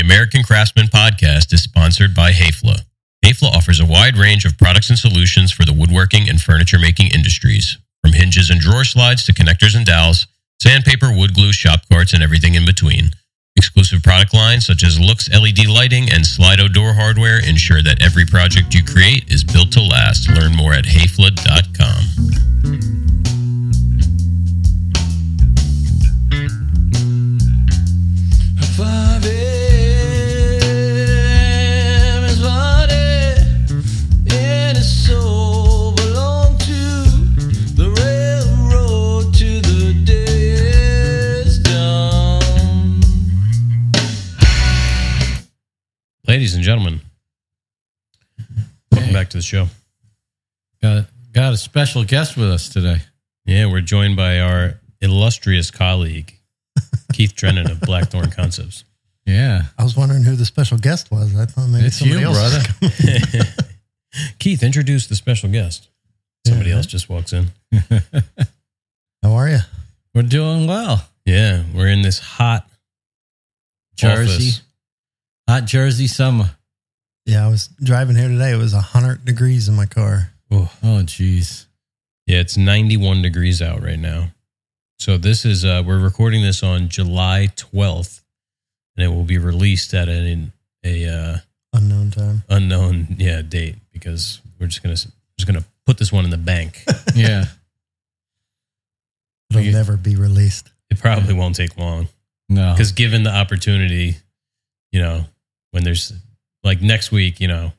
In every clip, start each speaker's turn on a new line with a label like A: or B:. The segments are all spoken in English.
A: American Craftsman podcast is sponsored by Hayfla. Hayfla offers a wide range of products and solutions for the woodworking and furniture making industries, from hinges and drawer slides to connectors and dowels, sandpaper, wood glue, shop carts, and everything in between. Exclusive product lines such as Lux LED lighting and Slido door hardware ensure that every project you create is built to last. Learn more at hayfla.com.
B: Five a.m. is what it, and its soul belonged to the railroad to the day is done.
A: Ladies and gentlemen, welcome back to the show.
C: Got got a special guest with us today.
A: Yeah, we're joined by our illustrious colleague, Keith Drennan of Blackthorn Concepts.
C: Yeah,
D: I was wondering who the special guest was. I thought maybe
C: it's you,
D: somebody
C: brother.
D: else.
A: Keith, introduce the special guest. Somebody else just walks in.
D: How are you?
C: We're doing well.
A: Yeah, we're in this hot
C: Jersey,
A: office.
C: hot Jersey summer.
D: Yeah, I was driving here today. It was hundred degrees in my car.
C: Oh, jeez.
A: Yeah, it's 91 degrees out right now. So this is uh we're recording this on July 12th and it will be released at an a uh
D: Unknown time.
A: unknown yeah date because we're just going to just going to put this one in the bank.
C: Yeah,
D: It'll
C: You-
D: never be released.
A: it probably won't take long
C: no,
A: cuz given the opportunity, you know, when there's like next week, you know.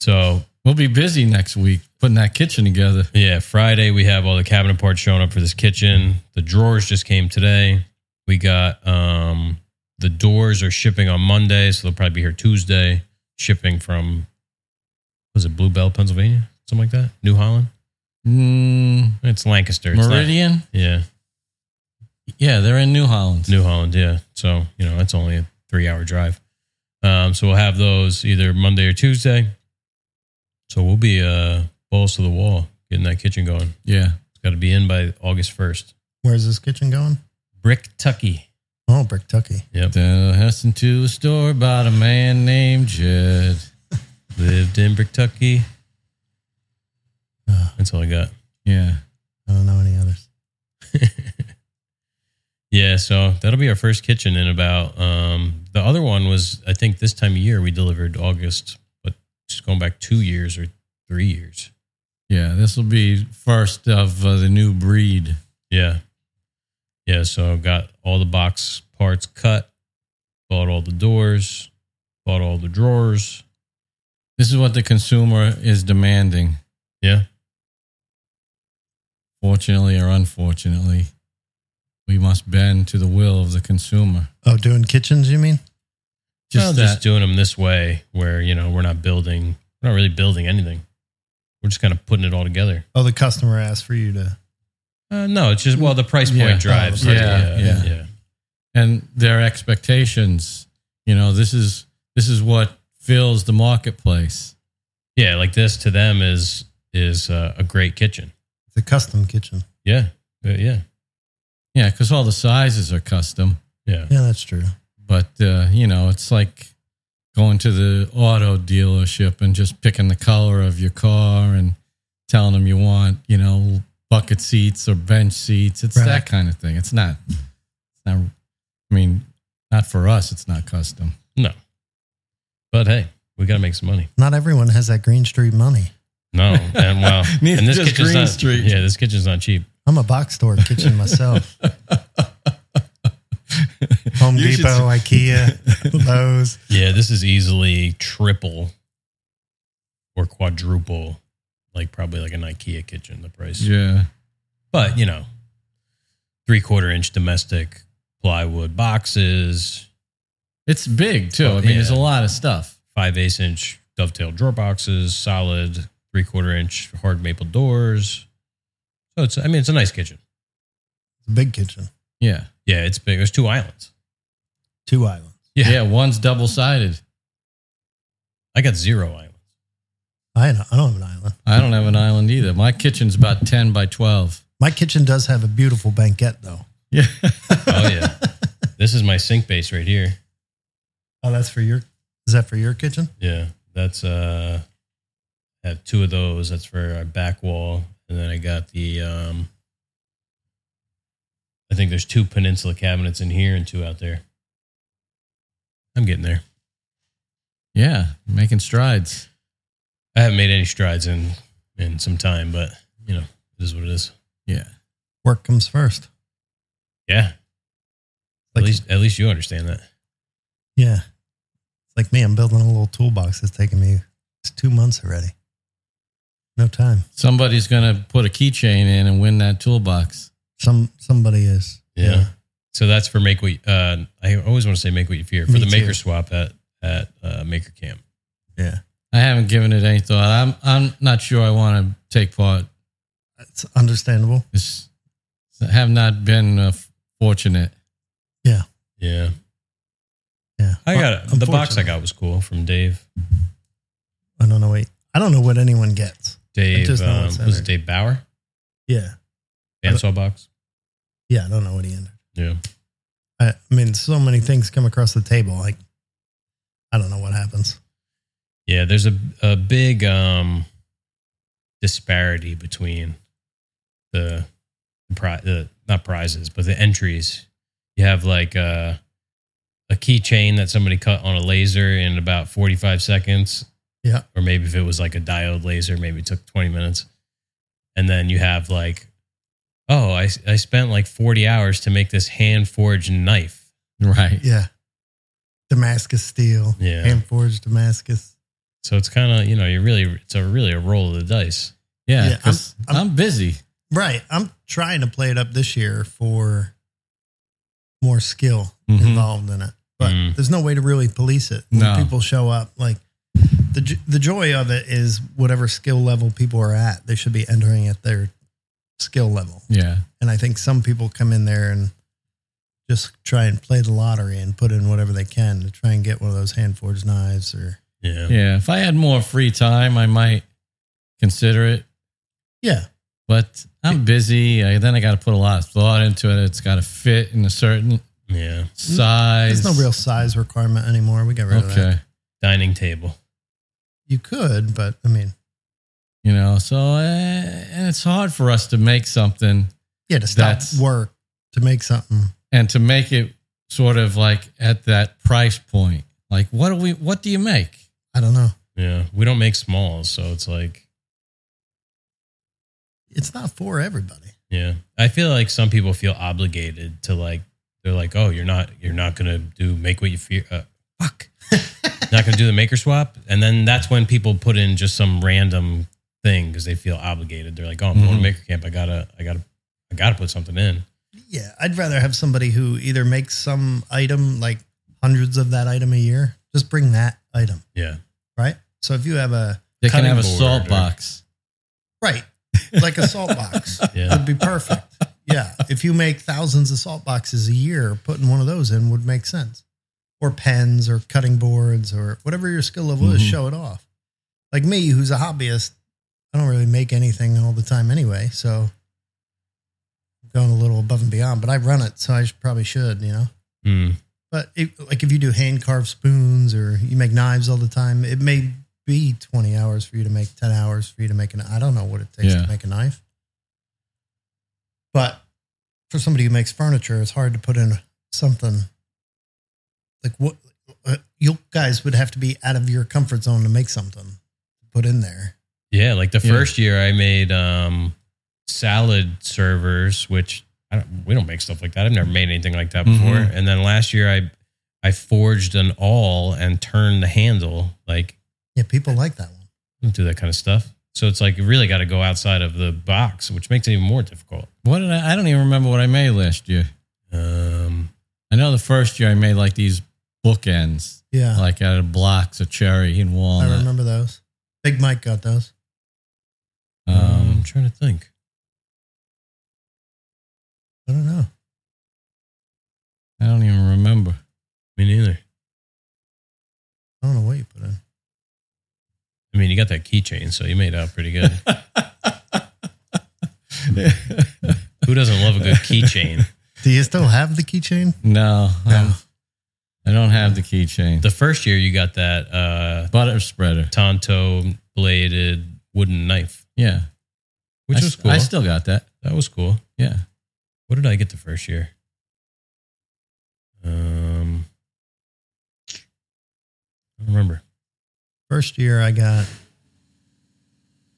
A: So,
C: we'll be busy next week putting that kitchen together.
A: Yeah, Friday we have all the cabinet parts showing up for this kitchen. The drawers just came today. We got um the doors are shipping on Monday, so they'll probably be here Tuesday. Shipping from was it Bluebell, Pennsylvania, something like that? New Holland?
C: Mm,
A: It's Lancaster. It's not-
C: Meridian.
A: yeah,
C: yeah, they're in New Holland.
A: New Holland. Yeah, so you know that's only a three-hour drive. Um, so we'll have those either Monday or Tuesday. So we'll be uh balls to the wall getting that kitchen going.
C: Yeah,
A: It's got to be in by August first.
D: Where's this kitchen going?
A: Brick Tucky.
D: Oh, Bricktucky.
C: Down Heston to a store about a man named Jed.
A: Lived in Bricktucky. That's all I got.
C: Yeah,
D: I don't know any others.
A: Yeah, so that'll be our first kitchen in about um the other one was I think this time of year we delivered August, but just going back two years or three years.
C: yeah. This will be first of uh, the new breed.
A: Yeah. Yeah, so got all the box parts cut, bought all the doors, bought all the drawers.
C: This is what the consumer is demanding.
A: Yeah.
C: fortunately or unfortunately, we must bend to the will of the consumer.
D: Oh, doing kitchens? You mean?
A: Just,
C: Just
A: just
C: that,
A: doing them this way where, you know, we're not building we're not really building anything. We're just kind of putting it all together.
D: Oh, the customer asked for you to.
A: Uh, no, it's just well, the price point
C: Yeah.
A: drives.
C: Yeah,
A: it.
C: yeah. and their expectations. You know, this is this is what fills the marketplace.
A: Yeah, Like this to them is is uh, a great kitchen.
D: It's a custom kitchen.
A: Yeah, Uh, yeah,
C: Yeah, because all the sizes are custom,
A: yeah,
D: Yeah, that's true.
C: but uh, you know, it's like going to the auto dealership and just picking the color of your car and telling them you want, you know, bucket seats or bench seats. It's
D: Right.
C: that kind of thing. It's not. It's not. I mean, not for us. It's not custom.
A: No, but hey, we gotta make some money.
D: Not everyone has that Green Street money.
A: No, and wow,
C: Neither
A: and this
C: does
A: kitchen's
C: Green
A: not,
C: Street.
A: Yeah, this kitchen's not cheap.
D: I'm a box store kitchen myself. Home
C: You should
D: Depot, IKEA, Lowe's.
A: Yeah, this is easily triple or quadruple, like probably like an IKEA kitchen. The price,
C: Yeah.
A: but you know, three quarter inch domestic plywood boxes,
C: It's big too. I mean,
A: Oh, Yeah.
C: there's a lot of stuff.
A: five eighths inch dovetail drawer boxes, solid three quarter inch hard maple doors. So it's, I mean, it's a nice kitchen.
D: It's a big kitchen.
C: Yeah.
A: Yeah, it's big. There's two islands.
D: Two islands.
A: Yeah.
C: Yeah. one's double sided.
A: I got zero islands.
D: I don't, I don't have an island.
C: I don't have an island either. My kitchen's about 10 by 12.
D: My kitchen does have a beautiful banquette, though.
C: Yeah.
A: Oh yeah, this is my sink base right here.
D: Oh, that's for your. Is that for your kitchen?
A: Yeah, that's uh, I have two of those. That's for our back wall, and then I got the um. I think there's two peninsula cabinets in here and two out there. I'm getting there.
C: Yeah, making strides.
A: I haven't made any strides in in some time, but you know, it is what it is.
C: Yeah.
D: Work comes first.
A: Yeah. At
D: Like-
A: least at least you understand that.
D: Yeah. It's like me. I'm building a little toolbox. It's taken me it's two months already. No time.
C: Somebody's going to put a keychain in and win that toolbox.
D: Some somebody is.
A: Yeah. So that's for make what uh, I always want to say make what you fear for
D: Me
A: the maker
D: too.
A: swap at at uh, maker camp.
D: Yeah.
C: I haven't given it any thought. I'm I'm not sure I want to take part.
D: It's understandable.
C: It's, I have not been uh, fortunate.
A: Yeah. Uh,
D: Yeah.
A: I got it. The box I
D: Unfortunately.
A: got was cool from Dave.
D: I don't know. Wait. I don't know what anyone gets.
A: Dave
D: just know
A: um, was
D: it's
A: it
D: entered.
A: Dave Bauer
D: Yeah.
A: bandsaw box.
D: Yeah. I don't know what he entered.
A: Yeah.
D: I, I mean, so many things come across the table. Like, I don't know what happens.
A: Yeah, there's a a big um disparity between the the pri- the not prizes, but the entries. You have like a a keychain that somebody cut on a laser in about 45 seconds.
D: Yeah.
A: Or maybe if it was like a diode laser, maybe it took 20 minutes. And then you have like oh, I I spent like 40 hours to make this hand forged knife.
C: Right.
D: Yeah. Damascus steel.
A: Yeah.
D: Hand forged Damascus.
A: So it's kind of, you know, you really it's a really a roll of the dice.
C: Yeah.
D: Yeah, I'm-
C: 'cause I'm,
D: I'm-
C: busy.
D: Right. I'm trying to play it up this year for more skill
C: Mhm.
D: involved in it. But
A: Mm-hmm. Mm.
D: there's no way to really police it. When
C: No.
D: people show up, like the jo- the joy of it is whatever skill level people are at, they should be entering at their skill level.
C: Yeah.
D: And I think some people come in there and just try and play the lottery and put in whatever they can to try and get one of those hand forged knives or
A: Yeah.
C: Yeah. If I had more free time, I might consider it.
D: yeah,
C: But I'm busy. I, then I got to put a lot of thought into it. It's got to fit in a certain
A: Yeah.
C: size.
D: Mm, there's no real size requirement anymore. We got rid of that.
C: Okay.
A: Dining table.
D: You could, but I mean,
C: You know, so uh, and it's hard for us to make something
D: yeah, to stop
C: That's-
D: work to make something.
C: and to make it sort of like at that price point. Like, what do we? What do you make?
D: I don't know.
A: Yeah. We don't make smalls, so it's like
D: It's not for everybody.
A: yeah. I feel like some people feel obligated to like they're like, "Oh, you're not you're not going to do make what you fear uh, fuck. not going to do the maker swap." And then that's when people put in just some random thing cuz they feel obligated. They're like, "Oh, I'm going
C: Mhm.
A: to maker camp. I got to I got to I got to put something in."
D: Yeah, I'd rather have somebody who either makes some item, like hundreds of that item a year, just bring that item,
A: Yeah.
D: right? So if you have a
C: They can
A: Cutting
C: have a
A: board
C: salt
A: or-
C: box.
D: right, like a salt box,
A: Yeah.
D: would be perfect. Yeah, if you make thousands of salt boxes a year, putting one of those in would make sense. Or pens, or cutting boards, or whatever your skill level is,
C: Mhm.
D: show it off. Like me, who's a hobbyist, I don't really make anything all the time anyway, so I'm going a little above and beyond. But I run it, so I sh- probably should, you know.
A: Hmm.
D: But it, like if you do hand carved spoons or you make knives all the time, it may be 20 hours for you to make 10 hours for you to make an I don't know what it takes
C: Yeah.
D: to make a knife. But for somebody who makes furniture, it's hard to put in something like what uh, you guys would have to be out of your comfort zone to make something to put in there.
A: Yeah, like the
C: Yeah.
A: first year I made um salad servers, which I don't, we don't make stuff like that. I've never made anything like that before.
C: Mhm.
A: And then last year I I forged an awl and turned the handle. Like
D: Yeah, people like that one.
A: I don't do that kind of stuff. So it's like you really got to go outside of the box, which makes it even more difficult.
C: What did I? I don't even remember what I made last year.
A: Um,
C: I know the first year I made like these bookends,
D: Yeah.
C: like out of blocks of cherry and
D: I
C: walnut.
D: remember those. Big Mike got those.
A: I'm
C: Um,
A: trying to think.
D: I don't know.
C: I don't even remember.
A: Me neither.
D: I don't know what you put in.
A: I mean, you got that keychain, so you made out pretty good. Who doesn't love a good keychain?
D: Do you still have the keychain?
C: no, um, I don't have the keychain.
A: The first year you got that uh,
C: butter spreader.
A: Tonto bladed wooden knife,
C: Yeah.
A: which
C: I
A: was
C: s-
A: cool.
C: I still got that.
A: that was cool.
C: Yeah.
A: What did I get the first year? Um, I don't remember.
D: First year I got.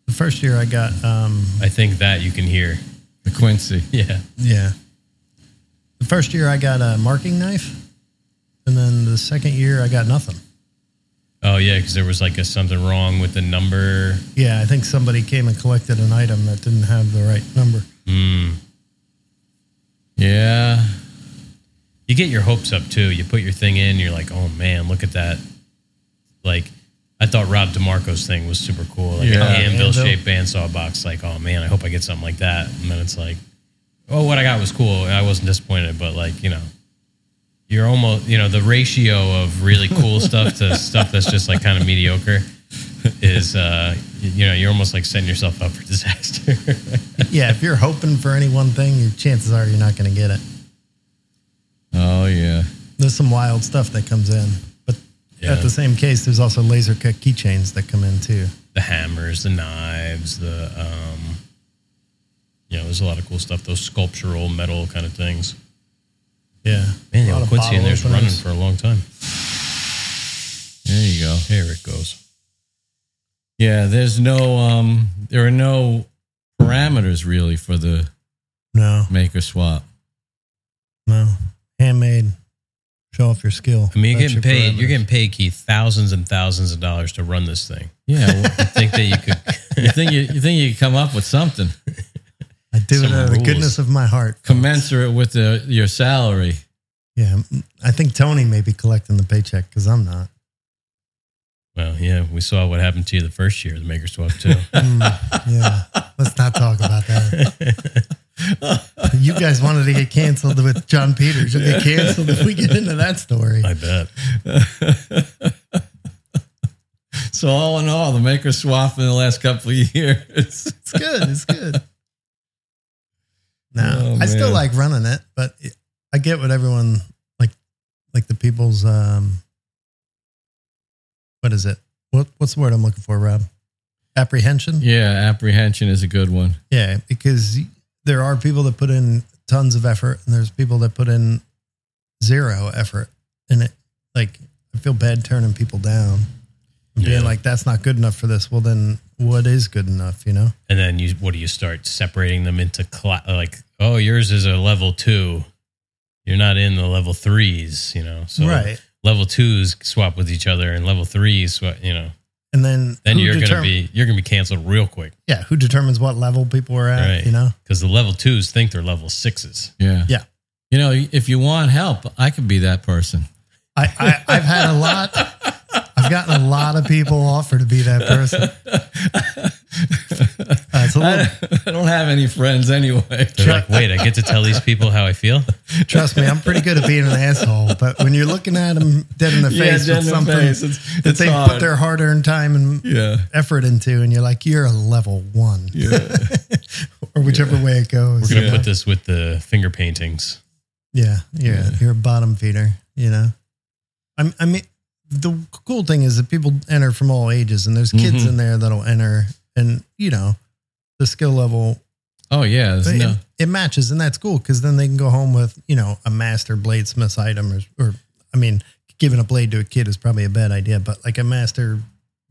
D: The first year I got. Um,
A: I think that you can hear.
C: The Quincy.
A: Yeah.
D: yeah. The first year I got a marking knife, and then the second year I got nothing.
A: Oh yeah, because there was like a something wrong with the number.
D: Yeah, I think somebody came and collected an item that didn't have the right number.
A: Mm.
C: Yeah.
A: You get your hopes up too. You put your thing in. You're like, oh man, look at that. Like, I thought Rob DeMarco's thing was super cool. Like
C: Yeah.
A: an anvil
D: Anvil.
A: shaped bandsaw box. Like, oh man, I hope I get something like that. And then it's like, oh, what I got was cool. I wasn't disappointed, but like, you know, you're almost, you know, the ratio of really cool stuff to stuff that's just like kind of mediocre is, uh, y- you know, you're almost like setting yourself up for disaster.
D: yeah, if you're hoping for any one thing, your chances are you're not going to get it.
C: Oh, yeah.
D: There's some wild stuff that comes in, but
A: Yeah.
D: at the same case, there's also laser cut keychains that come in too.
A: the hammers, the knives, the um, you know, there's a lot of cool stuff. Those sculptural metal kind of things.
D: Yeah,
A: Man,
D: A lot
A: yeah,
D: of
A: Quincy in
D: bottle
A: there's
D: openers.
A: running for a long time.
C: There you go.
A: Here it goes.
C: Yeah. There's no, um, there are no parameters really for the
D: No,
C: make or swap.
D: no, handmade. Show off your skill.
A: I mean, you're
D: That's
A: getting
D: your
A: paid. You're
D: parameters.
A: getting paid, Keith, thousands and thousands of dollars to run this thing.
C: Yeah. Well,
A: I think that you could.
C: you think you, you think you could come up with something
D: I do it
A: some
D: out of the
A: rules.
D: goodness of my heart.
C: commensurate with the, your salary.
D: Yeah, m- I think Tony may be collecting the paycheck because I'm not.
A: well, yeah, we saw what happened to you the first year, of the Maker Swap too.
D: Mm, yeah, let's not talk about that. You guys wanted to get canceled with John Peters. You'll get canceled if we get into that story.
A: I bet.
C: So all in all, the make or swap in the last couple of years.
D: It's good. It's good. No,
C: Oh,
D: I still
C: man.
D: like running it, but it, I get what everyone like, like the people's um, what is it? What what's the word I'm looking for, Rob? Apprehension.
C: yeah, apprehension is a good one.
D: Yeah, because there are people that put in tons of effort and there's people that put in zero effort. And it like I feel bad turning people down. And
A: Yeah.
D: Being like, that's not good enough for this. Well then what is good enough, you know?
A: And then you, what do you start separating them into cla- like? Oh, yours is a level two. You're not in the level threes, you know. So
D: right.
A: level twos swap with each other, and level threes, swap, you know.
D: And then
A: Then
D: who
A: you're
D: determ-
A: gonna be you're gonna be canceled real quick
D: Yeah, who determines what level people are at,
A: Right.
D: you know?
A: because the level twos think they're level sixes.
C: Yeah.
D: Yeah.
C: You know, if you want help, I could be that person.
D: I, I I've had a lot I've gotten a lot of people offer to be that person. Uh, it's a little
C: I I don't have any friends anyway.
A: They're like, wait, I get to tell these people how I feel.
D: Trust me, I'm pretty good at being an asshole, but when you're looking at them dead in the
C: Yeah,
D: face
C: dead in
D: with
C: the
D: something
C: face, it's-
D: that
C: it's
D: they
C: hard.
D: put their hard-earned time and
C: Yeah.
D: effort into, and you're like, you're a level one,
C: Yeah.
D: or whichever way it
A: We're
D: goes.
A: gonna
C: Yeah.
A: put this with the finger paintings.
D: Yeah, yeah,
C: Yeah.
D: you're a bottom feeder. You know, I'm, I mean, the cool thing is that people enter from all ages, and there's kids
A: Mm-hmm.
C: Mhm.
D: in there that'll enter, and you know, the skill level
C: Oh yeah. There's
D: But
C: no,
D: it, it matches, and that's cool because then they can go home with you know a master bladesmith's item, or, or I mean, giving a blade to a kid is probably a bad idea, but like a master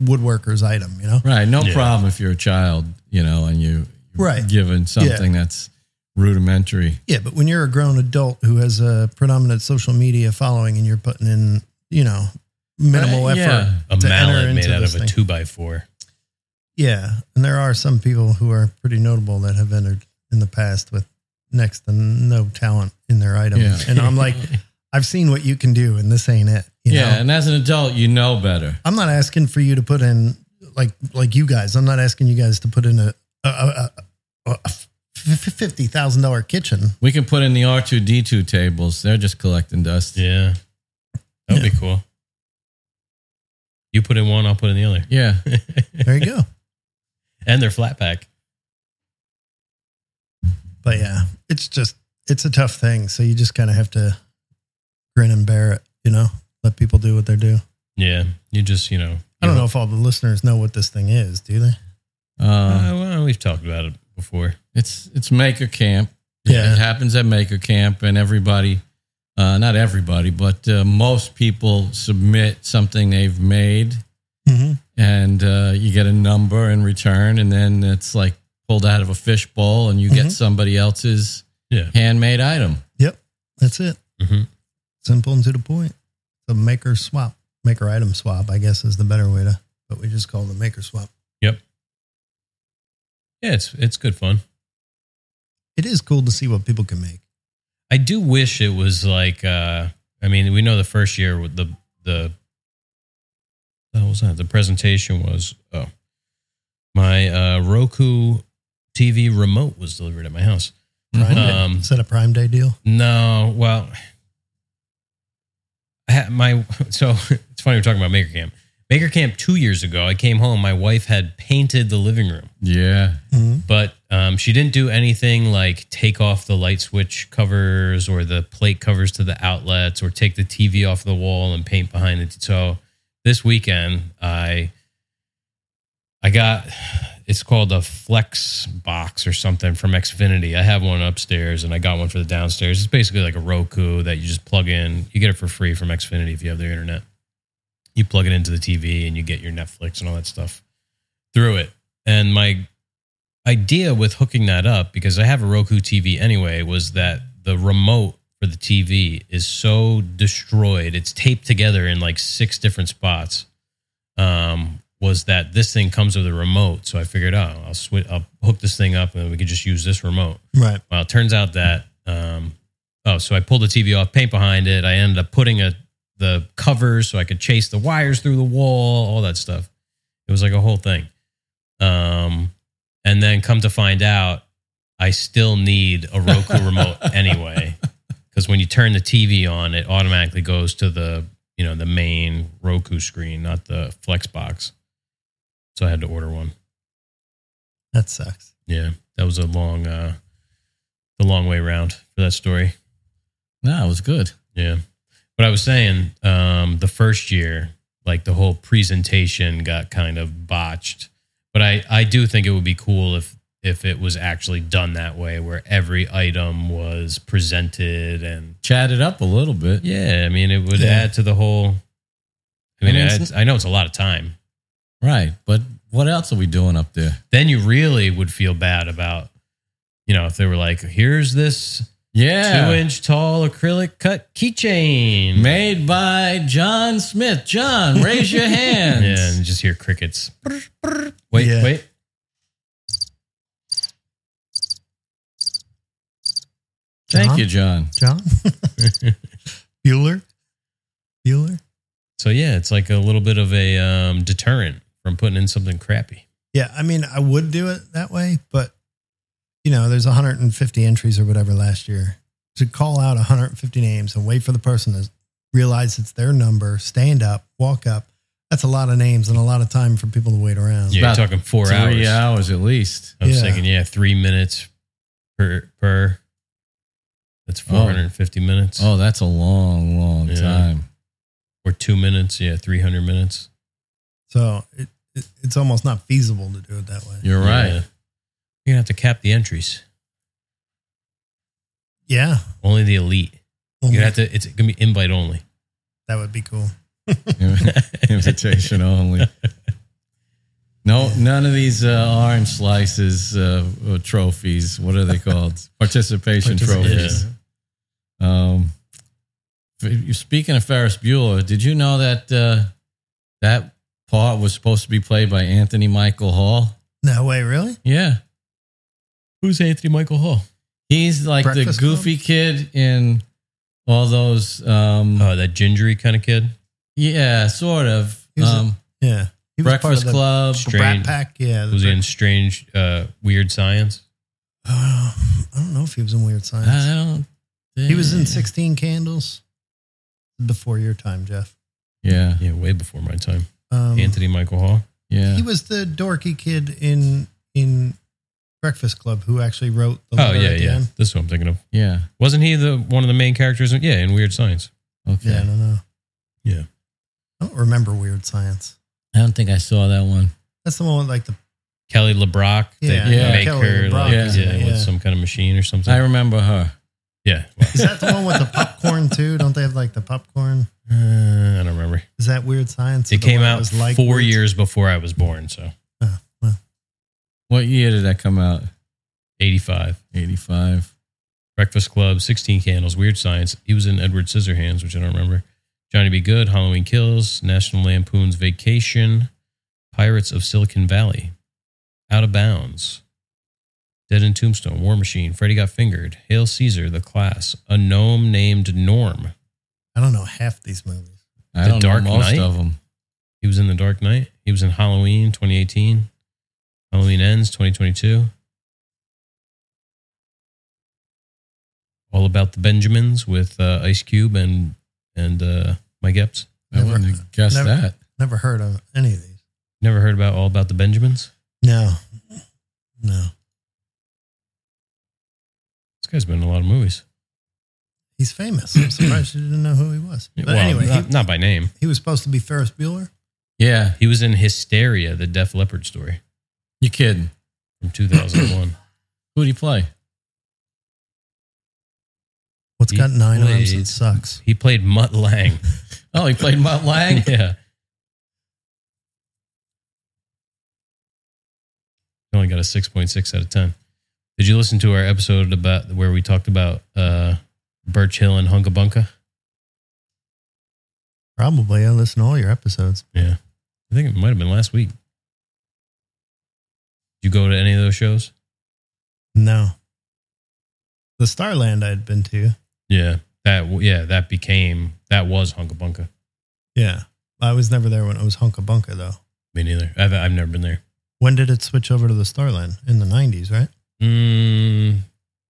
D: woodworker's item, you know?
C: right. No
A: Yeah.
C: problem if you're a child, you know, and you you're
D: Right.
C: given something that's rudimentary.
D: Yeah, but when you're a grown adult who has a predominant social media following, and you're putting in you know minimal
C: Uh,
D: effort,
C: yeah.
A: A
D: To enter
A: mallet made
D: into
A: out
D: this
A: of a
D: thing.
A: two by four.
D: yeah, and there are some people who are pretty notable that have entered in the past with next to no talent in their item,
C: Yeah.
D: and I'm like, I've seen what you can do, and this ain't it. You
C: yeah.
D: know?
C: And as an adult, you know better.
D: I'm not asking for you to put in like like you guys. I'm not asking you guys to put in a a, a, a, a fifty thousand dollar kitchen.
C: We can put in the R two D two tables. They're just collecting dust.
A: Yeah, that would be cool. You put in one, I'll put in the other,
C: Yeah.
D: There you go.
A: and they're flat pack.
D: but yeah, it's just it's a tough thing. So you just kind of have to grin and bear it. You know, let do what they do.
A: Yeah, you just you know.
D: I don't know if all the listeners know what this thing is, do they?
C: Uh,
A: Uh, well, we've talked about it before.
C: it's it's Maker Camp.
D: Yeah.
C: it happens at Maker Camp, and everybody, uh, not everybody, but uh, most people submit something they've made,
D: Mm-hmm.
C: and uh, you get a number in return, and then it's like pulled out of a fishbowl, and you
D: Mhm.
C: get somebody else's
A: Yeah.
C: handmade item.
D: That's it.
A: Mhm.
D: Simple and to the point. The maker swap, maker item swap, I guess is the better way to, but we just call it the maker swap.
A: Yeah, it's it's good fun.
D: It is cool to see what people can make.
A: I do wish it was like. uh I mean, we know the first year with the the. What was that? The presentation was oh, my uh, Roku TV remote was delivered at my house.
D: Prime Day.
A: Um,
D: Is that a Prime Day deal?
A: No, well, I had my so it's funny we're talking about Maker Camp. Maker Camp two years ago, I came home. My wife had painted the living room,
C: Yeah,
D: Mm-hmm.
A: but um, she didn't do anything like take off the light switch covers or the plate covers to the outlets or take the TV off the wall and paint behind it. So this weekend, I I got it's called a flex box or something from Xfinity. I have one upstairs and I got one for the downstairs. It's basically like a Roku that you just plug in. You get it for free from Xfinity if you have their internet. You plug it into the TV and you get your Netflix and all that stuff through it. And my idea with hooking that up because I have a Roku TV anyway was that the remote for the TV is so destroyed. It's taped together in like six different spots. Um, was that this thing comes with a remote? So I figured, oh, I'll switch, I'll hook this thing up, and we could just use this remote.
D: Right.
A: Well, it turns out that um, oh, so I pulled the TV off, paint behind it. I ended up putting a the covers so I could chase the wires through the wall, all that stuff. It was like a whole thing. Um, and then come to find out, I still need a Roku remote anyway, because when you turn the TV on, it automatically goes to the you know the main Roku screen, not the Flex box. So I had to order one.
D: That sucks.
A: Yeah, that was a long, uh, the long way around for that story.
C: no, it was good.
A: Yeah, but I was saying um, the first year, like the whole presentation got kind of botched. But I, I do think it would be cool if if it was actually done that way, where every item was presented and
C: Chat it up a little bit.
A: yeah, I mean it would
D: Yeah.
A: add to the whole. I mean,
C: I mean,
A: it
C: it's-
A: adds- I know it's a lot of time.
C: Right, but what else are we doing up there?
A: Then you really would feel bad about, you know, if they were like, here's this
C: Yeah,
A: two inch tall acrylic cut keychain.
C: made by John Smith. John, raise your
A: Yeah, and
C: hands.
A: you just hear crickets. Wait,
D: Yeah.
A: wait.
C: Thank
D: John?
C: you, John.
D: John? Bueller? Bueller?
A: So yeah, it's like a little bit of a um, deterrent from putting in something crappy.
D: Yeah, I mean, I would do it that way, but you know, there's 150 entries or whatever last year. To call out 150 names and wait for the person to realize it's their number, stand up, walk up. That's a lot of names and a lot of time for people to wait around.
A: Yeah, you're
C: about
A: talking four
C: Three
A: hours.
C: hours at least.
A: I was
D: Yeah.
A: thinking, yeah, three minutes per per. That's
C: Oh.
A: four hundred and fifty minutes,
C: Oh, that's a long, long
A: Yeah.
C: time.
A: or two minutes. Yeah, three hundred minutes.
D: So it, it, it's almost not feasible to do it that way.
C: You're right.
A: Yeah. You're gonna have to cap the entries.
D: Yeah.
A: Only the elite. You're gonna have to. It's gonna be invite only.
D: that would be cool.
C: Invitation only. No, none of these uh, orange slices uh, uh, trophies. What are they called? Participation,
D: Participation.
C: trophies. Um, f- speaking of Ferris Bueller, did you know that uh, that part was supposed to be played by Anthony Michael Hall?
D: No way, really?
C: Yeah,
A: Who's Anthony Michael Hall?
C: he's like
D: Breakfast
C: the goofy kid in all those. Um,
A: Oh, that gingery kind of kid.
C: yeah, sort of.
D: He's a-
C: Um,
D: Yeah. He was part of
C: Breakfast
D: the
C: Club.
A: Strange.
D: Brat Pack. Yeah. the
A: Was he
D: Brat-
A: in Strange, uh, Weird Science?
D: Oh, I don't know if he was in Weird Science.
A: Uh,
C: I don't.
D: He was in
C: think-
D: 16 Candles before your time, Jeff.
C: Yeah,
A: Yeah, way before my time.
D: Um,
A: Anthony Michael Hall.
C: yeah.
D: He was the dorky kid in in Breakfast Club who actually wrote the
A: Oh
D: letter
A: yeah,
D: at the
A: yeah.
D: end.
A: This is what I'm thinking of.
C: Yeah.
A: Wasn't he the one of the main characters? In, yeah, in Weird Science.
C: Okay.
D: Yeah, I don't know.
A: Yeah.
D: remember Weird Science.
C: I don't think I saw that one.
D: That's the one with like the
A: Kelly LeBrock.
D: Yeah,
A: they
C: Yeah.
A: make
D: Kelly
A: her like,
C: LeBrock,
A: yeah,
D: yeah.
A: with some kind of machine or something.
C: I remember her.
A: yeah,
D: is that the one with the popcorn too? Don't they have like the popcorn?
A: Uh, I don't remember.
D: Is that Weird Science?
A: It
D: the
A: came
D: one that
A: out
D: was like
A: four
D: Weird-
A: years before I was born, so
C: What year did that come out?
A: eighty-five.
C: 85.
A: Breakfast Club, Sixteen Candles, Weird Science. He was in Edward Scissorhands, which I don't remember. Johnny Be Good, Halloween Kills, National Lampoon's Vacation, Pirates of Silicon Valley, Out of Bounds, Dead in Tombstone, War Machine, Freddy Got Fingered, Hail Caesar, The Class, A Gnome Named Norm.
D: I don't know half these movies.
C: I
A: The
C: don't
A: Dark
C: know most
A: Knight?
C: of them.
A: He was in The Dark Knight. He was in Halloween 2018. Halloween Ends 2022. All about the Benjamins with uh, Ice Cube and and uh, Mike Epps.
C: I
D: Never-
C: wouldn't have guessed
D: never-
C: that.
D: Never heard of any of these.
A: Never heard about All About the Benjamins?
D: No, no.
A: This guy's been in a lot of movies.
D: He's famous. I'm surprised you didn't know who he was. But
A: well,
D: anyway, uh,
A: not,
D: he,
A: not by name.
D: he was supposed to be Ferris Bueller.
C: Yeah,
A: He was in Hysteria, the Def Leppard story
C: you kidding.
A: from 2001.
C: Who'd he play?
D: What's
A: He
D: got nine arms
A: played-
D: and sucks?
A: he played Mutt Lang.
C: Oh, he played Mount Lang?
A: yeah. Only got a 6.6 out of 10. Did you listen to our episode about where we talked about uh, Birch Hill and Hunka Bunka?
D: Probably. I listen to all your episodes.
A: Yeah. I think it might have been last week. Did you go to any of those shows?
D: No. The Starland I'd been to.
A: Yeah. That w- yeah, that became that was Hunka Bunka.
D: Yeah. I was never there when it was Hunka Bunka, though.
A: Me neither. I've I've never been there.
D: When did it switch over to the Starland? In the 90s, right?
A: Mm,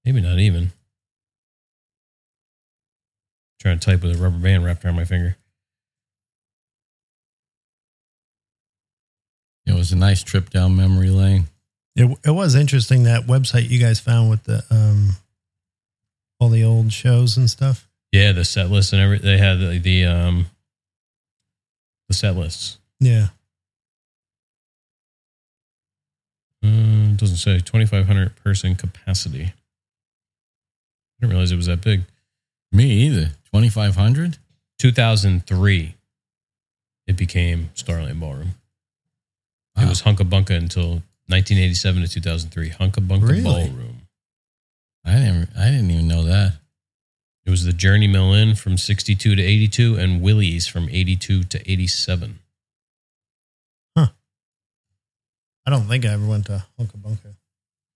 A: maybe not even. Trying to type with a rubber band wrapped around my finger.
C: It was a nice trip down memory lane.
D: It, it was interesting that website you guys found with the um, all the old shows and stuff.
A: Yeah, the set list and every they had the, the um the set lists.
D: Yeah.
A: Uh, it doesn't say twenty five hundred person capacity. I didn't realize it was that big.
C: Me either. 2,500?
A: Two thousand three, it became Starland Ballroom. It
C: Wow.
A: was Hunka Bunka until nineteen eighty seven to two thousand three. Hunka Bunka
D: Really?
A: Ballroom.
C: I didn't, I didn't even know that.
A: It was the Journey Mill Inn from sixty two to eighty two, and Willie's from eighty two to eighty seven.
D: I don't think I ever went to Hunka Bunka.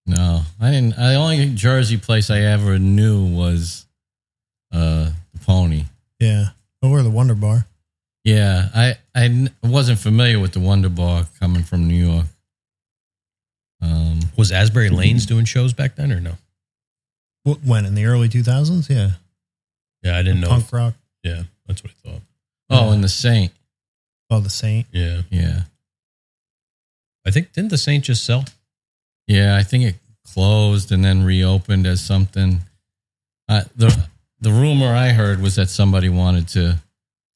C: No, I didn't. I, the only Jersey place I ever knew was uh, the Pony.
D: Yeah. Or the Wonder Bar.
C: Yeah, I, I n- wasn't familiar with the Wonder Bar coming from New York. Um,
A: Was Asbury Lanes doing shows back then or no?
D: Wh- When? In the early 2000s? Yeah.
A: Yeah, I didn't know.
D: Punk rock.
A: Yeah, that's what I thought.
C: oh, and the Saint.
D: Oh, The Saint.
A: Yeah.
C: Yeah,
A: I think didn't the Saint just sell?
C: yeah. I think it closed and then reopened as something. Uh, the the rumor I heard was that somebody wanted to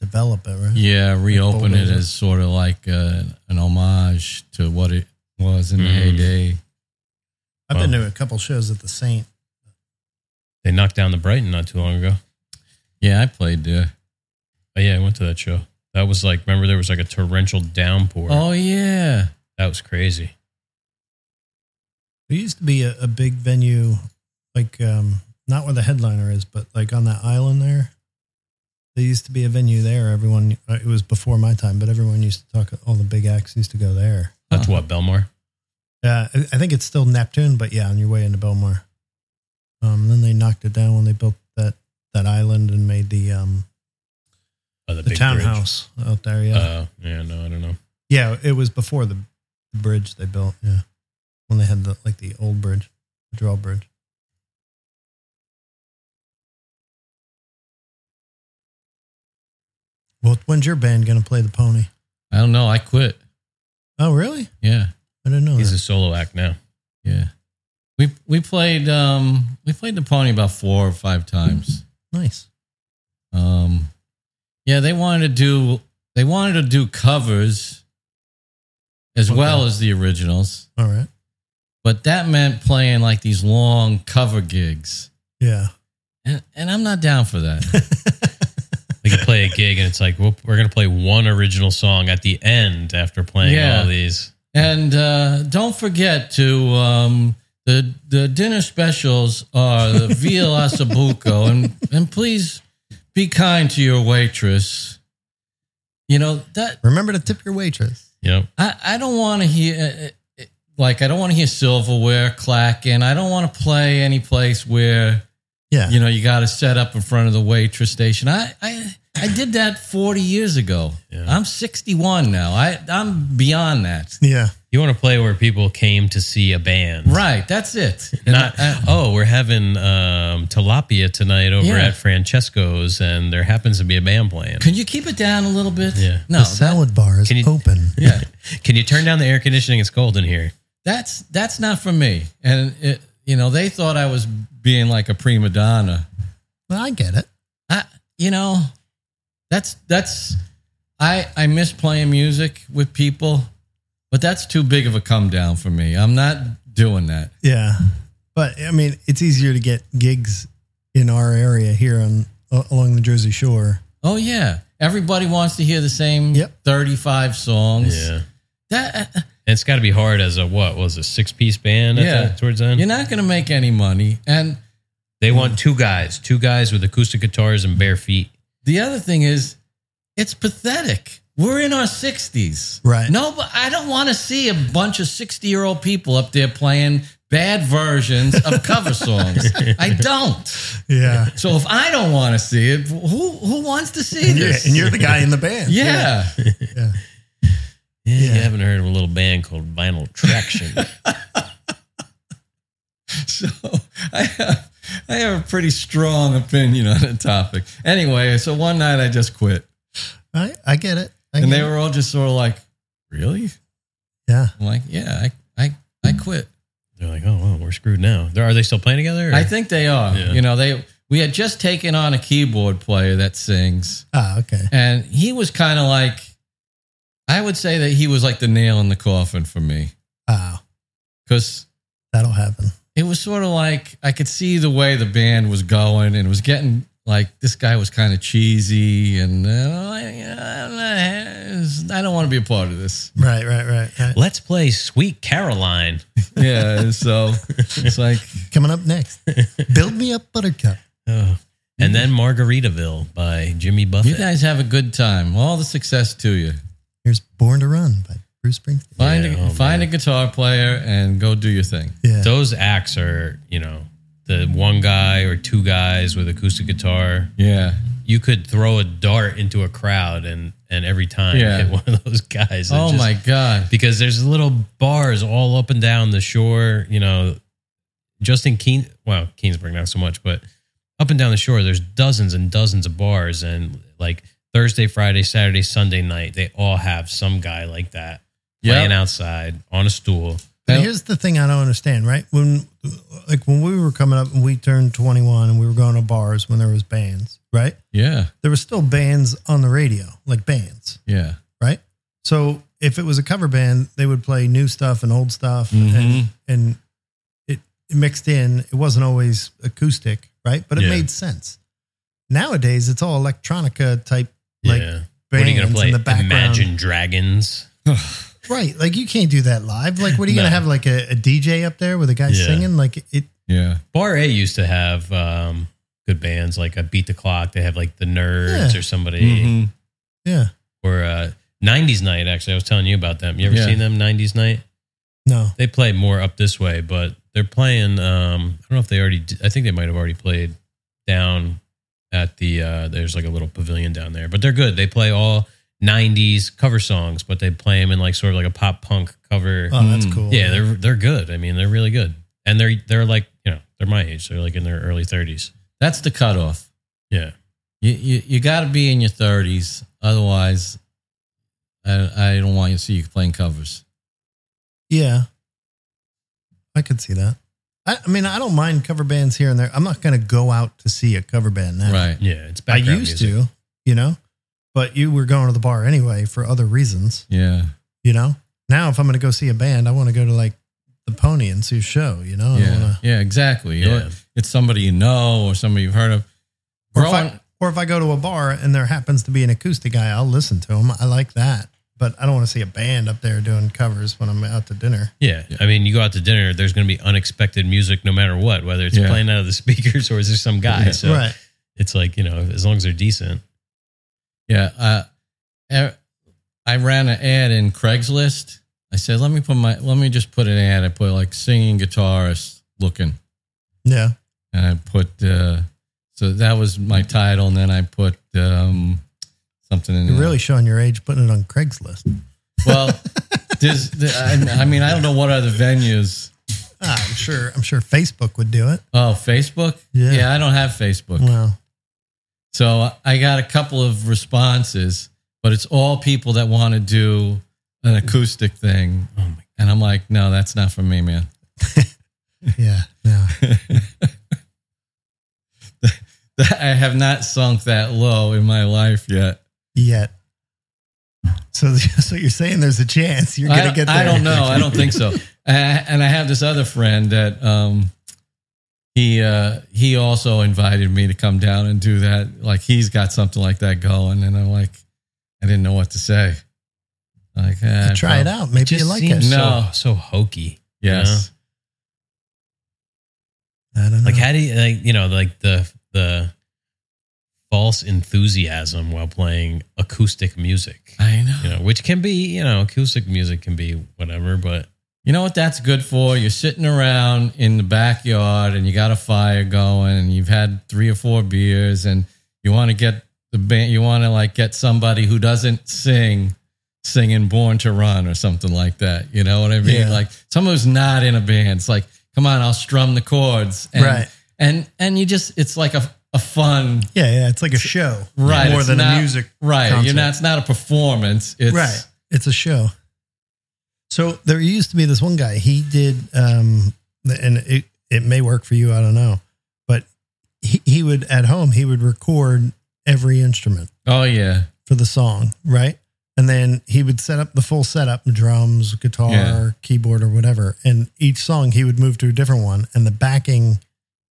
D: Develop it, right?
C: Yeah, reopen it
D: bulldozer.
C: as sort of like uh, an homage to what it was in the
A: Mm.
C: heyday.
D: I've been
A: Wow.
D: to a couple shows at the Saint.
A: They knocked down the Brighton not too long ago.
C: Yeah, I played there.
A: Oh yeah, I went to that show. That was like remember there was like a torrential downpour.
C: Oh yeah,
A: That was crazy.
D: There used to be a, a big venue, like um, not where the headliner is, but like on that island there. There used to be a venue there. Everyone, uh, it was before my time, but everyone used to talk. All the big acts used to go there.
A: That's
C: Uh-huh.
A: what Belmar.
D: Yeah, I, I think it's still Neptune, but yeah, on your way into Belmar. Um, then they knocked it down when they built that that island and made the um
A: Oh, the
D: the
A: big
D: townhouse out there.
A: Bridge.
D: Yeah,
A: Uh, yeah, no, I don't know.
D: yeah, it was before the, the bridge they built. Yeah, when they had the like the old bridge, the drawbridge. Well, when's your band gonna play the pony?
C: I don't know. I quit.
D: Oh, really?
C: Yeah,
D: I didn't know.
A: He's
D: that.
A: a solo act now.
C: yeah. We we played um we played the pony about four or five times.
D: nice.
C: Um, yeah, they wanted to do They wanted to do covers as
D: Okay.
C: well as the originals,
D: All right.
C: but that meant playing like these long cover gigs.
D: Yeah.
C: And, and I'm not down for that.
A: Like you play a gig and it's like well, we're gonna play one original song at the end after playing
C: Yeah.
A: all these.
C: And uh, don't forget to um, the the dinner specials are the veal asabuco, and and please be kind to your waitress. You know that
D: Remember to tip your waitress.
A: Yep.
C: I I don't want to hear uh, uh, like I don't want to hear silverware clacking. I don't want to play any place where
D: Yeah.
C: you know you got to set up in front of the waitress station. I I. I did that 40 years ago.
A: Yeah.
C: I'm 61 now. I, I'm beyond that.
D: Yeah.
A: You want to play where people came to see a band,
C: Right. That's it. And
A: Not
C: I- I-
A: oh, we're having um, tilapia tonight over
C: Yeah.
A: at Francesco's, and there happens to be a band playing.
C: Can you keep it down a little bit?
A: Yeah.
C: No,
D: the salad bar is
A: can you-
D: open.
C: yeah.
A: Can you turn down the air conditioning? It's cold in here.
C: That's that's not for me. And it, you know, they thought I was being like a prima donna.
D: Well, I get it.
C: I, you know, that's that's I I miss playing music with people, but that's too big of a come down for me. I'm not doing that.
D: Yeah. But I mean, it's easier to get gigs in our area here on a- along the Jersey Shore.
C: Oh yeah, everybody wants to hear the same
D: Yep.
C: 35 songs.
A: Yeah.
C: That
A: And it's got to be hard as a what was it, a six piece band? At
C: Yeah.
A: the, towards the end,
C: you're not going to make any money and
A: they want two guys, two guys with acoustic guitars and bare feet.
C: The other thing is, it's pathetic. We're in our 60s.
D: Right.
C: No, but I don't want to see a bunch of 60 year old people up there playing bad versions of cover songs. I don't.
D: Yeah.
C: So if I don't want to see it, who who wants to see
D: And you're,
C: this?
D: and you're the guy in the band.
C: yeah.
A: Yeah,
D: Yeah.
A: You haven't heard of a little band called Vinyl Traction.
C: So I have, I have a pretty strong opinion on the topic. Anyway, so one night I just quit.
D: I, I get it. I
C: And
D: get
C: they
D: it.
C: were all just sort of like, really?
D: Yeah.
C: I'm like, yeah, I, I, I quit.
A: They're like, oh well, we're screwed now. They're- Are they still playing together? or-
C: I think they are.
A: Yeah.
C: You know, they we had just taken on a keyboard player that sings,
D: Ah, okay.
C: and he was kind of like, I would say that he was like the nail in the coffin for me
D: Ah,
C: because
D: that'll happen.
C: it was sort of like I could see the way the band was going, and it was getting like this guy was kind of cheesy, and uh, I- I'm not- I don't want to be a part of this.
D: Right, right, right, right.
A: Let's play Sweet Caroline.
C: Yeah, and so it's like,
D: Coming up next, build me up, Buttercup.
A: Oh. And then Margaritaville by Jimmy
C: you
A: Buffett.
C: guys have a good time. All the success to you.
D: Here's Born to Run by Bruce Springsteen.
C: Find
A: Yeah,
C: a,
A: oh,
C: find a guitar player and go do your thing.
D: Yeah,
A: Those acts are, you know, the one guy or two guys with acoustic guitar.
C: Yeah.
A: You could throw a dart into a crowd and and every time
C: Yeah.
A: hit one of those guys. It
C: Oh
A: just-
C: my god.
A: Because there's little bars all up and down the shore, you know, Justin Keen well, Keensburg not so much, but up and down the shore there's dozens and dozens of bars and like Thursday, Friday, Saturday, Sunday night, they all have some guy like that playing
C: Yeah.
A: outside on a stool.
D: But
C: Well-
D: here's the thing I don't understand, right? When like when we were coming up and we turned 21 and we were going to bars when there was bands, right?
C: Yeah.
D: There were still bands on the radio, like bands,
C: Yeah.
D: right? So if it was a cover band, they would play new stuff and old stuff and
A: Mm-hmm.
C: Mhm.
D: and it it mixed in. It wasn't always acoustic, right? But it
A: Yeah.
D: made sense. Nowadays, it's all electronica type like
A: yeah. What are you
D: bands
A: gonna play?
D: in the background.
A: Imagine Dragons.
D: Right. Like you can't do that live. Like what are you
A: No.
D: gonna have like a, a DJ up there with a guy
A: Yeah.
D: singing? Like it
C: Yeah.
A: Bar A used to have um, good bands like a Beat the Clock. They have like the Nerds
D: Yeah. Mm-hmm.
A: or somebody
C: Mhm.
D: yeah.
A: or uh, 90s Night. Actually, I was telling you about them. You ever
C: Yeah.
A: seen them 90s Night?
D: No.
A: They play more up this way, but they're playing. Um, I don't know if they already. d I I think they might have already played down at the. Uh, there's like a little pavilion down there, but they're good. They play all 90s cover songs, but they play them in like sort of like a pop punk cover.
D: Oh, that's
C: Mm.
D: cool.
A: Yeah, they're they're good. I mean, they're really good, and they're they're like you know they're my age. They're like in their early thirties.
C: That's the cutoff.
A: Yeah,
C: You you, you got to be in your 30s otherwise I, I don't want to see you playing covers.
D: Yeah. I could see that. I, I mean, I don't mind cover bands here and there. I'm not gonna go out to see a cover band now.
C: Right.
A: yeah. It's
D: I
A: background
D: used
A: music.
D: to, you know. but you were going to the bar anyway for other reasons,
C: Yeah.
D: you know? Now, if I'm going to go see a band, I want to go to like the Pony and see a show, you know? I
C: yeah.
D: wanna-
C: yeah, exactly.
A: Yeah.
C: Or it's somebody you know or somebody you've heard of.
D: or, if
C: Growing-
D: I, or if I go to a bar and there happens to be an acoustic guy, I'll listen to him. I like that. But I don't want to see a band up there doing covers when I'm out to dinner.
A: Yeah. I mean, you go out to dinner, there's going to be unexpected music no matter what, whether it's
C: Yeah.
A: playing out of the speakers or is there some guy.
C: Yeah.
A: So
D: Right.
A: it's like, you know, as long as they're decent.
C: Yeah. Uh, er- I ran an ad in Craigslist. I said, let me put my, let me just put an ad. I put like singing guitarist looking.
D: Yeah.
C: And I put, uh, so that was my title. And then I put um, something in
D: You're
C: there.
D: really showing your age putting it on Craigslist.
C: Well, there's, there- I, I mean, I don't know what other venues.
D: Ah, I'm sure. I'm sure Facebook would do it.
C: Oh, Facebook?
D: Yeah.
C: Yeah, I don't have Facebook.
D: Wow.
C: So I got a couple of responses, but it's all people that want to do an acoustic thing.
A: Oh my
C: And I'm like, no, that's not for me, man.
D: Yeah. Yeah.
C: I have not sunk that low in my life yet.
D: Yet. So, so you're saying there's a chance you're
C: I,
D: gonna get there.
C: I don't know. I don't think so. And and I have this other friend that um, he uh, he also invited me to come down and do that. Like he's got something like that going, and I'm like, I didn't know what to say. Like, eh,
D: Try it
C: prob-
D: out. Maybe
A: just
D: you like it.
A: seems
C: No.
A: So, so hokey.
C: Yes.
D: I don't know.
A: Like, how do you, like, you know, like the, the, false enthusiasm while playing acoustic music
C: I know.
A: you know which can be you know acoustic music can be whatever but
C: You know what that's good for? You're sitting around in the backyard and you got a fire going and you've had three or four beers and you want to get the band, you want to like get somebody who doesn't sing singing Born to Run or something like that. You know what I mean?
D: Yeah.
C: Like someone who's not in a band. It's like, come on, I'll strum the chords. And,
D: Right.
C: And, and you just, it's like a, a fun,
D: yeah, yeah. It's like a show,
C: right.
D: More
C: it's
D: than
C: not-
D: a music,
C: Right.
D: concert.
C: You're not, it's not a performance. It's,
D: right? It's a show. So there used to be this one guy. He did, um, and it it may work for you. I don't know, but he, he would at home he would record every instrument.
C: Oh, yeah.
D: for the song, right? And then he would set up the full setup, drums, guitar,
C: Yeah.
D: keyboard, or whatever. And each song he would move to a different one. And the backing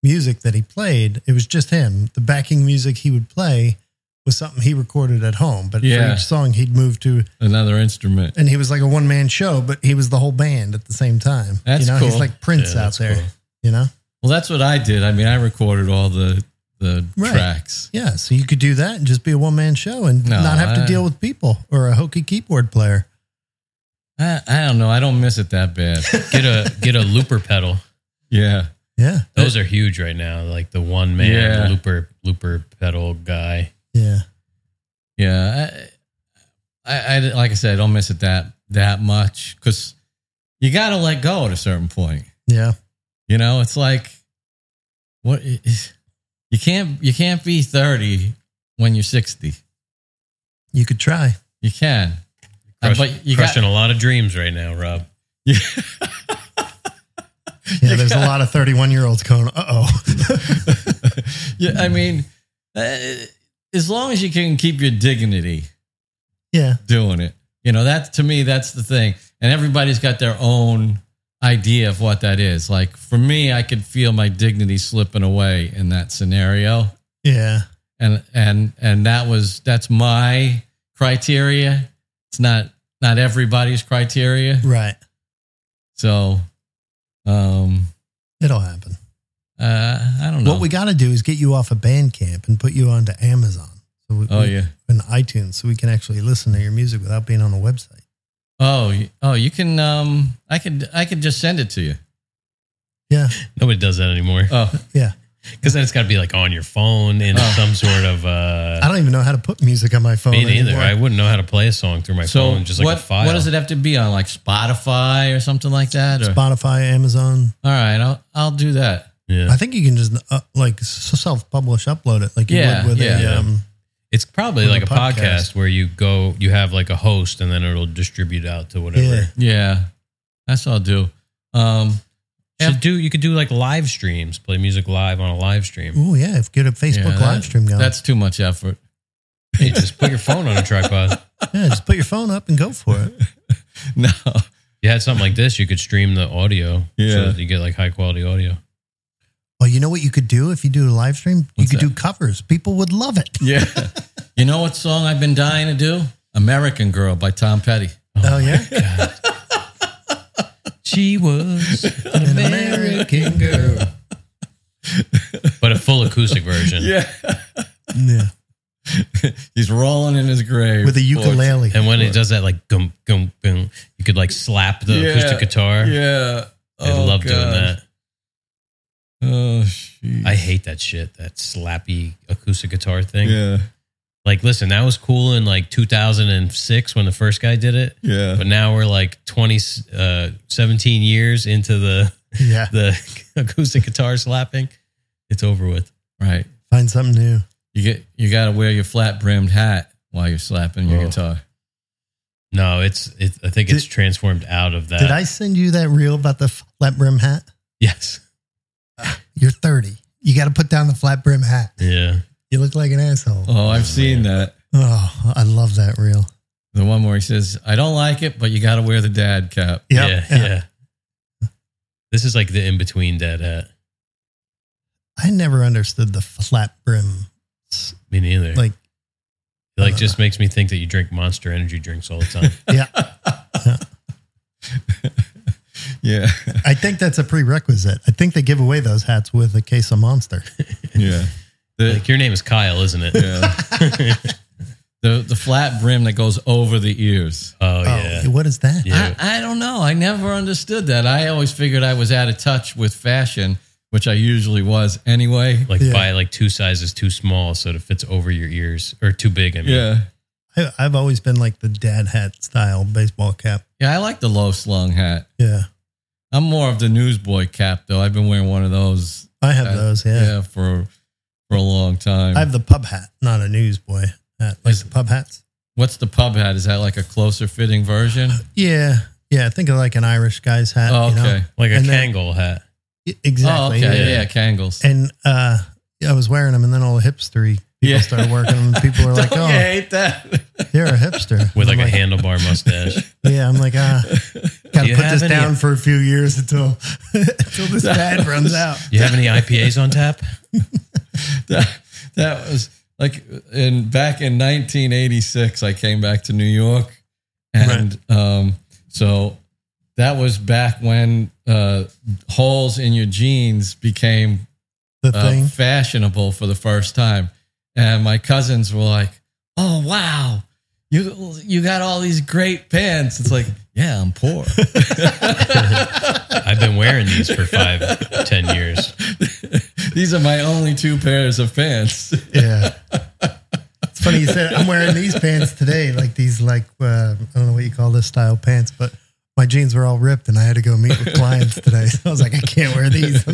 D: music that he played, it was just him. The backing music he would play was something he recorded at home. But
C: Yeah.
D: for each song he'd move to
C: Another instrument.
D: and he was like a one man show, but he was the whole band at the same time.
C: That's
D: you know, he's
C: cool.
D: like Prince
A: Yeah,
D: out
A: that's
D: there.
A: cool.
D: You know?
C: Well, that's what I did. I mean, I recorded all the the
D: Right.
C: tracks.
D: Yeah. So you could do that and just be a one man show and
C: No,
D: not have to
C: I-
D: deal with people or a hokey keyboard player.
C: I, I don't know. I don't miss it that bad.
A: get a get a looper pedal
C: yeah.
D: Yeah.
A: Those are huge right now. Like the one man
C: Yeah.
A: looper looper pedal guy.
D: Yeah.
C: Yeah. I, I, I like I said, I don't miss it that that much because you got to let go at a certain point.
D: Yeah.
C: You know, it's like what i- is- you can't you can't be thirty when you're sixty.
D: You could try.
C: You can, Uh,
A: Crush,
C: but you
A: crushing
C: got
A: a lot of dreams right now, Rob.
D: Yeah, there's a lot of 31 year olds going, uh oh.
C: yeah. I mean, uh, as long as you can keep your dignity.
D: yeah.
C: doing it. You know, that's to me, that's the thing. And everybody's got their own idea of what that is. Like for me, I could feel my dignity slipping away in that scenario.
D: Yeah.
C: And and and that was that's my criteria. It's not not everybody's criteria.
D: Right.
C: So um
D: It'll happen.
C: uh I don't know.
D: What we got to do is get you off of Bandcamp and put you onto Amazon. So we,
C: Oh yeah.
D: And iTunes so we can actually listen to your music without being on a website.
C: Oh, y- oh, you can um I could I could just send it to you.
D: Yeah.
A: Nobody does that anymore
C: Oh,
D: Yeah.
A: because then it's got to be like on your phone in
C: Oh.
A: some sort of. uh
D: I don't even know how to put music on my phone.
A: Me neither.
D: anymore.
A: I wouldn't know how to play a song through my
C: so
A: phone, just like
C: what
A: a file.
C: what does it have to be on like Spotify or something like that or
D: Spotify, Amazon.
C: All right, I'll I'll do that.
A: Yeah,
D: I think you can just uh, like self publish, upload it like you
C: Yeah,
D: would with
C: yeah,
D: a.
A: yeah.
D: Um,
A: it's probably
D: With
A: like a
D: a
A: podcast.
D: podcast.
A: where you go, you have like a host, and then it'll distribute out to whatever.
D: Yeah.
C: Yeah, that's what I'll do. Um,
A: You
C: Yeah.
A: should do you could do like live streams, play music live on a live stream.
D: oh, yeah. If get a
C: yeah,
D: Facebook
C: that-
D: live stream going.
C: That's too much effort.
A: Hey, just put your phone on a tripod. If
D: Yeah, just put your phone up and go for it.
C: No.
A: you had something like this, you could stream the audio.
C: Yeah.
A: So that you get like high quality audio.
D: Well, you know what you could do if you do a live stream? You
C: What's
D: could
C: that?
D: do covers. People would love it.
C: Yeah. you know what song I've been dying to do? American Girl by Tom Petty.
D: Oh, yeah?
A: She was an
D: An
A: American.
D: American girl.
A: But a full acoustic version.
C: Yeah.
D: Yeah.
C: He's rolling in his grave
D: With a ukulele.
A: And when it does that, like, gum, gum, boom, you could like slap the
C: Yeah.
A: acoustic guitar.
C: Yeah.
A: I love doing that.
C: Oh, sheesh.
A: I hate that shit, that slappy acoustic guitar thing.
C: Yeah.
A: Like, listen, that was cool in like 2006 when the first guy did it.
C: Yeah.
A: But now we're like 20, uh, 17 years into the,
D: Yeah.
A: the acoustic guitar slapping. It's over with.
C: Right.
D: Find something new.
C: You get you got to wear your flat brimmed hat while you're slapping your
A: Oh.
C: guitar.
A: No, it's, it, I think it's
D: Did-
A: transformed out of that.
D: Did I send you that reel about the flat brim hat?
A: Yes.
D: You're 30. You got to put down the flat brim hat.
A: Yeah.
D: You look like an asshole. Oh,
C: Oh, I've seen that.
D: I love that reel.
C: The one where he says, "I don't like it, but you got to wear the dad cap."
D: Yep.
A: Yeah. Yeah. This is like the uh, in between dead hat.
D: I never understood the flat brim. S-
A: Me neither.
D: Like,
A: It,
D: uh,
A: like just makes me think that you drink monster energy drinks all the time.
D: yeah,
C: Yeah.
D: I think that's a prerequisite. I think they give away those hats with a case of monster.
C: Yeah. The,
A: like your name is Kyle, isn't it?
C: yeah. the the flat brim that goes over the ears.
A: Oh, yeah.
D: Oh, what is that?
A: Yeah.
C: I, I don't know. I never understood that. I always figured I was out of touch with fashion, which I usually was anyway.
A: Like
D: Yeah.
A: buy like two sizes too small so that it fits over your ears or too big. I mean,
C: Yeah.
D: I, I've always been like the dad hat style baseball cap.
C: Yeah, I like the low slung hat.
D: Yeah,
C: I'm more of the newsboy cap though. I've been wearing one of those
D: I have
C: Uh,
D: those.
C: yeah,
D: Yeah.
C: for for a long time.
D: I have the pub hat, not a newsboy hat, like
C: Is-
D: the pub hats.
C: What's the pub hat? Is that like a closer fitting version?
D: Yeah, yeah. Think of like an Irish guy's hat.
C: Oh,
D: you know?
C: okay.
A: Like a
D: And then-
A: Kangol hat.
D: Y- Exactly.
C: Oh, okay.
D: yeah.
C: Yeah, yeah Kangles.
D: And uh, I was wearing them, and then all the hipstery people
C: Yeah.
D: started working them. And people were like,
C: Don't
D: "Oh,
C: you hate that.
D: you're a hipster."
A: With
D: I'm
A: like a handlebar mustache.
D: Yeah, I'm like, ah, gotta
A: you
D: put
A: have
D: this
A: any-
D: down for a few years until until this pad runs out.
A: Do you have any IPAs on tap?
C: that, that was like in back in 1986 i came back to new york and um, so that was back when uh, holes in your jeans became
D: The
C: uh,
D: thing.
C: fashionable for the first time. And my cousins were like, "Oh wow, you you got all these great pants." It's like, "Yeah, I'm poor."
A: I've been wearing these for five, ten years.
C: these are my only two pairs of pants.
D: Yeah. It's funny you said I'm wearing these pants today, like these like uh, I don't know what you call this style pants, but my jeans were all ripped and I had to go meet with clients today. So I was like, I can't wear these.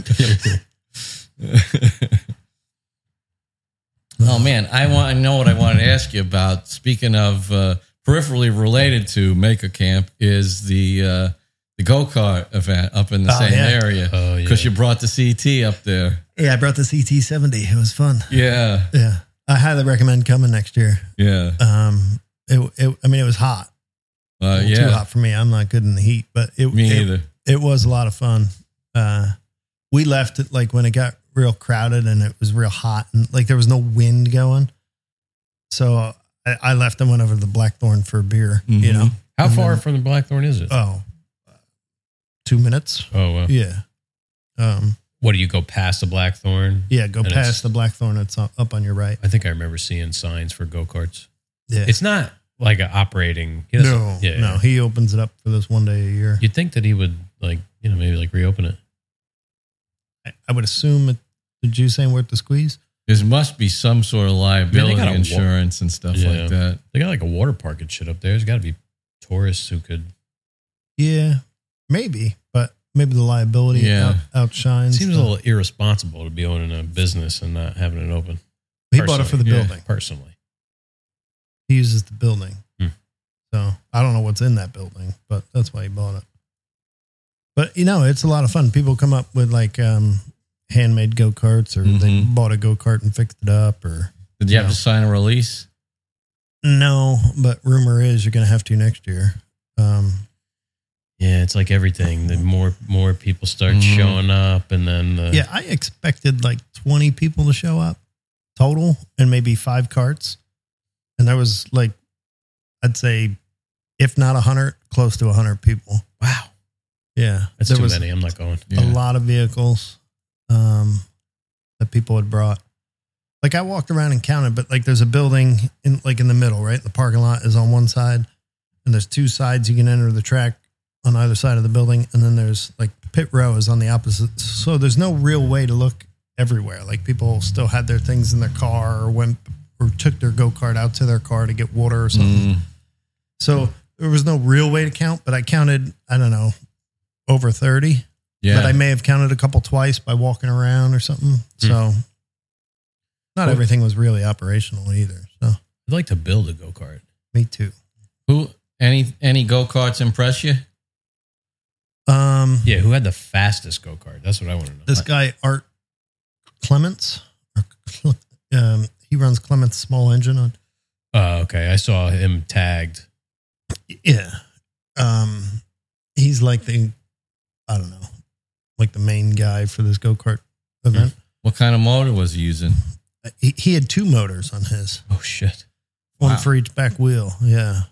C: Oh man, I want I know what I want to ask you about. Speaking of uh, peripherally related to Maker Camp is the uh, the go kart event up in the
D: Oh,
C: same
D: yeah.
C: area
A: Oh, yeah.
C: because you brought the CT up there.
D: Yeah, I brought this ET70. It was fun.
C: Yeah,
D: Yeah, I highly recommend coming next year.
C: yeah,
D: Um, it, it I mean, it was hot.
C: uh,
D: Too
C: yeah.
D: hot for me. I'm not good in the heat, but it
C: Me
D: it,
C: either.
D: it was a lot of fun. Uh, we left it like when it got real crowded and it was real hot and like there was no wind going. So I, I left and went over to the Blackthorn for a beer, you
C: Mhm.
D: know?
A: How
D: And
A: far
D: then-
A: from the Blackthorn is it?
D: Oh, two minutes.
A: oh, wow.
D: Yeah. Um,
A: What do you go past the Blackthorn?
D: yeah. Go
A: And it's-
D: past the Blackthorn. It's up up on your right.
A: I think I remember seeing signs for go karts.
D: Yeah.
A: It's not like an operating. he doesn't-
D: no,
A: yeah,
D: no.
A: yeah.
D: He opens it up for this one day a year.
A: You'd think that he would like, you know, maybe like reopen it.
D: I, I would assume it, the juice ain't worth the squeeze.
C: There must be some sort of liability
A: gotta wa-
C: insurance and stuff
A: Yeah.
C: like that.
A: They got like a water park and shit up there. There's got to be tourists who could.
D: Yeah. Maybe, but maybe the liability
C: Yeah.
D: out, outshines.
A: It seems
D: the-
A: a little irresponsible to be owning a business and not having it open.
D: He bought it for the
A: Personally, yeah,
D: building.
A: Personally.
D: He uses the building.
A: Hmm.
D: So I don't know what's in that building, but that's why he bought it. But you know, it's a lot of fun. People come up with like um, handmade go karts, or they
C: Mhm.
A: Mm-hmm.
D: bought a go kart and fixed it up, or
C: Did you have
D: Yeah.
C: to sign a release?
D: No, but rumor is you're going to have to next year. Um,
A: Yeah, it's like everything. The more more people start
C: Mhm.
A: showing up, and then the,
D: Mm-hmm. yeah, I expected like 20 people to show up total and maybe five carts. And there was like, I'd say, if not 100, close to 100 people.
A: wow,
D: Yeah.
A: that's
D: there
A: too
D: was
A: many. I'm not going.
C: Yeah.
D: a lot of vehicles um, that people had brought. Like I walked around and counted, but like there's a building in like in the middle, right? The parking lot is on one side, and there's two sides you can enter the track on either side of the building, and then there's like pit row is on the opposite. So there's no real way to look everywhere. Like people still had their things in their car or went or took their go kart out to their car to get water or something.
C: Mm.
D: So there was no real way to count, but I counted I don't know over thirty
C: Yeah.
D: but I may have counted a couple twice by walking around or something. So not
A: Well-
D: everything was really operational either. So
A: I'd like to build a go kart.
D: me too.
C: Who? Any any go karts impress you?
D: Um,
A: Yeah, who had the fastest go kart? That's what I want to know.
D: this guy Art Clements, or Cle- um, he runs Clements Small Engine on.
A: Oh, okay. I saw him tagged.
D: Yeah, um, he's like the I don't know, like the main guy for this go kart event.
C: What kind of motor was he using?
D: He, he had two motors on his,
A: Oh shit!
D: one
C: Wow.
D: for each back wheel. Yeah,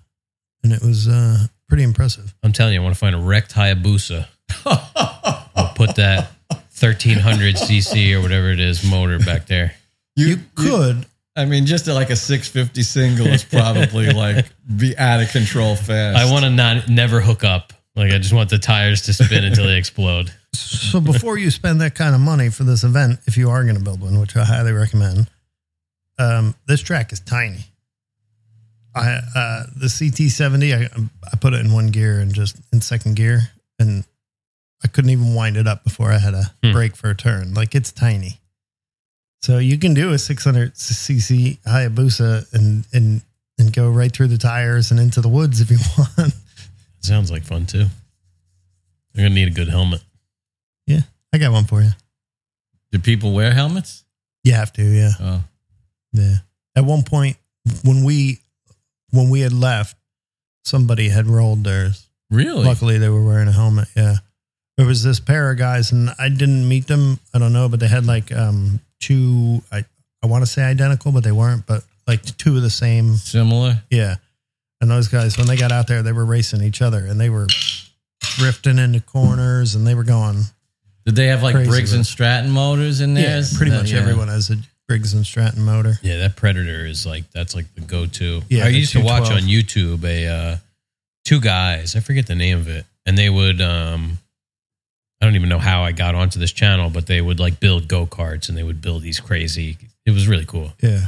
D: and it was uh, pretty impressive.
A: I'm telling you, I want to find a wrecked Hayabusa. I'll put that 1300 cc or whatever it is motor back there.
D: You, could
C: I mean, just like a 650 single is probably like be out of control fast.
A: I want to not never hook up. Like I just want the tires to spin until they explode.
D: So before you spend that kind of money for this event, if you are going to build one, which I highly recommend, um, this track is tiny. I uh, the CT70, I, I put it in one gear and just in second gear, and I couldn't even wind it up before I had a
A: Hmm.
D: break for a turn. Like it's tiny. So you can do a 600 cc Hayabusa and and and go right through the tires and into the woods if you want.
A: sounds like fun too. I'm gonna need a good helmet.
D: I got one for you.
C: Do people wear helmets?
D: You have to, yeah.
C: Oh,
D: Yeah. At one point when we when we had left, somebody had rolled theirs.
C: really?
D: Luckily they were wearing a helmet, yeah. There was this pair of guys and I didn't meet them. I don't know, but they had like um two I I want to say identical, but they weren't, but like two of the same.
C: Similar.
D: Yeah. And those guys when they got out there, they were racing each other and they were drifting into corners and they were going
C: Did they have like
D: Crazy,
C: Briggs
D: man.
C: and Stratton motors in
D: yeah,
C: theirs?
D: pretty
C: Uh,
D: much
C: yeah.
D: everyone has a Briggs and Stratton motor.
A: Yeah, that Predator is like that's like the go-to.
D: Yeah,
A: I
D: the
A: used to watch
D: 212.
A: on YouTube a uh, two guys. I forget the name of it, and they would. um I don't even know how I got onto this channel, but they would like build go karts and they would build these crazy. It was really cool,
D: Yeah.
A: and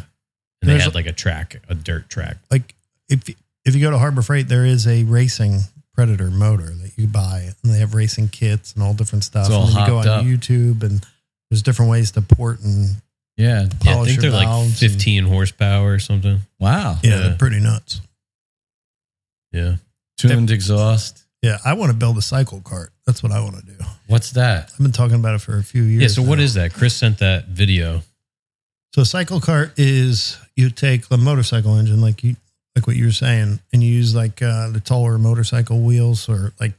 A: they
D: There's-
A: had like a track, a dirt track.
D: like if if you go to Harbor Freight, there is a racing Predator motor that you buy, and they have racing kits and all different stuff.
C: It's all
D: and then you go on
C: hopped up.
D: YouTube, and there's different ways to port and
A: Yeah,
C: Yeah.
A: I
D: polish
A: think
D: your
A: they're like
D: valves and-
A: 15 horsepower or something.
C: Wow.
D: yeah,
A: Yeah.
D: they're pretty nuts.
A: Yeah,
C: Tuned exhaust.
D: Yeah, I want to build a cycle cart. That's what I want to do.
C: What's that?
D: I've been talking about it for a few years.
A: yeah. So what
D: now.
A: is that? Chris sent that video.
D: So a cycle cart is you take the motorcycle engine, like you like what you were saying, and you use like uh, the taller motorcycle wheels or like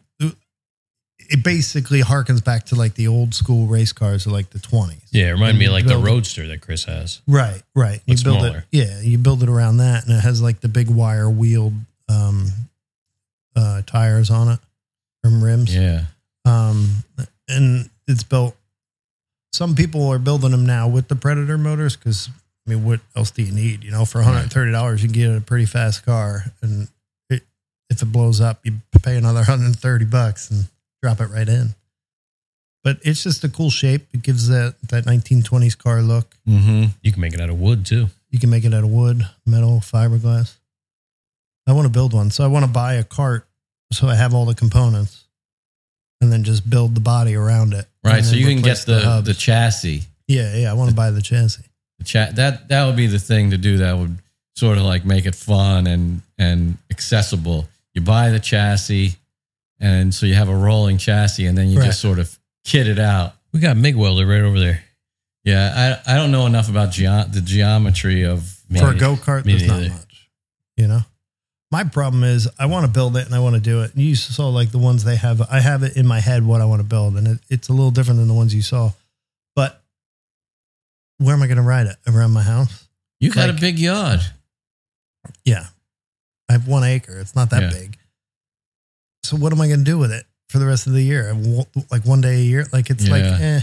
D: it basically harkens back to like the old school race cars of like the twenties.
A: Yeah, it reminded me of, like the
D: Build-
A: Roadster that Chris has.
D: Right, right. You
A: But
D: build it.
A: smaller.
D: Yeah, you build it around that, and it has like the big wire wheeled um, uh, tires on it, from rims.
C: Yeah.
D: Um, and it's built. Some people are building them now with the Predator motors because I mean, what else do you need? You know, for one hundred and thirty dollars, you can get a pretty fast car, and it, if it blows up, you pay another one hundred and thirty bucks and drop it right in. But it's just a cool shape. It gives that that nineteen twenties car look.
C: Mm-hmm.
A: You can make it out of wood too.
D: You can make it out of wood, metal, fiberglass. I want to build one. So I want to buy a cart so I have all the components and then just build the body around it.
C: Right.
D: And
C: So
D: then
C: you can
D: replace
C: get the
D: hubs.
C: the chassis.
D: yeah, yeah. I want to buy the chassis.
C: The cha- that that would be the thing to do. That would sort of like make it fun and and accessible. You buy the chassis, and so you have a rolling chassis, and then you
D: Right.
C: just sort of kit it out.
A: We got MIG welder right over there.
C: Yeah, I I don't know enough about geo- the geometry of
A: Me
D: For a
A: neither.
D: go kart,
A: Me
D: there's not
A: neither.
D: much. you know my problem is i want to build it and i want to do it and you saw like the ones they have i have it in my head what i want to build and it, it's a little different than the ones you saw but where am i going to ride it around my house
C: You got
D: Like-
C: a big yard.
D: yeah i have one acre it's not that
C: Yeah.
D: big so what am i going to do with it for the rest of the year I wa- like one day a year like it's like
C: Yeah.
D: eh,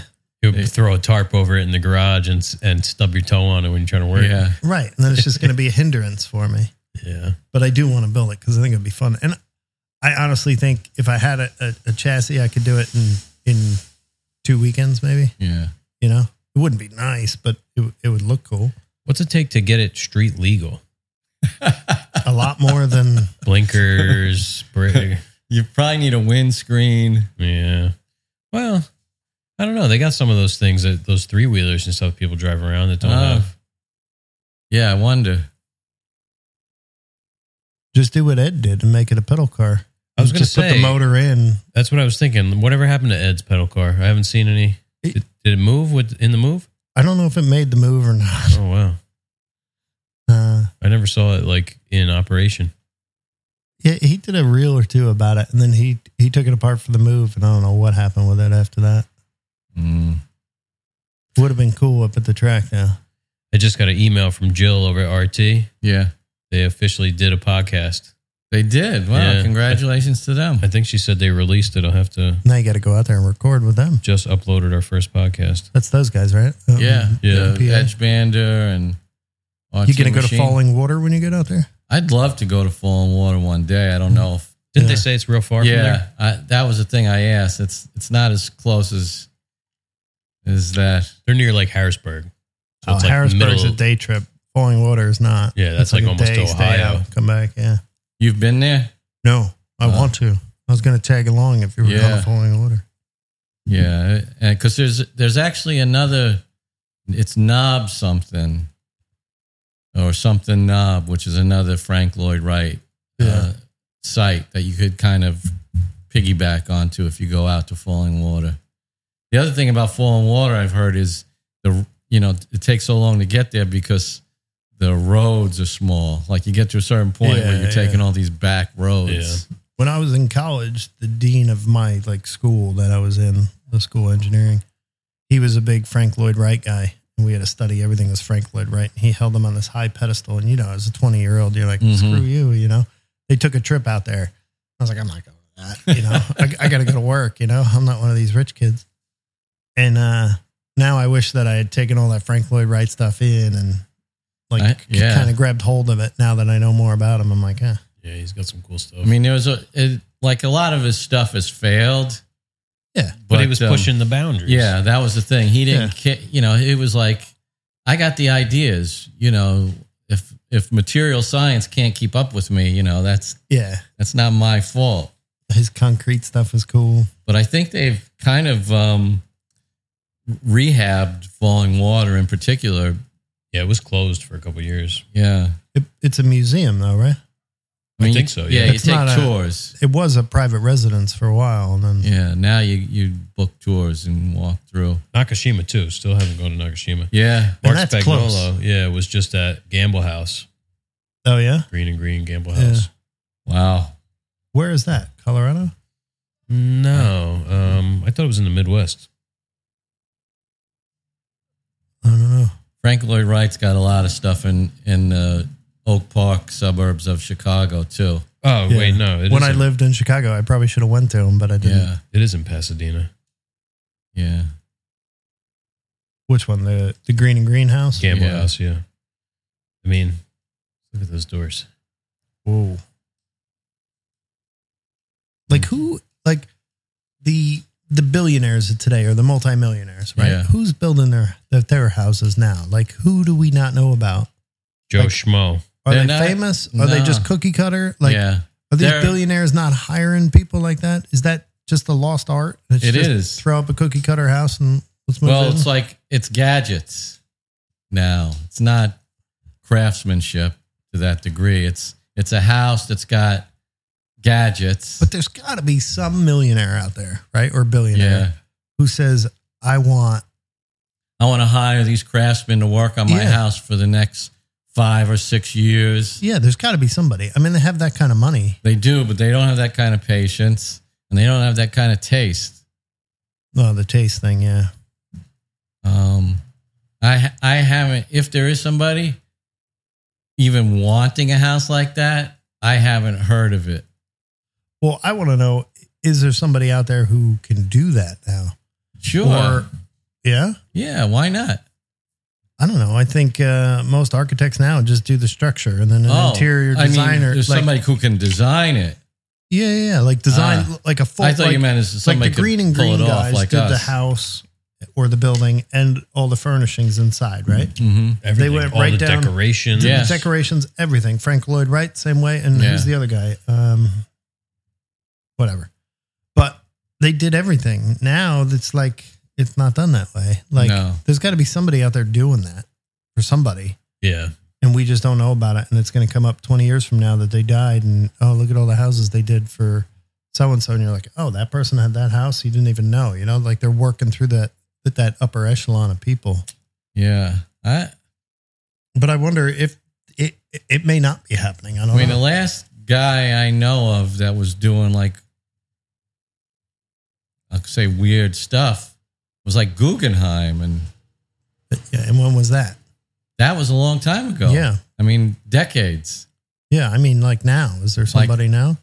A: You
C: Yeah.
A: throw a tarp over it in the garage and s- and stub your toe on it when you're trying to work.
C: Yeah.
D: right and then it's just going to be a hindrance for me
A: yeah.
D: but I do want to build it because I think it'd be fun. And I honestly think if I had a, a, a chassis, I could do it in in two weekends, maybe.
C: Yeah.
D: You know, it wouldn't be nice, but it, w- it would look cool.
A: What's it take to get it street legal?
D: A lot more than
A: Blinkers, brick.
C: You probably need a windscreen.
A: Yeah. Well, I don't know. They got some of those things that those three wheelers and stuff people drive around that don't
C: Oh.
A: have.
C: Yeah, I wonder.
D: just do what Ed did and make it a pedal car.
A: I was gonna
D: Just put
A: say-
D: the motor in.
A: That's what I was thinking. Whatever happened to Ed's pedal car? I haven't seen any.
D: It-
A: Did, did it move with in the move?
D: I don't know if it made the move or not.
A: Oh wow!
D: Uh,
A: I never saw it like in operation.
D: yeah, he did a reel or two about it, and then he he took it apart for the move, and I don't know what happened with it after that.
C: Mm.
D: Would have been cool up at the track now.
A: I just got an email from Jill over at RT.
C: Yeah.
A: They officially did a podcast.
C: They did. Wow.
A: Yeah.
C: Congratulations to them.
A: I think she said they released it. I'll have to
D: Now you got to go out there and record with them.
A: just uploaded our first podcast.
D: That's those guys, right? Um,
C: Yeah.
A: Yeah.
D: PA.
C: The Edge Bander and
D: You gonna
C: Auto
D: go to
C: Machine.
D: Falling Water when you get out there?
C: I'd love to go to Falling Water one day. I don't know if
A: Didn't
D: Yeah.
A: they say it's real far from
C: yeah,
A: there?
C: I, that was the thing I asked. It's it's not as close as as that.
A: They're near like Harrisburg. So
D: Oh,
A: it's like
D: Harrisburg's
A: middle-
D: a day trip. Falling Water is not.
A: Yeah, that's
D: It's
A: like
D: a
A: almost to
D: day, stay
A: Ohio. Uh,
D: out, come back. Yeah.
C: You've been there?
D: No, I
C: Oh.
D: want to. I was going to tag along if you were going
C: Yeah.
D: to Falling Water.
C: Yeah, because there's there's actually another. It's Knob something, or something Knob, which is another Frank Lloyd Wright uh,
D: Yeah.
C: site that you could kind of piggyback onto if you go out to Falling Water. The other thing about Falling Water I've heard is the you know it takes so long to get there because the roads are small. Like you get to a certain point where
D: Yeah,
C: you're taking all these back roads.
D: When I was in college, the dean of my like school that I was in, the school engineering, he was a big Frank Lloyd Wright guy. And we had to study everything was Frank Lloyd Wright. And he held them on this high pedestal. And you know, as a 20 year old, you're like,
C: Mhm.
D: screw you, you know. They took a trip out there. I was like, I'm not going to that. You know, I, I got to go to work. You know, I'm not one of these rich kids. And uh, now I wish that I had taken all that Frank Lloyd Wright stuff in and like
C: I- yeah.
D: kind of grabbed hold of it. Now that I know more about him, I'm like, eh.
A: Yeah, he's got some cool stuff.
C: I mean, there was a it, like a lot of his stuff has failed.
D: Yeah.
A: but, he was
C: um,
A: pushing the boundaries.
C: Yeah, that was the thing. He didn't. Ca- you know, it was like I got the ideas. You know, if if material science can't keep up with me, you know, that's
D: Yeah.
C: that's not my fault.
D: His concrete stuff is cool.
C: But I think they've kind of um, rehabbed falling water in particular.
A: yeah, it was closed for a couple years.
C: Yeah,
D: It, it's a museum, though, right?
A: I think so, yeah.
C: yeah you
D: It's
C: take
D: not a-
C: tours.
D: It was a private residence for a while, and then
C: yeah, now you you book tours and walk through.
A: Nakashima too. Still haven't gone to Nakashima.
C: Yeah,
A: Mark
D: And that's
A: Spagnolo,
D: close.
A: yeah, was just at Gamble House,
D: oh yeah,
A: Green and Green Gamble
D: Yeah.
A: House.
C: wow.
D: where is that? Colorado?
A: No, um, I thought it was in the Midwest.
D: I don't know.
C: Frank Lloyd Wright's got a lot of stuff in in uh, Oak Park suburbs of Chicago too.
A: Oh
D: Yeah.
A: wait, no, it
D: when I
A: is in- uh,
D: lived in Chicago, I probably should have went to him, but I didn't.
C: Yeah,
A: it is in Pasadena,
C: yeah.
D: Which one? The the Green and Greenhouse.
A: Gamble
C: Yeah.
A: House. Yeah, I mean, look at those doors.
D: Whoa.
C: Mm.
D: Like who? Like the the billionaires of today or the multimillionaires, right?
C: Yeah.
D: Who's building their their houses now? Like who do we not know about?
A: Joe
D: Like-
A: Schmo.
D: Are
C: They're
D: they
C: not-
D: famous? Are they
C: no.
D: just cookie cutter? Like
C: yeah.
D: Are these
C: They're-
D: billionaires not hiring people like that? Is that just a lost art? It's
C: It
D: just
C: is.
D: Throw up a cookie cutter house and let's move
C: Well,
D: in?
C: it's like it's gadgets now. It's not craftsmanship to that degree. It's it's a house that's got gadgets.
D: but there's got to be some millionaire out there, right? Or billionaire
C: yeah.
D: who says, I want,
C: I want to hire these craftsmen to work on my
D: Yeah.
C: house for the next five or six years.
D: Yeah, there's got to be somebody. I mean, they have that kind of money.
C: They do, but they don't have that kind of patience and they don't have that kind of taste.
D: Oh, the taste thing. Yeah.
C: Um, I I haven't. If there is somebody even wanting a house like that, I haven't heard of it.
D: Well, I want to know is there somebody out there who can do that now?
C: Sure.
D: Or, yeah.
C: yeah. Why not?
D: I don't know. I think uh, most architects now just do the structure and then an interior
C: Oh, I mean,
D: designer.
C: there's
D: like,
C: somebody who can design it.
D: yeah, yeah, yeah, like design,
C: Ah.
D: like a full.
C: I thought
D: like,
C: you meant is
D: like
C: somebody
D: the green
C: could
D: and green
C: pull it
D: guys
C: off like
D: did
C: us.
D: the house or the building and all the furnishings inside, right?
C: hmm
A: Everything,
D: went
A: all
D: right
A: the
D: down-
A: decorations.
C: Yeah. Yes.
D: Decorations, everything. Frank Lloyd Wright, same way. And
C: Yeah.
D: who's the other guy? Um, whatever. But they did everything. Now it's like it's not done that way. Like
C: No.
D: there's got to be somebody out there doing that for somebody.
A: Yeah.
D: and we just don't know about it. And it's going to come up 20 years from now that they died. And oh, look at all the houses they did for so and so. And you're like, oh, that person had that house. You didn't even know. You know, like they're working through that with that upper echelon of people.
C: Yeah. I,
D: But I wonder if it it may not be happening. I don't
C: I mean, the
D: know.
C: last guy I know of that was doing like, I'll say weird stuff was like Guggenheim, and
D: yeah, and when was that?
C: that was a long time ago.
D: Yeah,
C: I mean, decades.
D: yeah. I mean, like now, is there
C: Like-
D: somebody now?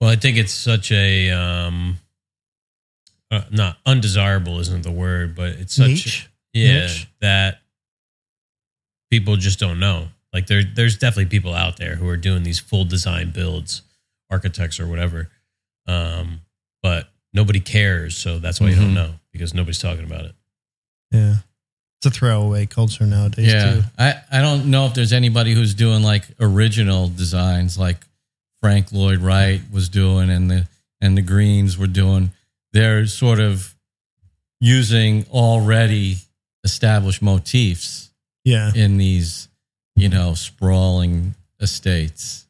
A: Well, I think it's such a um, uh, not undesirable isn't the word, but it's such
D: Niche?
A: yeah
D: Niche?
A: that people just don't know. Like there, there's definitely people out there who are doing these full design builds, architects or whatever, um, but nobody cares. So that's why you
C: Mhm.
A: don't know because nobody's talking about it.
D: Yeah, it's a throwaway culture nowadays.
C: yeah.
D: too.
C: I, I don't know if there's anybody who's doing like original designs like Frank Lloyd Wright was doing and the and the Greens were doing. They're sort of using already established motifs
D: yeah,
C: in these, you know, sprawling estates.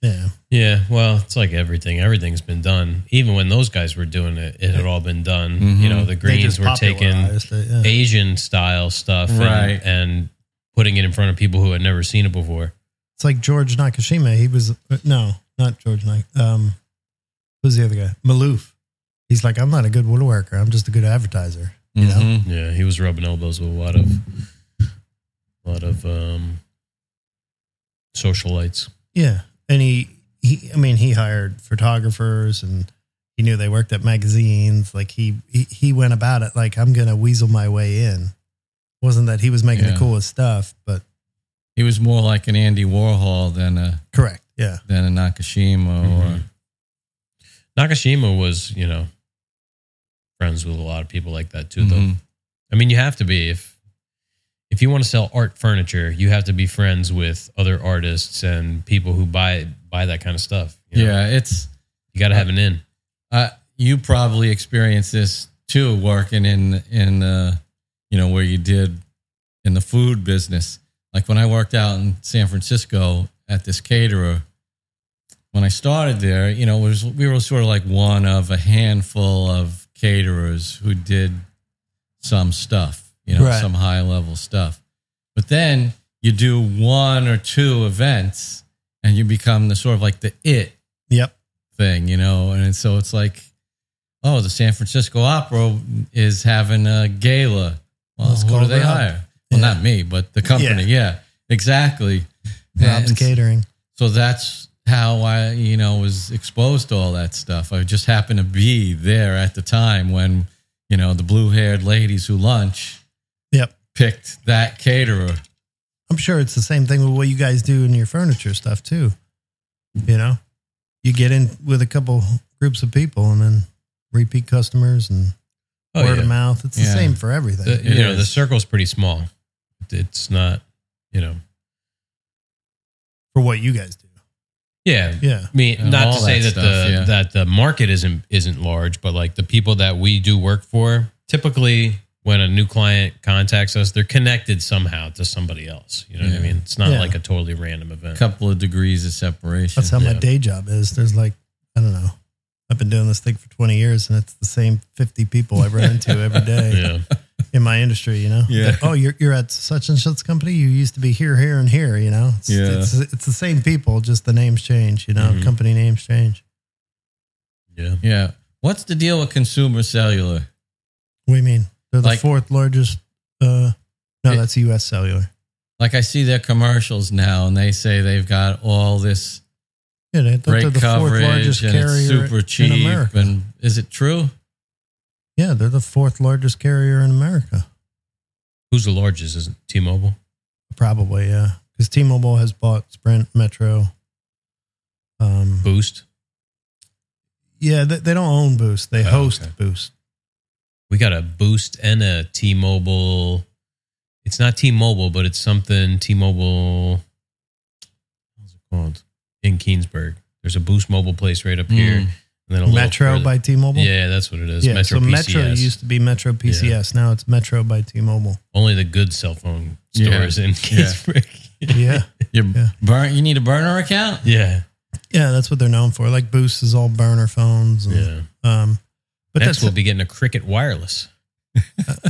D: yeah.
A: Yeah, well, it's like everything. Everything's been done. Even when those guys were doing it, it had all been done. You
C: Mhm.
A: know, the
D: They
A: greens
D: just
A: were taking
D: popularized it, yeah.
A: Asian style stuff and-
C: Right.
A: and, putting it in front of people who had never seen it before.
D: It's like George Nakashima. He was uh, no, not George Nak. Um, who's the other guy? Maloof. He's like, I'm not a good woodworker. I'm just a good advertiser. You know?
C: Mhm.
A: Yeah, he was rubbing elbows with a lot of a lot of um socialites.
D: Yeah, and he, he I mean, he hired photographers, and he knew they worked at magazines. Like he, he, he went about it like I'm gonna weasel my way in. Wasn't that he was making
C: Yeah.
D: the coolest stuff, but
C: He was more like an Andy Warhol than a
D: correct. Yeah,
C: than a Nakashima or
A: Nakashima was, you know, friends with a lot of people like that
D: Mm-hmm.
A: too though.
C: Mhm.
A: I mean, you have to be if if you want to sell art furniture, you have to be friends with other artists and people who buy buy that kind of stuff. you know?
C: Yeah, it's
A: you got to have an in.
C: uh, you probably experienced this too, working in in uh, you know where you did in the food business. Like when I worked out in San Francisco at this caterer, when I started there, you know, was we were sort of like one of a handful of caterers who did some stuff, you know,
D: Right.
C: some high level stuff. But then you do one or two events, and you become the sort of like the it
D: yep,
C: thing, you know, and so it's like, oh, the San Francisco Opera is having a gala. Well,
D: Let's
C: who
D: call
C: do they
D: it up.
C: hire? Well,
D: Yeah.
C: not me, but the company. Yeah, exactly.
D: Rob's
C: And
D: catering.
C: so that's how I, you know, was exposed to all that stuff. I just happened to be there at the time when, you know, the blue-haired ladies who lunch
D: Yep.
C: picked that caterer.
D: I'm sure it's the same thing with what you guys do in your furniture stuff too. You know, you get in with a couple groups of people and then repeat customers and word of mouth. It's the
C: Oh, Yeah.
D: same for everything.
A: The- you
C: It
A: know, the
C: is.
A: circle's pretty small. It's not, you know,
D: for what you guys do.
A: yeah.
D: Yeah.
A: I mean,
C: And
A: not
C: all
A: to say that
C: that stuff,
A: the
C: yeah.
A: that the market isn't isn't large, but like the people that we do work for, typically when a new client contacts us, they're connected somehow to somebody else. You know what I
C: Yeah.
A: mean? It's not
D: Yeah.
A: like a totally random event.
C: couple of degrees of separation.
D: That's how my
A: Yeah.
D: day job is. There's like, I don't know. I've been doing this thing for 20 years and it's the same 50 people I run into every day.
A: Yeah.
D: in my industry, you know?
C: Yeah.
D: That, oh, you're, you're at such and such company. You used to be here, here, and here, you know? It's,
C: Yeah. Mm-hmm.
D: it's, it's the same people, just the names change, you know?
A: Mhm.
D: Company names change.
A: Yeah.
C: Yeah. What's the deal with consumer cellular?
D: What do you mean? They're the
C: Like-
D: fourth largest. Uh, no,
C: It-
D: that's US Cellular.
C: Like I see their commercials now, and they say they've got all this
D: Yeah, they- they're,
C: great
D: the fourth largest
C: coverage and
D: carrier
C: it's super cheap.
D: in America.
C: And is it true?
D: yeah, they're the fourth largest carrier in America.
A: Who's the largest? Isn't T-Mobile?
D: Probably, yeah. Because T Mobile has bought Sprint, Metro. Um,
A: Boost.
D: Yeah, they, they don't own Boost. They
A: Oh,
D: host
A: okay.
D: Boost.
A: We got a Boost and a T-Mobile. It's not T-Mobile, but it's something T-Mobile. What's it called? In Keensburg, there's a Boost Mobile place right up here, and
C: Mm.
A: then a little
D: Metro
A: further-
D: by T Mobile.
A: Yeah, that's what it is.
D: yeah.
A: Metro
D: so
A: PCS.
D: Metro used to be Metro PCS. Now it's Metro by T Mobile.
A: Only the good cell phone
C: Yeah.
A: stores in Keensburg. Yeah.
D: Yeah,
C: Your
D: Yeah.
C: burn, you need a burner account?
A: yeah,
D: yeah, that's what they're known for. Like Boost is all burner phones. And, Um, but
A: Next,
D: that's,
A: we'll be getting a Cricket Wireless.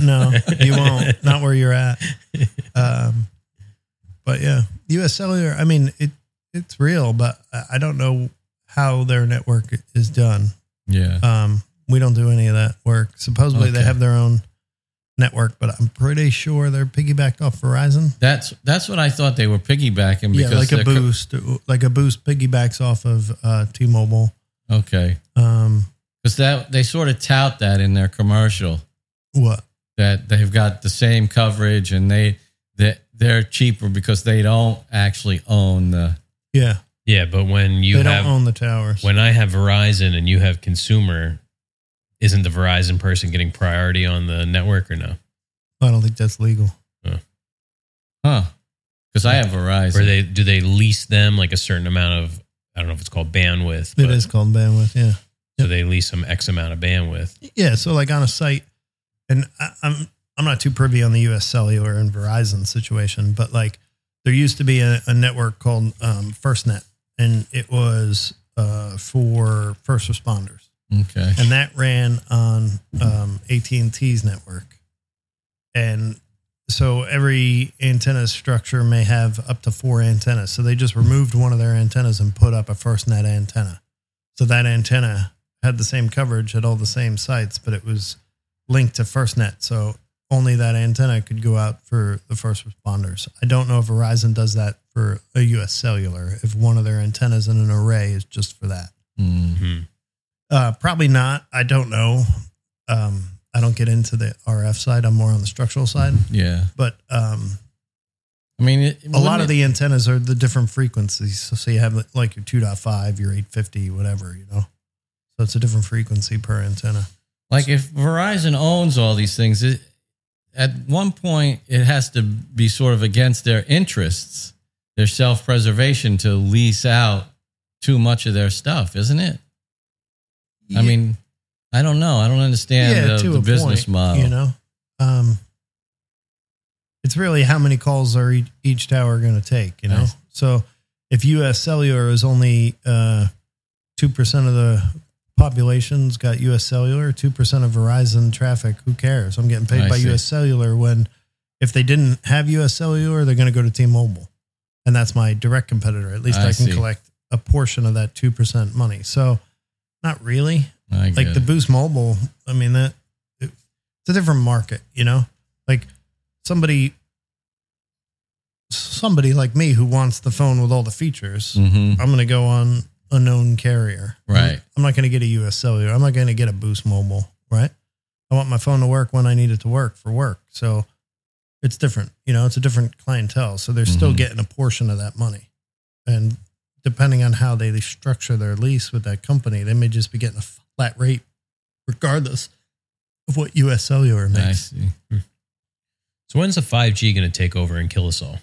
D: no, you won't. Not where you're at. Um, but yeah, U.S. Cellular. I mean, it it's real, but I- I don't know how their network is done.
C: Yeah.
D: Um, we don't do any of that work. Supposedly they
C: Okay.
D: have their own network, but I'm pretty sure they're piggybacked off Verizon.
C: That's that's what I thought they were piggybacking because
D: yeah, like a
C: they're co-
D: boost, like a boost piggybacks off of uh, T-Mobile.
C: okay,
D: Um,
C: because that they sort of tout that in their commercial
D: what?
C: that they've got the same coverage and they that they're cheaper because they don't actually own the
D: Yeah,
A: Yeah, but when you
D: they
A: have
D: don't own the towers.
A: when I have Verizon and you have consumer, isn't the Verizon person getting priority on the network or no?
D: I don't think that's legal.
C: huh. Because I have Verizon.
A: Or they do they lease them like a certain amount of I don't know if it's called bandwidth.
D: It
A: but-
D: is called bandwidth. Yeah.
A: So they lease some X amount of bandwidth.
D: Yeah, so like on a site, and I, I'm I'm not too privy on the U.S. Cellular and Verizon situation, but like there used to be a, a network called um, FirstNet, and it was uh, for first responders,
C: okay.
D: and that ran on um, AT and T's network, and so every antenna structure may have up to four antennas. So they just removed one of their antennas and put up a FirstNet antenna. So that antenna had the same coverage at all the same sites, but it was linked to FirstNet. So only that antenna could go out for the first responders. I don't know if Verizon does that for a US cellular, if one of their antennas in an array is just for that.
C: Mm.
A: Hmm.
D: Uh, probably not. I don't know. Um, I don't get into the RF side. I'm more on the structural side.
C: Yeah,
D: But um,
C: I mean it,
D: a lot of
C: wouldn't it-
D: the antennas are the different frequencies. So, so you have like your 2.5, your 850, whatever, you know. So it's a different frequency per antenna.
C: like if Verizon owns all these things, it, at one point it has to be sort of against their interests, their self-preservation to lease out too much of their stuff, isn't it? I mean, I don't know. I don't understand the,
D: to
C: the
D: a
C: business
D: point,
C: model.
D: You know, um, it's really how many calls are each, each tower going to take. You know,
C: Nice.
D: so if U.S. Cellular is only two percent of the population's got U.S. Cellular, two percent of Verizon traffic. Who cares? I'm getting paid
C: I
D: by
C: see.
D: U.S. Cellular. When if they didn't have U.S. Cellular, they're going to go to T-Mobile, and that's my direct competitor. At least
C: I
D: I, can
C: see.
D: collect a portion of that two percent money. So. Not really
C: I
D: like
C: get
D: the
C: it.
D: Boost Mobile. I mean that it's a different market, you know. Like somebody, somebody like me who wants the phone with all the features,
C: Mhm.
D: I'm going to go on a known carrier,
C: Right.
D: I'm not going to get a U.S. Cellular. I'm not going to get a Boost Mobile, right? I want my phone to work when I need it to work for work. So it's different, you know. It's a different clientele, so they're still
C: Mhm.
D: getting a portion of that money, and depending on how they structure their lease with that company, they may just be getting a flat rate, regardless of what U.S. Cellular
C: I
D: makes.
C: see.
A: So when's the five G going to take over and kill us all?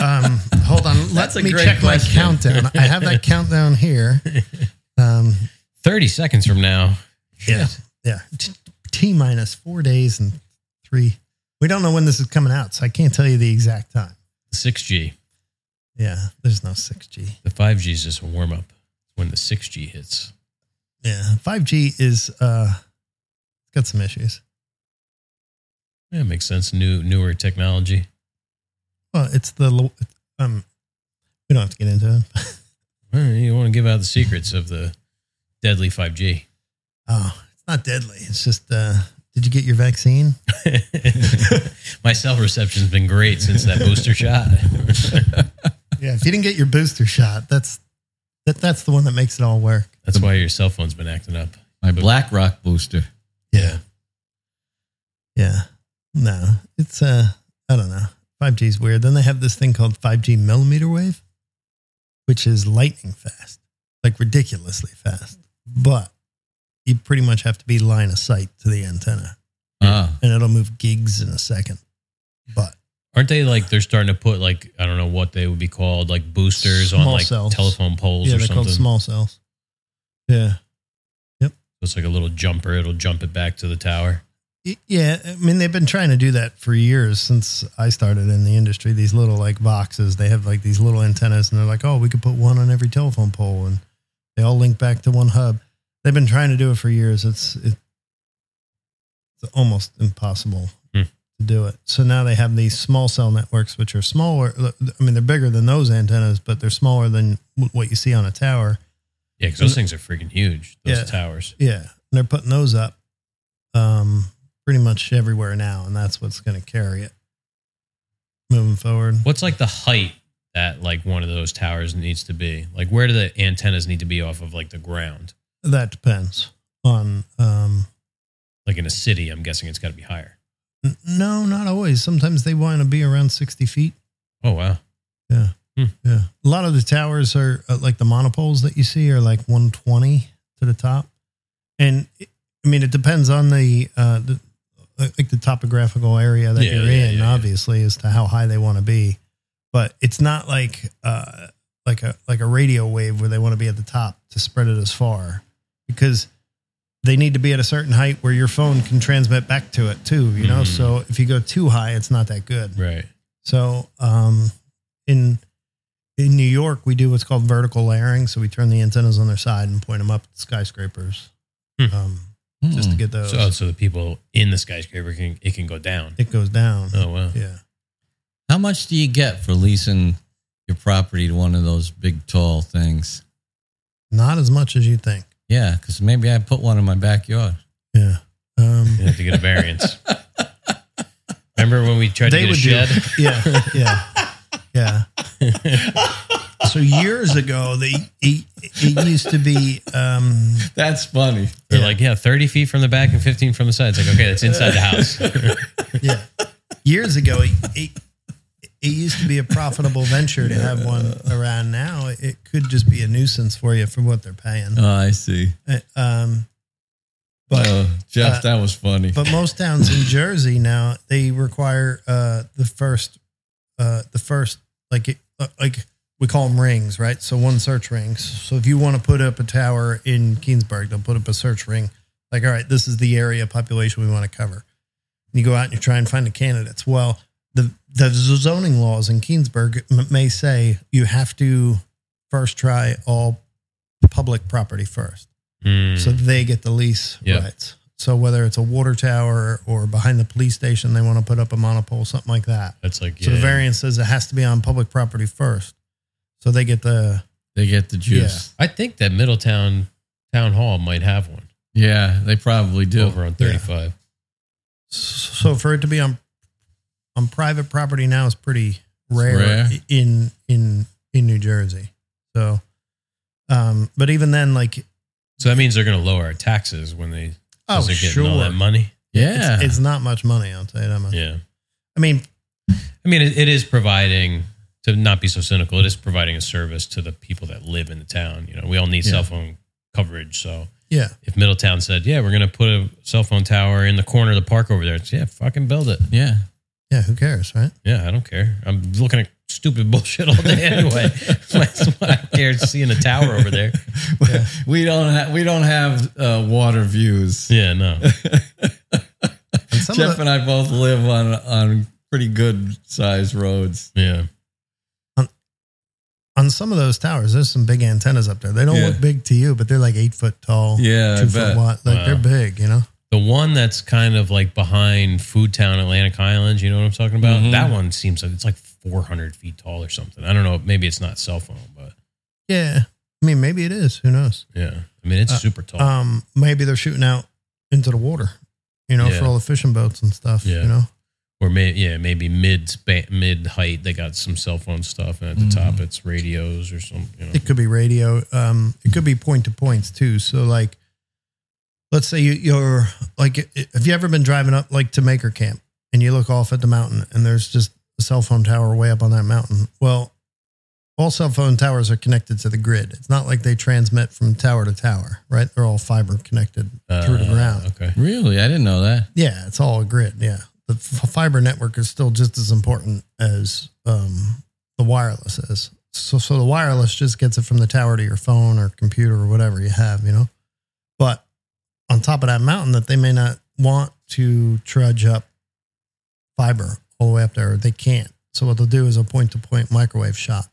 D: Um, hold on, let
C: That's a
D: me
C: great
D: check
C: question.
D: my countdown. I have that countdown here. Um,
A: Thirty seconds from now.
D: Yeah. Yeah. T- T minus four days and three. We don't know when this is coming out, so I can't tell you the exact time.
A: Six G.
D: Yeah. There's no 6G.
A: The five G is just a warm up. When the six G hits,
D: Yeah. 5G is, uh, got some issues.
A: Yeah, makes sense. New newer technology.
D: Well, it's the lo- um. We don't have to get into it.
A: All right, you don't want to give out the secrets of the deadly 5G.
D: Oh, it's not deadly. It's just. uh Did you get your vaccine?
A: My cell reception's been great since that booster shot.
D: Yeah. If you didn't get your booster shot, that's that. That's the one that makes it all work.
A: That's why your cell phone's been acting up.
E: My BlackRock booster.
D: Yeah. Yeah. No, it's uh I don't know. 5G is weird. Then they have this thing called 5G millimeter wave, which is lightning fast, like ridiculously fast. But you pretty much have to be line of sight to the antenna
E: Ah,
D: and it'll move gigs in a second. But
A: Aren't they like they're starting to put like I don't know what they would be called like boosters on
D: Small
A: like
D: cells.
A: telephone poles
D: yeah,
A: or
D: they're
A: something?
D: called small cells. Yeah.
A: it's like a little jumper. It'll jump it back to the tower.
D: Y- Yeah, I mean they've been trying to do that for years since I started in the industry. These little like boxes, they have like these little antennas, and they're like, oh, we could put one on every telephone pole, and they all link back to one hub. They've been trying to do it for years. It's it, it's almost impossible
A: Hmm.
D: to do it. So now they have these small cell networks, which are smaller. I mean, they're bigger than those antennas, but they're smaller than what you see on a tower.
A: Yeah, because those things are freaking huge. Those
D: Yeah.
A: towers.
D: Yeah, and they're putting those up um, pretty much everywhere now, and that's what's going to carry it moving forward.
A: What's like the height that like one of those towers needs to be? Like where do the antennas need to be off of like the ground?
D: That depends on. Um,
A: Like in a city, I'm guessing it's got to be higher.
D: n- no, not always. Sometimes they want to be around sixty feet.
A: Oh wow. Hmm.
D: Yeah, a lot of the towers are uh, like the monopoles that you see are like one twenty to the top, and it- I mean it depends on the. Uh, the like the topographical area that
A: Yeah,
D: you're
A: yeah,
D: in,
A: yeah, yeah.
D: obviously, as to how high they want to be. But it's not like uh, like a like a radio wave where they want to be at the top to spread it as far, because they need to be at a certain height where your phone can transmit back to it too. You know,
A: Mhm.
D: so if you go too high, it's not that good.
A: Right.
D: So um, in in New York, we do what's called vertical layering. So we turn the antennas on their side and point them up at skyscrapers,
A: Hmm.
D: um,
E: hmm.
D: just to get those.
A: So, oh, so the people in the skyscraper can it can go down.
D: it goes down.
A: Oh wow.
D: Yeah,
E: How much do you get for leasing your property to one of those big tall things?
D: not as much as you think.
E: Yeah, because maybe I put one in my backyard.
D: Yeah. Um,
A: You have to get a variance. Remember when we tried to get a
D: would do-
A: shed?
D: yeah, yeah, yeah. so years ago, they it, it used to be um,
E: That's funny.
A: They're
D: Yeah.
A: like, yeah, 30 feet from the back and 15 from the side. It's like, okay, that's inside the house.
D: yeah. Years ago, it, it, it used to be a profitable venture to have one around. Now, it could just be a nuisance for you for what they're paying.
E: Oh, I see.
D: Uh, Um, but uh,
E: oh, Jeff, that was funny.
D: but most towns in Jersey now they require uh, the first uh, the first like it, uh, like we call them rings, right? So one search rings. So if you want to put up a tower in Keensburg, they'll put up a search ring. Like, all right, this is the area population we want to cover. And you go out and you try and find the candidates. Well, the the zoning laws in Keensburg m- may say you have to first try all public property first.
A: Mm.
D: So they get the lease
A: Yeah.
D: rights. So whether it's a water tower or behind the police station, they want to put up a monopole, something like that.
A: that's like, yeah.
D: So the variance says it has to be on public property first. So they get the
E: they get the juice.
A: I think that Middletown Town Hall might have one
E: Yeah, they probably do.
A: over on 35.
D: so for it to be on on private property now is pretty rare,
E: rare.
D: in in in New Jersey. So, um, but even then, like
A: So that means they're going to lower our taxes when they,
D: oh
A: oh, they're getting all
D: sure,
A: that money.
E: Yeah.
D: it's not much money. I'll tell you that much.
A: Yeah.
D: I mean,
A: I mean, it, it is providing, to not be so cynical, it is providing a service to the people that live in the town. You know, we all need
D: Yeah.
A: cell phone coverage. So
D: yeah,
A: if Middletown said, yeah, we're going to put a cell phone tower in the corner of the park over there, it's, yeah, fucking build it.
E: yeah.
D: yeah. Who cares, right?
A: Yeah, I don't care. I'm looking at stupid bullshit all day anyway. That's why I care seeing a tower over there.
E: we don't have we don't have uh, water views.
A: Yeah, no.
D: And some of
E: Jeff
D: the-
E: and I both live on on pretty good sized roads.
A: Yeah.
D: on some of those towers, there's some big antennas up there. They don't
E: Yeah.
D: look big to you, but they're like eight foot tall,
E: Yeah, I
D: Oh, two
E: bet.
D: foot wide. Like
A: Wow.
D: they're big, you know.
A: the one that's kind of like behind Food Town, Atlantic Highlands. You know what I'm talking about?
D: Mm-hmm.
C: Mhm.
A: That one seems like it's like 400 feet tall or something. I don't know. Maybe it's not cell phone, but
D: Yeah. I mean, maybe it is. Who knows?
A: yeah. I mean, it's
D: Uh,
A: super tall.
D: Um, maybe they're shooting out into the water, you know,
A: Yeah.
D: for all the fishing boats and stuff,
A: Yeah.
D: you know?
A: or may, yeah, maybe mid span, mid height they got some cell phone stuff, and at the
C: Mhm.
A: top
D: Mm-hmm.
A: it's radios or some. You know,
D: It could be radio. Um, it could be point to points too. So like, let's say you, you're like, i- have you ever been driving up like to Maker Camp and you look off at the mountain and there's just a cell phone tower way up on that mountain? Well, all cell phone towers are connected to the grid. It's not like they transmit from tower to tower, right? They're all fiber connected through the
A: Uh,
D: ground.
A: Okay.
E: Really? I didn't know that.
D: Yeah, it's all a grid. Yeah, the f- fiber network is still just as important as um, the wireless is. So, so the wireless just gets it from the tower to your phone or computer or whatever you have, you know. But on top of that mountain, that they may not want to trudge up fiber all the way up there, they can't. So what they'll do is a point-to-point microwave shot,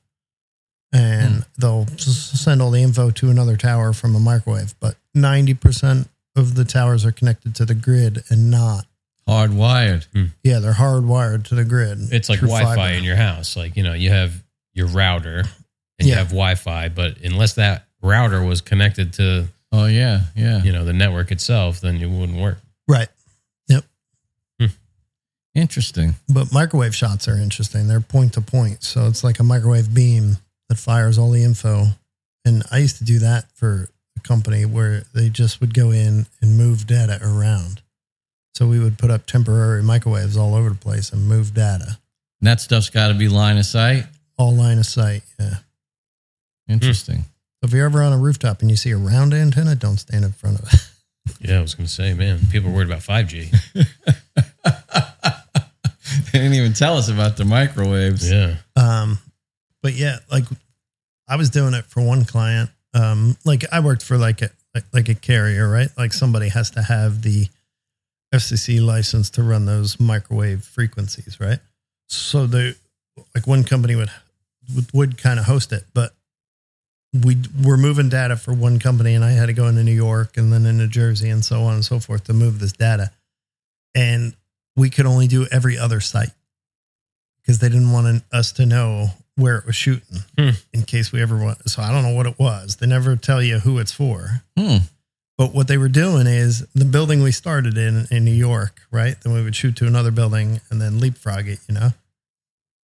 D: and they'll s- send all the info to another tower from a microwave. But ninety percent of the towers are connected to the grid and not.
E: Hardwired.
D: Yeah, they're hardwired to the grid.
A: Hmm. It's like
D: through
A: Wi-Fi
D: fiber.
A: in your house. Like you know, you have your router and you
D: Yeah.
A: have Wi-Fi, but unless that router was connected to
E: Oh yeah, yeah.
A: you know the network itself, then it wouldn't work.
D: right.
E: Interesting.
D: But microwave shots are interesting. They're point to point, so it's like a microwave beam that fires all the info. And I used to do that for a company where they just would go in and move data around. So we would put up temporary microwaves all over the place and move data,
E: And that stuff's got to be line of sight.
D: all line of sight. Yeah.
E: Interesting.
D: If you're ever on a rooftop and you see a round antenna, don't stand in front of it.
A: Yeah, I was gonna say, man, people are worried about five G.
E: they didn't even tell us about the microwaves.
A: Yeah,
D: Um, but yeah, like I was doing it for one client. Um, like I worked for like a like, like a carrier, right? Like somebody has to have the FCC license to run those microwave frequencies, right? So they like one company would would, would kind of host it, but we were moving data for one company, and I had to go into New York and then into Jersey and so on and so forth to move this data, and we could only do every other site because they didn't want an- us to know where it was shooting
A: Hmm.
D: in case we ever want. So I don't know what it was. They never tell you who it's for.
E: Hmm.
D: But what they were doing is the building we started in in New York, right? Then we would shoot to another building and then leapfrog it, you know,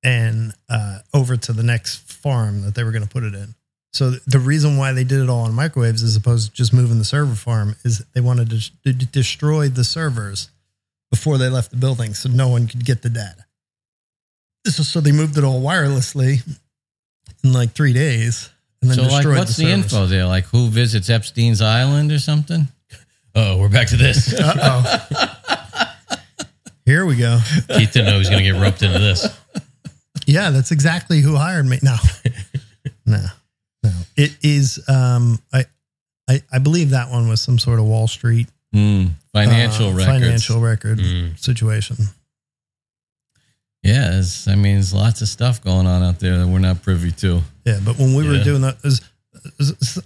D: and uh, over to the next farm that they were going to put it in. So th- the reason why they did it all on microwaves as opposed to just moving the server farm is they wanted to, des- to destroy the servers before they left the building so no one could get the data. So, so they moved it all wirelessly in like three days and then
E: So like,
D: destroyed
E: what's the,
D: servers.
E: info there? Like, who visits Epstein's Island or something?
A: Oh, we're back to this.
D: Uh oh. Here we go.
A: Keith didn't know he was going to get roped into this.
D: Yeah, that's exactly who hired me. No, no, no. It is. Um, I, I, I believe that one was some sort of Wall Street
E: Hmm.
D: uh,
E: Financial records.
D: financial record
A: Mm.
D: situation.
E: Yeah, it's, I mean, there's lots of stuff going on out there that we're not privy to.
D: Yeah, but when we
A: Yeah.
D: were doing that, is, is- is-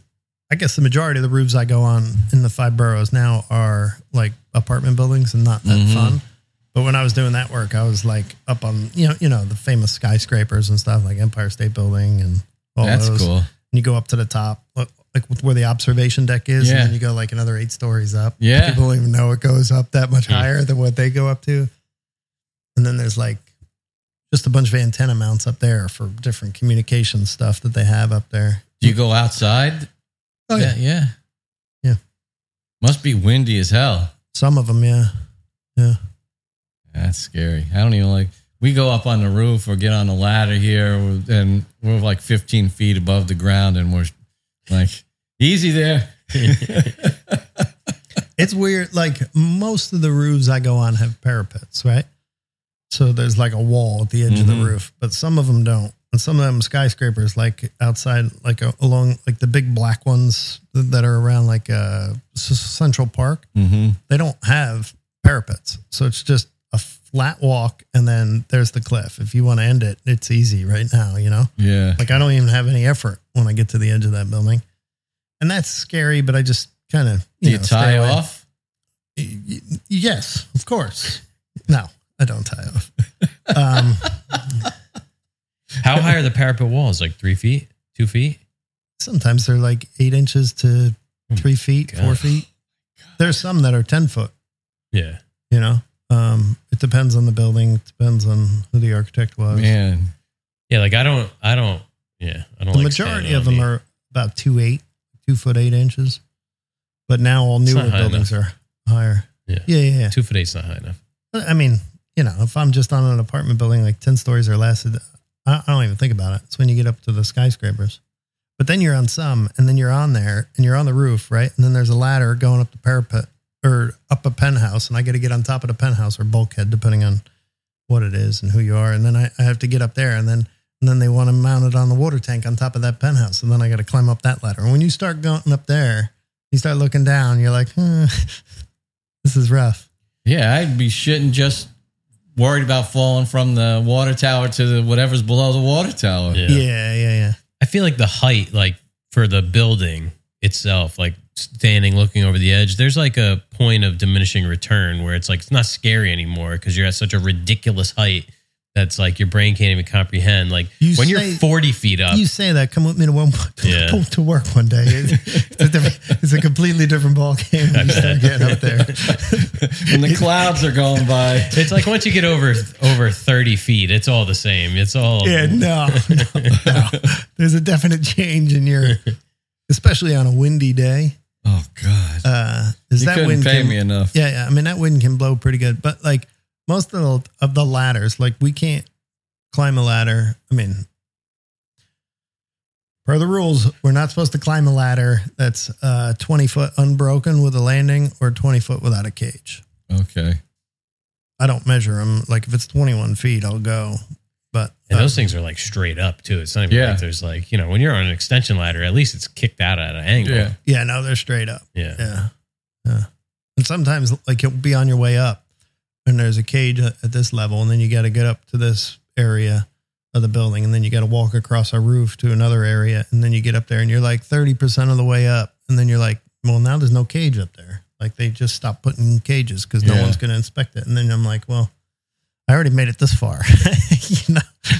D: I guess the majority of the roofs I go on in the five boroughs now are like apartment buildings and not that
E: Mhm.
D: fun. But when I was doing that work, I was like up on you know you know the famous skyscrapers and stuff like Empire State Building and all
E: That's
D: those.
E: cool.
D: and you go up to the top, like like where the observation deck is,
E: Yeah.
D: and then you go like another eight stories up.
E: Yeah.
D: People don't even know it goes up that much higher than what they go up to. And then there's like just a bunch of antenna mounts up there for different communication stuff that they have up there.
E: Do you go outside?
D: Oh,
E: yeah, yeah,
D: Yeah.
E: Must be windy as hell.
D: Some of them, yeah.
E: That's scary. I don't even like. We go up on the roof or get on the ladder here, and we're like 15 feet above the ground, and we're like, easy there.
D: It's weird. Like most of the roofs I go on have parapets, right? So there's like a wall at the edge of
E: Mhm.
D: the roof, but some of them don't. And some of them skyscrapers, like outside, like uh, along, like the big black ones th- that are around, like uh, S- Central Park,
E: Mm-hmm.
D: they don't have parapets. So it's just a flat walk, and then there's the cliff. If you want to end it, it's easy right now, you know.
E: Yeah.
D: Like I don't even have any effort when I get to the edge of that building, and that's scary. But I just kind of
E: Do you tie off?
D: y- y- yes, of course. No, I don't tie off. Um,
A: How high are the parapet walls? Like three feet, two feet?
D: sometimes they're like eight inches to three feet, four
A: God.
D: feet. There's some that are 10 foot,
A: Yeah.
D: you know? Um, it depends on the building, it depends on who the architect was.
E: Man,
A: Yeah. Like I don't, I don't, yeah. I don't
D: the
A: like
D: majority
A: standing
D: of
A: on
D: them
A: the-
D: are about two eight, two foot eight inches. But now all
A: It's
D: newer
A: not high
D: buildings are higher.
A: Yeah.
D: yeah, yeah. yeah.
A: two foot eight's not high enough.
D: I mean, you know, if I'm just on an apartment building like 10 stories or less, it- I I don't even think about it. It's when you get up to the skyscrapers. But then you're on some, and then you're on there, and you're on the roof, right? And then there's a ladder going up the parapet or up a penthouse, and I got to get on top of the penthouse or bulkhead, depending on what it is and who you are. And then I, I have to get up there, and then and then they want to mount it on the water tank on top of that penthouse, and then I got to climb up that ladder. And when you start going up there, you start looking down, you're like, hmm, this is rough.
E: yeah, I'd be shitting just worried about falling from the water tower to the whatever's below the water tower.
A: Yeah.
D: Yeah, yeah, yeah.
A: I feel like the height, like for the building itself, like standing, looking over the edge, there's like a point of diminishing return where it's like it's not scary anymore because you're at such a ridiculous height that's like your brain can't even comprehend. Like
D: You
A: when you're
D: say-
A: 40 feet up,
D: You say that. Come with me to one to,
A: Uh, Yeah.
D: to work one day. It's, it's a different, it's a completely different ball game. When you start getting up there.
E: When the clouds are going by.
A: it's like once you get over over 30 feet, it's all the same. It's all
D: Yeah, no, no, no. There's a definite change in your, especially on a windy day.
E: Oh God.
D: Uh, is
E: you
D: that
E: couldn't
D: wind
E: pay
D: can-
E: me enough.
D: Yeah, yeah. I mean that wind can blow pretty good, but like most of the of the ladders, like we can't climb a ladder. I mean, per the rules, we're not supposed to climb a ladder that's uh, twenty foot unbroken with a landing or twenty foot without a cage.
E: Okay.
D: I don't measure them. Like if it's twenty one feet, I'll go. But
A: And
D: uh,
A: those things are like straight up too. It's not even
E: Yeah.
A: like there's like, you know, when you're on an extension ladder, at least it's kicked out at an angle.
E: Yeah.
D: yeah, no, they're straight up.
A: Yeah.
D: Yeah. Yeah. And sometimes like you'll be on your way up and there's a cage at at this level and then you got to get up to this area of the building and then you got to walk across a roof to another area and then you get up there and you're like 30% of the way up and then you're like well now there's no cage up there like they just stopped putting cages cuz no
E: Yeah.
D: one's going to inspect it and then I'm like well I already made it this far you know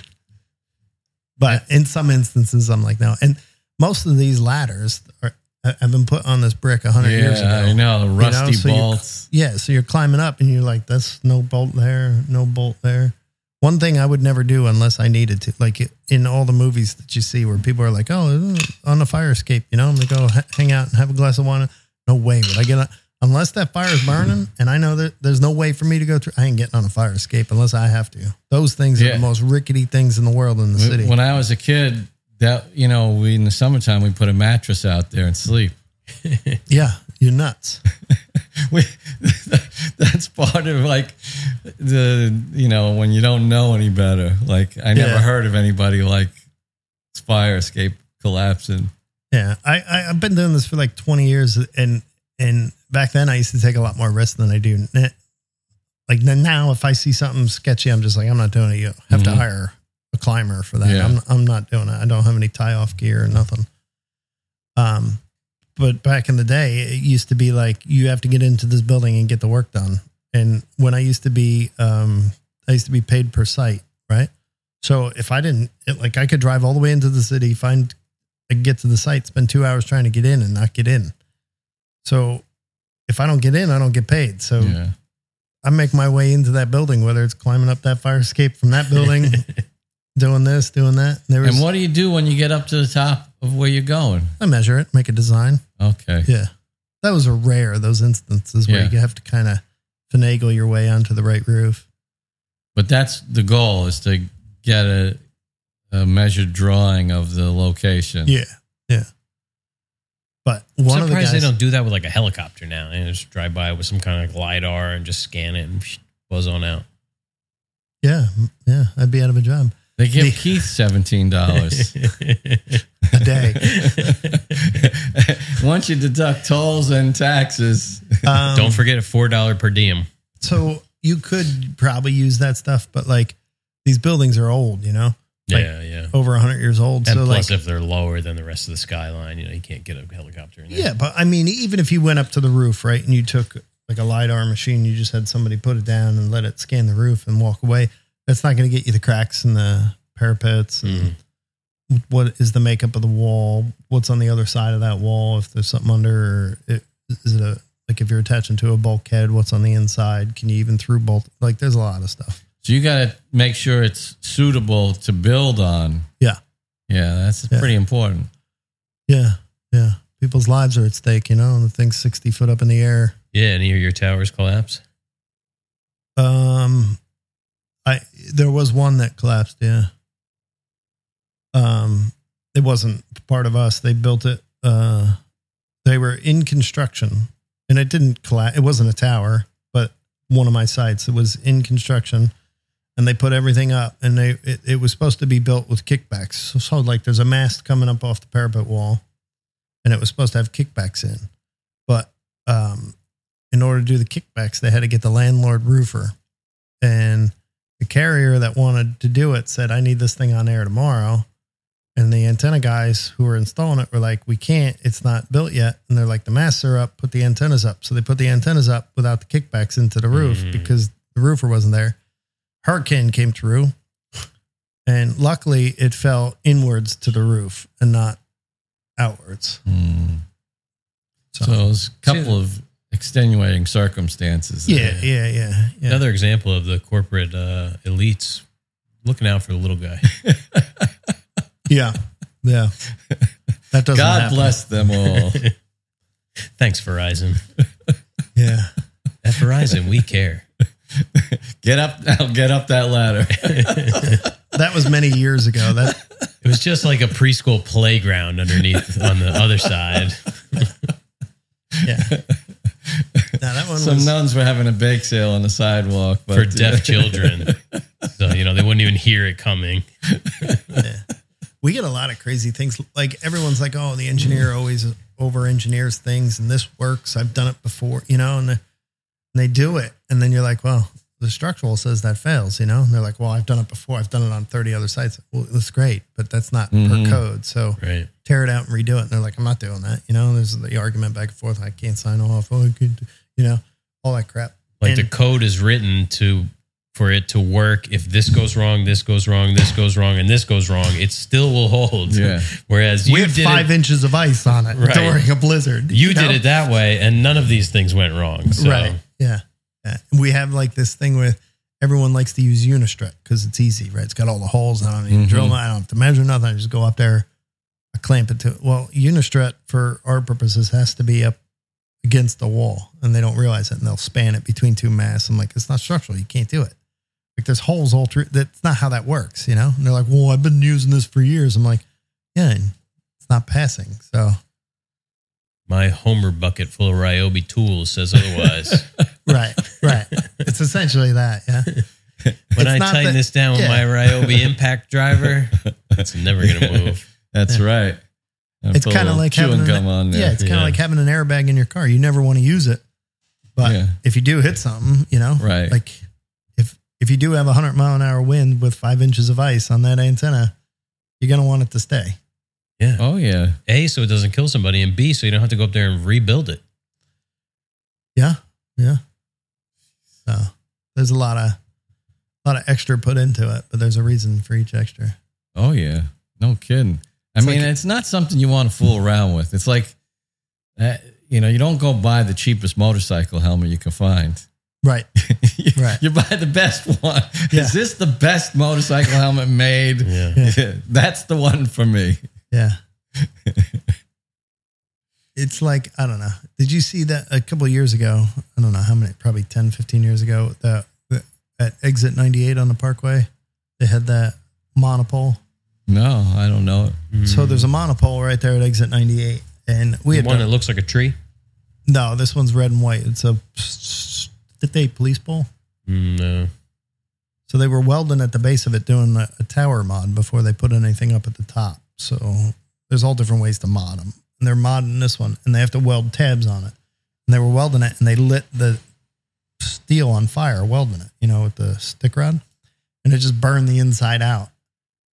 D: but in some instances I'm like no and most of these ladders are have been put on this brick 100 years ago
E: Yeah, I know the rusty
D: so you-
E: bolts.
D: yeah, so you're climbing up and you're like, that's no bolt there, no bolt there. One thing I would never do unless I needed to, like in all the movies that you see where people are like, oh, on the fire escape, you know, I'm gonna go ha- hang out and have a glass of wine. No way would I get on, unless that fire is burning and I know that there's no way for me to go through. I ain't getting on a fire escape unless I have to. Those things are
E: Yeah.
D: the most rickety things in the world in the
E: When-
D: city.
E: When I was a kid, that you know, we in the summertime we put a mattress out there and sleep.
D: yeah, you're nuts.
E: We, that's part of like the you know when you don't know any better. Like I never
D: Yeah.
E: heard of anybody like fire escape collapsing.
D: Yeah, I, I I've been doing this for like twenty years, and and back then I used to take a lot more risk than I do. N- Like n- now, if I see something sketchy, I'm just like, I'm not doing it. You have to
E: Mhm.
D: hire a climber for that.
E: Yeah.
D: I'm I'm not doing it. I don't have any tie off gear or nothing. Um, but back in the day, it used to be like you have to get into this building and get the work done. And when I used to be, um, I used to be paid per site, right? So if I didn't, it, like, I could drive all the way into the city, find, I could get to the site, spend two hours trying to get in and not get in. So if I don't get in, I don't get paid. So
E: Yeah,
D: I make my way into that building, whether it's climbing up that fire escape from that building, doing this, doing that. There was,
E: and what do you do when you get up to the top of where you're going?
D: I measure it, make a design.
E: Okay,
D: Yeah. That was a rare, those instances where
E: Yeah.
D: you have to kind of finagle your way onto the right roof.
E: but that's the goal is to get a, a measured drawing of the location.
D: Yeah. Yeah. But
A: I'm
D: one of the
A: surprised
D: guys,
A: they don't do that with like a helicopter now and just drive by with some kind of LIDAR and just scan it and psh, buzz on out.
D: yeah. Yeah. I'd be out of a job
E: They give
D: The-
E: Keith seventeen dollars.
D: a day.
E: Once you deduct tolls and taxes,
D: Um,
A: Don't forget a $4 per diem.
D: So you could probably use that stuff, but like these buildings are old, you know, Like-
A: yeah, yeah.
D: over 100 years old.
A: And
D: so like,
A: plus, if they're lower than the rest of the skyline, you know, you can't get a helicopter in there.
D: Yeah, but I mean, even if you went up to the roof, right, and you took like a lidar machine. You just had somebody put it down and let it scan the roof and walk away. That's not going to get you the cracks in the parapets and what is the makeup of the wall, what's on the other side of that wall, if there's something under, or it, is it a like if you're attaching to a bulkhead, what's on the inside? Can you even through bolt? Like there's a lot of stuff.
E: So you got to make sure it's suitable to build on.
D: Yeah.
E: Yeah, that's
D: Yeah.
E: pretty important.
D: Yeah, yeah. People's lives are at stake, you know. And the thing's sixty foot up in the air.
A: Yeah, any of your towers collapse?
D: Um, I there was one that collapsed. Yeah. Um, it wasn't part of us. They built it. Uh, they were in construction, and it didn't collapse. It wasn't a tower, but one of my sites. It was in construction, and they put everything up, and they it, it was supposed to be built with kickbacks. So, so like there's a mast coming up off the parapet wall, and it was supposed to have kickbacks in, but um, in order to do the kickbacks, they had to get the landlord roofer. And the carrier that wanted to do it said, I need this thing on air tomorrow. And the antenna guys who were installing it were like, We can't, it's not built yet. And they're like, The masts are up, put the antennas up. So they put the antennas up without the kickbacks into the roof
A: Mm.
D: because the roofer wasn't there. Hurricane came through. And luckily, it fell inwards to the roof and not outwards.
E: Hmm. So, there's a couple of extenuating circumstances. there.
D: Yeah, yeah, yeah. yeah.
A: Another example of the corporate uh, elites looking out for the little guy.
D: Yeah. Yeah. That doesn't
E: God
D: happen.
E: bless them all.
A: Thanks, Verizon.
D: Yeah.
A: At Verizon, we care.
E: get up now, get up that ladder.
D: That was many years ago. That
A: It was just like a preschool playground underneath on the other side.
D: yeah. No, that one
E: Some
D: was
E: nuns were having a bake sale on the sidewalk. But
A: for deaf children. So, you know, they wouldn't even hear it coming.
D: we get a lot of crazy things. Like everyone's like, oh, the engineer always over engineers things and this works. I've done it before, you know, and, the, and they do it. And then you're like, well, the structural says that fails, you know? And they're like, well, I've done it before. I've done it on 30 other sites. Well, that's great, but that's not per code. So
A: Right.
D: tear it out and redo it. And they're like, I'm not doing that. You know, there's the argument back and forth. I can't sign off. Oh, I could, you know, all that crap.
A: Like
D: And-
A: the code is written to for it to work. If this goes wrong, this goes wrong, this goes wrong, and this goes wrong, it still will hold.
E: Yeah.
A: Whereas you
D: we had
A: did
D: five
A: it,
D: inches of ice on it
A: Right.
D: during a blizzard.
A: you
D: know?
A: did it that way, and none of these things went wrong. So
D: right? Yeah. yeah. We have like this thing with everyone likes to use Unistrut because it's easy, right? It's got all the holes. and I don't need to drill. them. I don't have to measure nothing. I just go up there, I clamp it to. It. Well, Unistrut for our purposes has to be up against the wall, and they don't realize it, and they'll span it between two masts. I'm like, it's not structural. You can't do it. Like there's holes all through. That's not how that works, you know. And they're like, well, I've been using this for years. I'm like, yeah, and it's not passing. So
A: My Homer bucket full of Ryobi tools says otherwise.
D: right, right. it's essentially that. Yeah.
A: when
D: It's
A: I
D: not
A: tighten
D: that-
A: this down with
D: yeah.
A: my Ryobi impact driver, it's never going to move.
E: That's right. And
D: It's
E: put a
D: kind of
E: little
D: like having
E: chewing
D: an,
E: gum on there.
D: yeah, it's kind of
A: Yeah.
D: like having an airbag in your car. You never want to use it, but
E: Yeah.
D: if you do hit something, you know,
E: Right.
D: Like if if you do have a hundred mile an hour wind with five inches of ice on that antenna, you're gonna want it to stay.
A: Yeah.
E: Oh yeah.
A: A, so it doesn't kill somebody, and B, so you don't have to go up there and rebuild it.
D: Yeah, yeah. So there's a lot of a lot of extra put into it, but there's a reason for each extra.
E: Oh yeah, no kidding. I mean, it's not something you want to fool around with. It's like, uh, you know, you don't go buy the cheapest motorcycle helmet you can find.
D: Right.
E: You-
D: Right.
E: You buy the best one.
D: Yeah.
E: Is this the best motorcycle helmet made?
A: Yeah.
E: That's the one for me.
D: Yeah. it's like, I don't know. Did you see that a couple of years ago? I don't know how many, probably 10, 15 years ago, that at exit 98 on the parkway, they had that monopole.
E: No, I don't know.
A: Mm.
D: So there's a monopole right there at exit 98. And
A: The
D: we had
A: one
D: done-
A: that looks like a tree.
D: no, this one's red and white. It's a, did they police pole?
A: Mm, no.
D: So they were welding at the base of it, doing a, a tower mod before they put anything up at the top. So there's all different ways to mod them. And they're modding this one, and they have to weld tabs on it. And they were welding it, and they lit the steel on fire, welding it, you know, with the stick rod, and it just burned the inside out.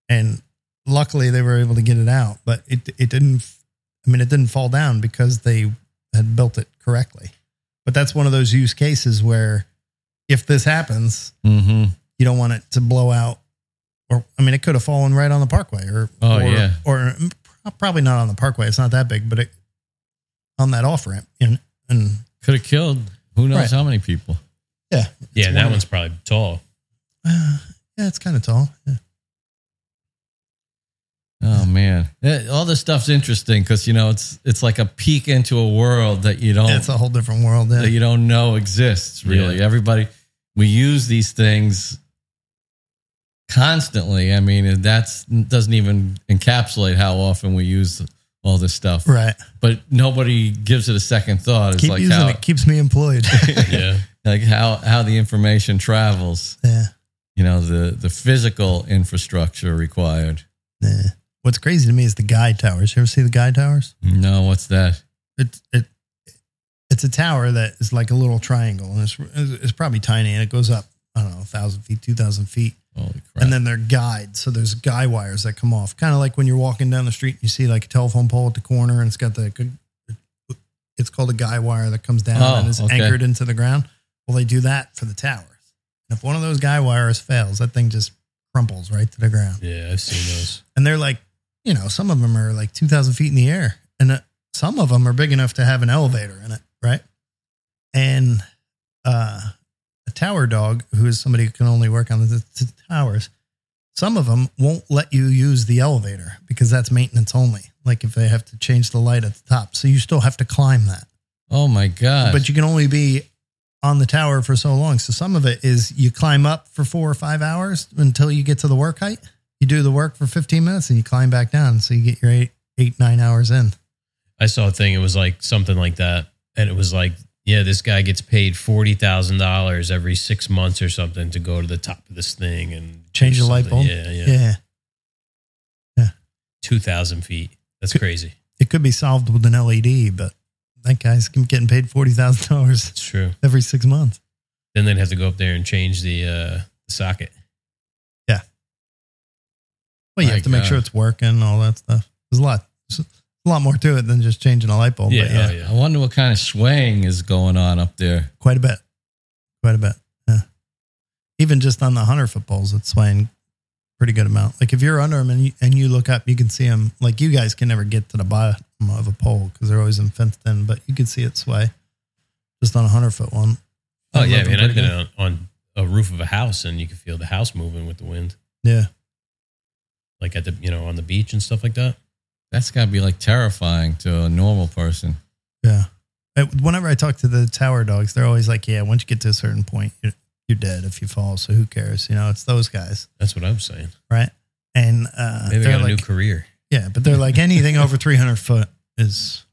D: And luckily, they were able to get it out, but it it didn't. I mean, it didn't fall down because they had built it correctly. But that's one of those use cases where if this happens,
C: Mm-hmm.
D: you don't want it to blow out. Or I mean, it could have fallen right on the parkway, or
C: Oh,
D: or,
C: yeah.
D: or mm, probably not on the parkway. It's not that big, but it on that off ramp, and and
C: Could have killed who knows
D: Right.
C: how many people.
D: yeah,
A: Yeah,
D: It's
A: that
D: one-
A: one's probably tall.
D: uh, yeah, it's kind of tall. Yeah.
C: Oh man, Eh, all this stuff's interesting because you know it's it's like a peek into a world that you don't
D: It's a whole different world.
C: that
D: Yeah.
C: you don't know exists. Really, everybody we use these things constantly. I mean, and that's doesn't even encapsulate how often we use all this stuff.
D: Right.
C: But nobody gives it a second thought. It's
D: Keep
C: like
D: using
C: how
D: it. Keeps me employed.
A: Yeah.
C: like how how the information travels.
D: yeah.
C: You know, the the physical infrastructure required.
D: Yeah. What's crazy to me is the guide towers. You ever see the guide towers?
C: No, what's that?
D: It it it's a tower that is like a little triangle, and it's it's probably tiny, and it goes up. I don't know, a thousand feet, two thousand feet,
C: Holy crap!
D: and then they're guides. So there's guy wires that come off, kind of like when you're walking down the street and you see like a telephone pole at the corner, and it's got the good. It's called a guy wire that comes down
C: Oh,
D: and is
C: okay.
D: anchored into the ground. Well, they do that for the towers. And if one of those guy wires fails, that thing just crumples right to the ground
A: Yeah, I've seen those.
D: and they're like, you know, some of them are like 2,000 feet in the air, and uh, some of them are big enough to have an elevator in it, right? And uh, a tower dog, who is somebody who can only work on the, the towers, some of them won't let you use the elevator because that's maintenance only. Like if they have to change the light at the top, so you still have to climb that,
C: oh my god!
D: but you can only be on the tower for so long. So some of it is you climb up for four or five hours until you get to the work height. You do the work for 15 minutes and you climb back down. So you get your eight, eight, nine hours in.
A: I saw a thing. It was like something like that, and it was like, yeah, this guy gets paid forty thousand dollars every six months or something to go to the top of this thing and
D: Change
A: do
D: the light
A: something.
D: bulb?
A: Yeah, yeah,
D: Yeah.
A: two thousand feet. That's crazy.
D: It could be solved with an LED, but that guy's getting paid $40,000
A: It's true.
D: every six months.
A: Then they'd have to go up there and change the uh, socket.
D: Well, you
C: My
D: have to make
C: God.
D: sure it's working and all that stuff. There's a lot, there's a lot more to it than just changing a light bulb.
A: yeah,
D: but yeah,
A: oh, yeah.
C: I wonder what kind of swaying is going on up there.
D: quite a bit, quite a bit. Yeah. Even just on the hundred foot poles, it's swaying pretty good amount. Like if you're under them and you, and you look up, you can see them. Like you guys can never get to the bottom of a pole because they're always in fenced in, but you can see it sway just on a hundred foot one.
A: Oh yeah,
D: Looking
A: man. I've
D: pretty
A: been
D: good.
A: on, on a roof of a house and you can feel the house moving with the wind,
D: Yeah,
A: like at the you know on the beach and stuff like that.
C: That's got to be like terrifying to a normal person.
D: yeah. Uh, Whenever I talk to the tower dogs, they're always like, "Yeah, once you get to a certain point, you're, you're dead if you fall. So who cares? You know, it's those guys,
A: That's what I'm saying.
D: right?" And uh,
A: Maybe I
D: they're
A: got a new
D: like,
A: career.
D: Yeah, but they're like anything over 300 foot is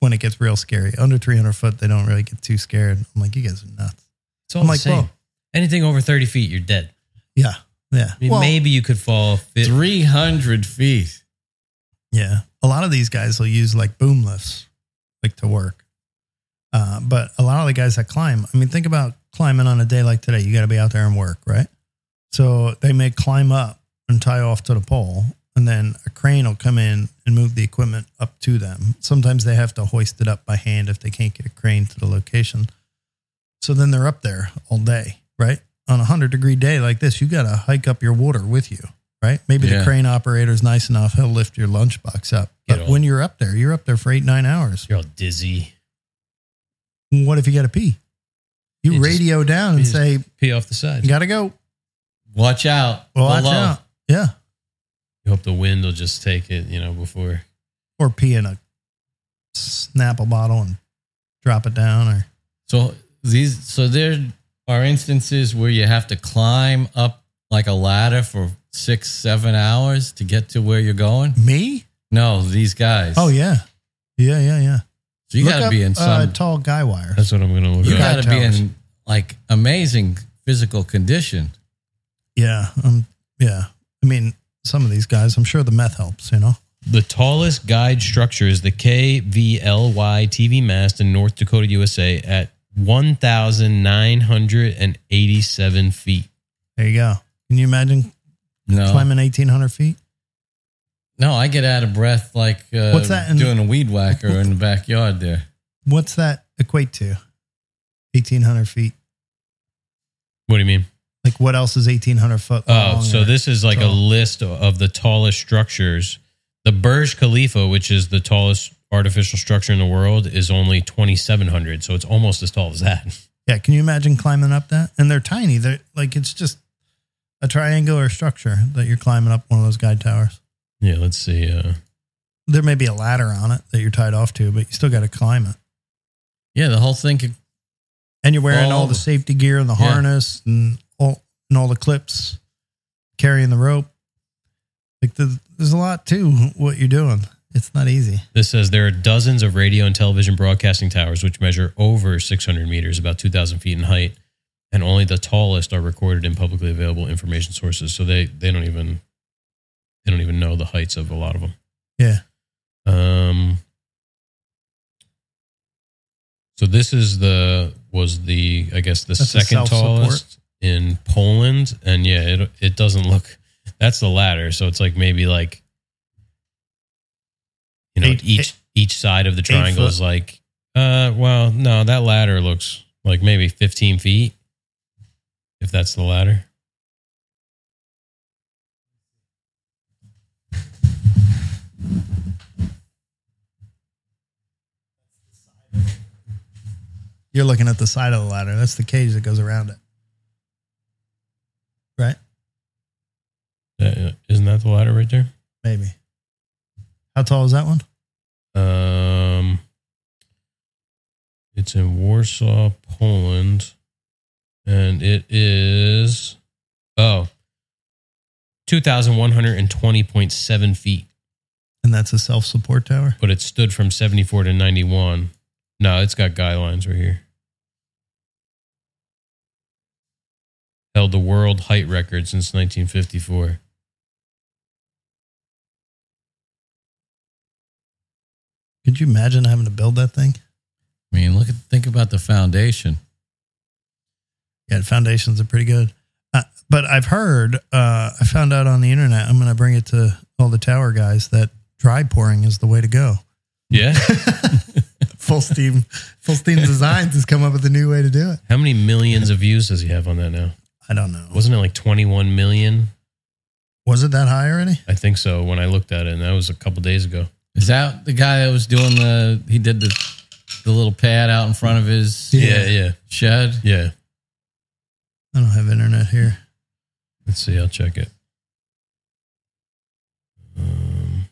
D: when it gets real scary. Under 300 foot, they don't really get too scared. I'm like, you guys are nuts.
A: It's all
D: I'm
A: the
D: like,
A: same.
D: well-
A: Anything over thirty feet, you're dead.
D: Yeah, yeah.
A: I mean,
D: Well,
A: maybe you could fall. Fit.
C: 300 feet.
D: Yeah, a lot of these guys will use like boom lifts, like to work. Uh, but a lot of the guys that climb, I mean, think about climbing on a day like today. You got to be out there and work, right? So they may climb up and tie off to the pole, and then a crane will come in and move the equipment up to them. Sometimes they have to hoist it up by hand if they can't get a crane to the location. So then they're up there all day, right? On a 100 degree day like this, you got to hike up your water with you, right? Maybe
C: Yeah.
D: the crane operator's nice enough, he'll lift your lunchbox up.
A: Get
D: But
A: all-
D: when you're up there, you're up there for eight, nine hours.
A: You're all dizzy.
D: What if you got to pee? You,
A: You just-
D: radio down
A: you
D: and
A: just-
D: say,
A: Pee off the side.
D: got to go.
C: Watch out.
D: Watch
C: Below.
D: out. Yeah.
A: You hope the wind will just take it, you know, before.
D: Or pee in a snap a bottle and drop it down or
C: So these so there are instances where you have to climb up like a ladder for 6 7 hours to get to where you're going?
D: me?
C: No, these guys.
D: Oh, yeah. Yeah, yeah, yeah.
C: So you
D: Look
C: got to
D: up,
C: be in some
D: uh, tall guy wire.
A: That's what I'm going to look
C: You
A: at.
C: got to be
D: towers.
C: in like amazing physical condition.
D: Yeah. Um, yeah. I mean, some of these guys, I'm sure the meth helps, you know?
A: The tallest guide structure is the KVLY TV mast in North Dakota, USA, at 1,987 feet.
D: There you go. Can you imagine
C: No.
D: climbing 1,800 feet?
C: No, I get out of breath like uh,
D: What's that in-
C: doing a weed whacker in the backyard there.
D: What's that equate to? 1,800 feet.
A: What do you mean?
D: Like, what else is 1,800 foot?
A: Oh,
D: long
A: so
D: or-
A: this is like a
D: tall.
A: list o- of the tallest structures. The Burj Khalifa, which is the tallest artificial structure in the world, is only 2,700. So it's almost as tall as that.
D: Yeah, can you imagine climbing up that? And they're tiny. They're like it's just a triangular structure that you're climbing up one of those guide towers.
A: Yeah, let's see. Uh,
D: There may be a ladder on it that you're tied off to, but you still got to climb it.
E: Yeah, the whole thing could
D: And you're wearing
E: Well,
A: Oh.
D: all the safety gear and the
E: yeah.
D: harness and all and all the clips, carrying the rope. Like the, there's a lot to what you're doing. It's not easy.
A: this says there are dozens of radio and television broadcasting towers, which measure over 600 meters, about 2,000 feet in height. And only the tallest are recorded in publicly available information sources. So they, they don't even they don't even know the heights of a lot of them.
D: Yeah.
A: Um, so this is the was the I guess the
D: That's a
A: second
D: self-support.
A: tallest in Poland, and yeah, it it doesn't look. That's the ladder, so it's like maybe like you know
D: Eight-
A: each each side of the triangle is
D: foot.
A: like uh well no that ladder looks like maybe fifteen feet if that's the ladder.
D: You're looking at the side of the ladder. That's the cage that goes around it. Right?
A: Uh, isn't that the ladder right there?
D: Maybe. How tall is that one?
A: Um, it's in Warsaw, Poland, and it is oh. 2,120.7 feet,
D: And that's a self support tower.
A: but it stood from 74 to 91. No, it's got guidelines right here. Held the world height record since 1954.
D: Could you imagine having to build that thing?
E: I mean, look at think about the foundation.
D: Yeah, the foundations are pretty good. Uh, but I've heard, uh, I found out on the internet, I'm going to bring it to all the tower guys that dry pouring is the way to go.
A: Yeah.
D: Full steam, full steam designs has come up with a new way to do it.
A: How many millions of views does he have on that now?
D: I don't know. Was,
A: Wasn't it like 21 million?
D: was it that high already?
A: I think so. When I looked at it, and that was a couple days ago.
E: Is that the guy that was doing the? He did the the little pad out in front of his uh,
A: Yeah, yeah,
E: shed.
A: yeah.
D: I don't have internet here.
A: Let's see. I'll check it. Um,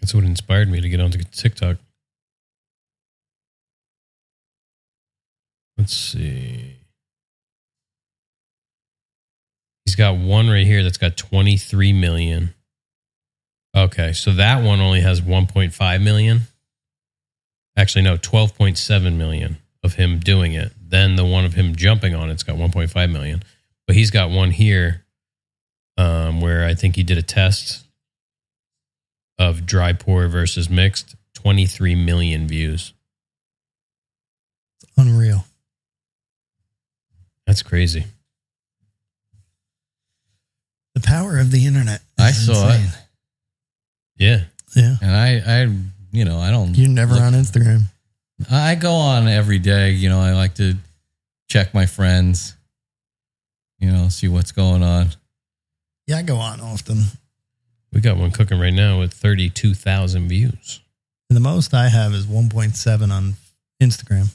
A: that's what inspired me to get onto TikTok. Let's see. He's got one right here that's got 23 million. Okay, so that one only has 1.5 million. Actually, no, 12.7 million of him doing it. Then the one of him jumping on it's got 1.5 million. But he's got one here um, where I think he did a test of dry pour versus mixed, 23 million views.
D: It's unreal.
A: That's crazy.
D: The power of the internet.
E: I
D: is
E: saw it.
D: insane.
A: Yeah.
D: Yeah.
E: And I, I, you know, I don't.
D: You're never on Instagram.
E: I go on every day. You know, I like to check my friends. You know, see what's going on.
D: Yeah, I go on often.
A: We got one cooking right now with 32,000 views.
D: And the most I have is 1.7 on Instagram.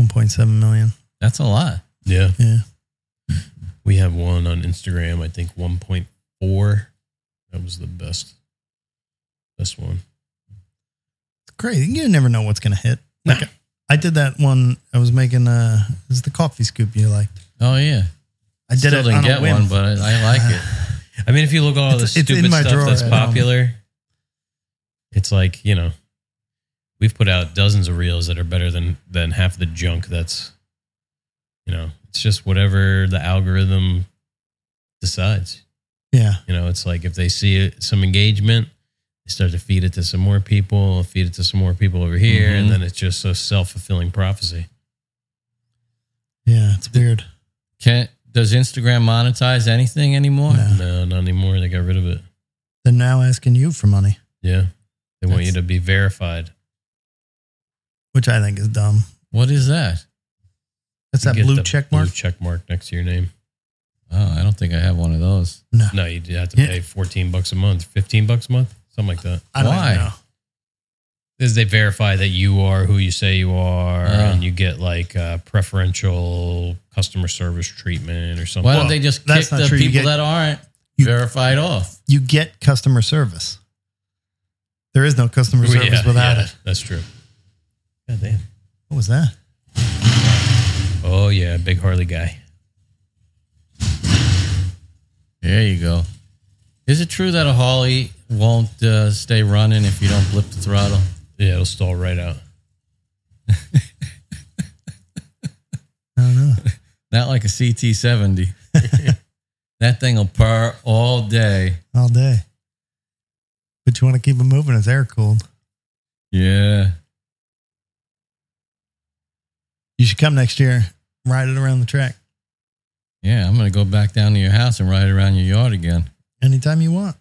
D: 1.7 million.
E: That's a lot.
A: Yeah.
D: Yeah.
A: We have one on Instagram, I think 1.4. That was the best, best one.
D: It's crazy. You never know what's going to hit. Like, I did that one. I was making, uh, this is the coffee scoop you liked.
E: Oh yeah.
D: I did
E: Still
D: it
E: didn't
D: on a
E: get
D: whim.
E: one, but I, I like it.
A: I mean, if you look at all
D: It's-
A: the
D: it's in
A: stupid
D: my
A: stuff
D: drawer
A: that's
D: at home.
A: popular, it's like you know, we've put out dozens of reels that are better than than half the junk that's, you know, it's just whatever the algorithm decides.
D: Yeah.
A: You know, it's like if they see it- some engagement, they start to feed it to some more people, feed it to some more people over here, and
D: Mm-hmm.
E: Mhm.
A: then it's just a self fulfilling prophecy.
D: Yeah. It's weird.
E: Can does Instagram monetize anything anymore?
D: No.
A: No, not anymore. They got rid of it.
D: They're now asking you for money.
A: Yeah, they want you
E: That's-
A: to be verified.
D: which I think is dumb.
C: What is that?
D: That's that
A: Get
D: blue
A: the
D: check mark.
A: Blue check mark next to your name.
C: Oh, I don't think I have one of those.
A: No, you have to
D: Yeah.
A: pay fourteen bucks a month, fifteen bucks a month, something like that.
D: I don't even
C: Why?
D: know.
A: Because they verify that you are who you say you are,
D: Uh-huh.
C: Ah.
A: and you get like uh, preferential customer service treatment or something.
C: Why
D: Well,
C: don't they just kick
D: that's not
C: the
D: true. You
C: people
D: get-
C: that aren't
D: You-
C: verified off?
D: You get customer service. There is no customer service
A: Yeah,
D: without
A: yeah,
D: it.
A: That's true. God damn.
D: What was that?
A: Oh yeah, big Harley guy.
C: There you go. Is it true that a Holly won't uh, stay running if you don't blip the throttle?
A: Yeah, it'll stall right out.
C: Not like a CT70. that thing will purr all day.
D: All day. But you want to keep it moving. It's air cooled.
C: Yeah.
D: You should come next year, ride it around the track
C: Yeah, I'm going to go back down to your house and ride around your yard again.
D: anytime you want.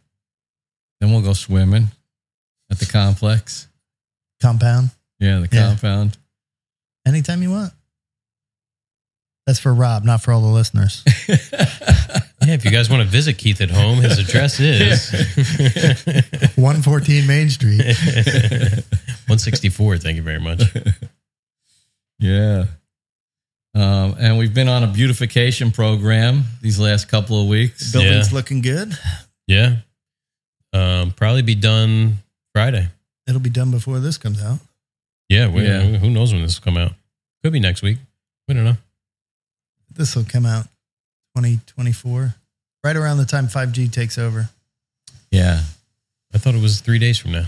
C: Then we'll go swimming at the complex.
D: Compound
C: Yeah, the
D: Yeah.
C: compound.
D: anytime you want. That's for Rob, not for all the listeners.
A: Yeah, if you guys want to visit Keith at home, his address is
D: 114 Main Street.
A: 164. Thank you very much.
C: Yeah. Um, and we've been on a beautification program these last couple of weeks.
D: Building's looking good.
A: Yeah. Um, probably be done Friday.
D: It'll be done before this comes out.
A: Yeah, we,
C: Yeah.
A: Who knows when this will come out? Could be next week. We don't know.
D: This will come out 2024, right around the time 5G takes over.
C: Yeah.
A: I thought it was three days from now.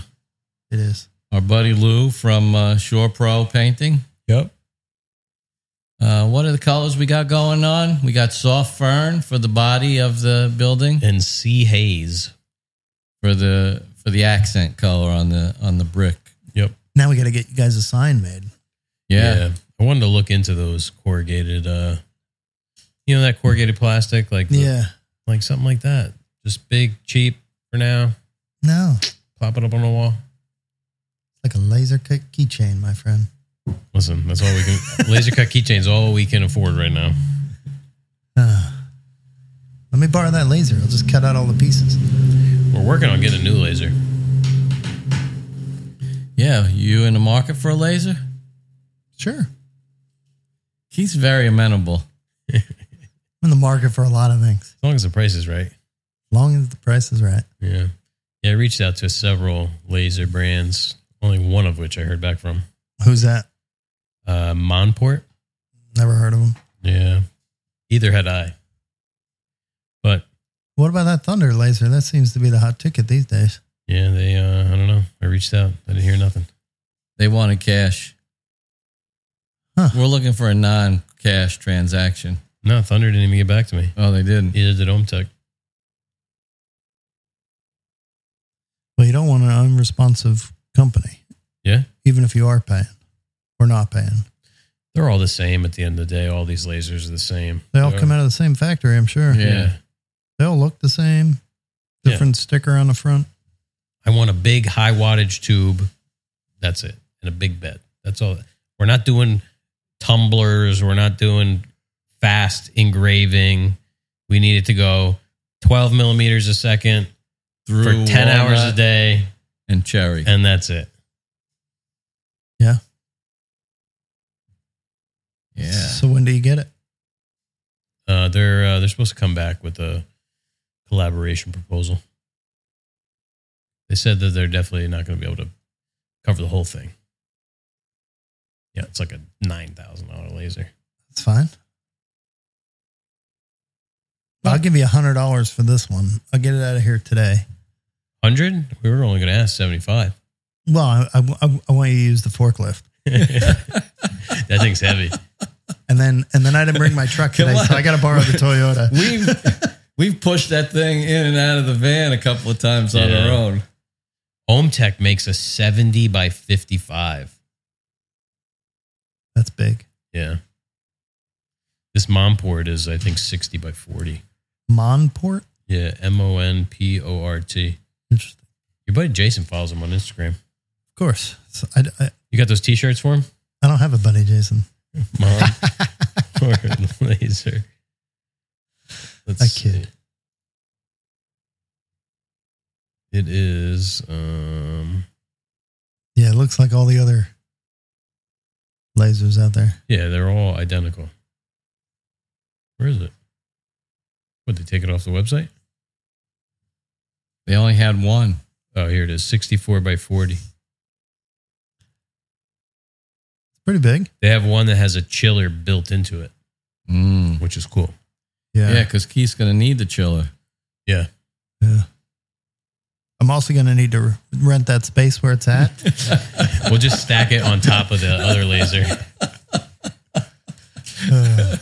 D: It is.
C: Our buddy Lou from uh, Shore Pro Painting.
A: Yep.
C: Uh, what are the colors we got going on? We got soft fern for the body of the building
A: And C Hayes.
C: for the for the accent color on the on the brick.
A: Yep.
D: Now we got to get you guys a sign made.
C: Yeah.
A: I wanted to look into those corrugated, uh, you know, that corrugated plastic, like the-
D: Yeah.
A: like something like that. Just big, cheap for now.
D: No,
A: Plop it up on the wall.
D: like a laser cut keychain, my friend.
A: Listen, that's all we can. laser cut keychains, all we can afford right now.
D: Ah. let me borrow that laser. I'll just cut out all the pieces.
A: We're working on getting a new laser.
C: Yeah. You in the market for a laser?
D: Sure.
C: He's very amenable.
D: I'm in the market for a lot of things,
A: As long as the price is right.
D: as long as the price is right.
A: Yeah. Yeah, I reached out to several laser brands, only one of which I heard back from.
D: Who's that?
A: Uh Monport.
D: Never heard of him.
A: Yeah. Either had I. But
D: What about that thunder laser? That seems to be the hot ticket these days.
A: yeah, they uh I don't know. I reached out. I didn't hear nothing.
C: They wanted cash.
D: Huh.
C: We're looking for a non-cash transaction.
A: No, Thunder didn't even get back to me.
C: Oh, they didn't.
A: Either did Home Tech.
D: Well, you don't want an unresponsive company.
A: Yeah.
D: Even if you are paying or not paying,
A: They're all the same at the end of the day. All these lasers are the same.
D: they all come out of the same factory, I'm sure.
C: Yeah.
D: They all look the same.
A: Yeah.
D: Different sticker on the front.
A: I want a big high wattage tube. That's it. And a big bed. That's all. We're not doing tumblers. We're not doing fast engraving. We need it to go 12 millimeters a second
C: Through
A: for 10 hours a
C: walnut
A: day.
C: and cherry.
A: And that's it.
C: Yeah.
D: So when do you get it?
A: Uh, they're, uh, they're supposed to come back with a collaboration proposal. They said that they're definitely not going to be able to cover the whole thing. Yeah, it's like a $9,000 laser.
D: It's fine. I'll give you a hundred dollars for this one. I'll get it out of here today.
A: 100? We were only going to ask 75.
D: Well, I, I, I- I want you to use the forklift,
A: that thing's heavy.
D: and then and then I didn't bring my truck
C: Come
D: today, so
C: on.
D: I got to borrow the Toyota.
C: we've we've pushed that thing in and out of the van a couple of times on
A: Yeah.
C: our own.
A: Home Tech makes a 70 by 55.
D: That's big.
A: Yeah. This Momport is, I think, 60 by 40.
D: Monport.
A: Yeah. M O N P O R T.
D: Interesting.
A: Your buddy Jason follows him on Instagram.
D: Of course. So I, I-
A: You got those t shirts for him?
D: I don't have a buddy, Jason.
A: Mom or laser? Let's
D: A
A: see.
D: kid.
A: It is. Um,
D: Yeah, it looks like all the other lasers out there.
A: yeah, they're all identical. Where is it? Would they take it off the website?
E: They only had one.
A: Oh, here it is 64 by 40.
D: It's pretty big.
A: They have one that has a chiller built into it,
E: Mm.
A: which is cool.
D: Yeah.
E: Yeah, because Keith's gonna need the chiller.
D: Yeah. I'm also going to need to r- rent that space where it's at.
A: We'll just stack it on top of the other laser.
D: Uh,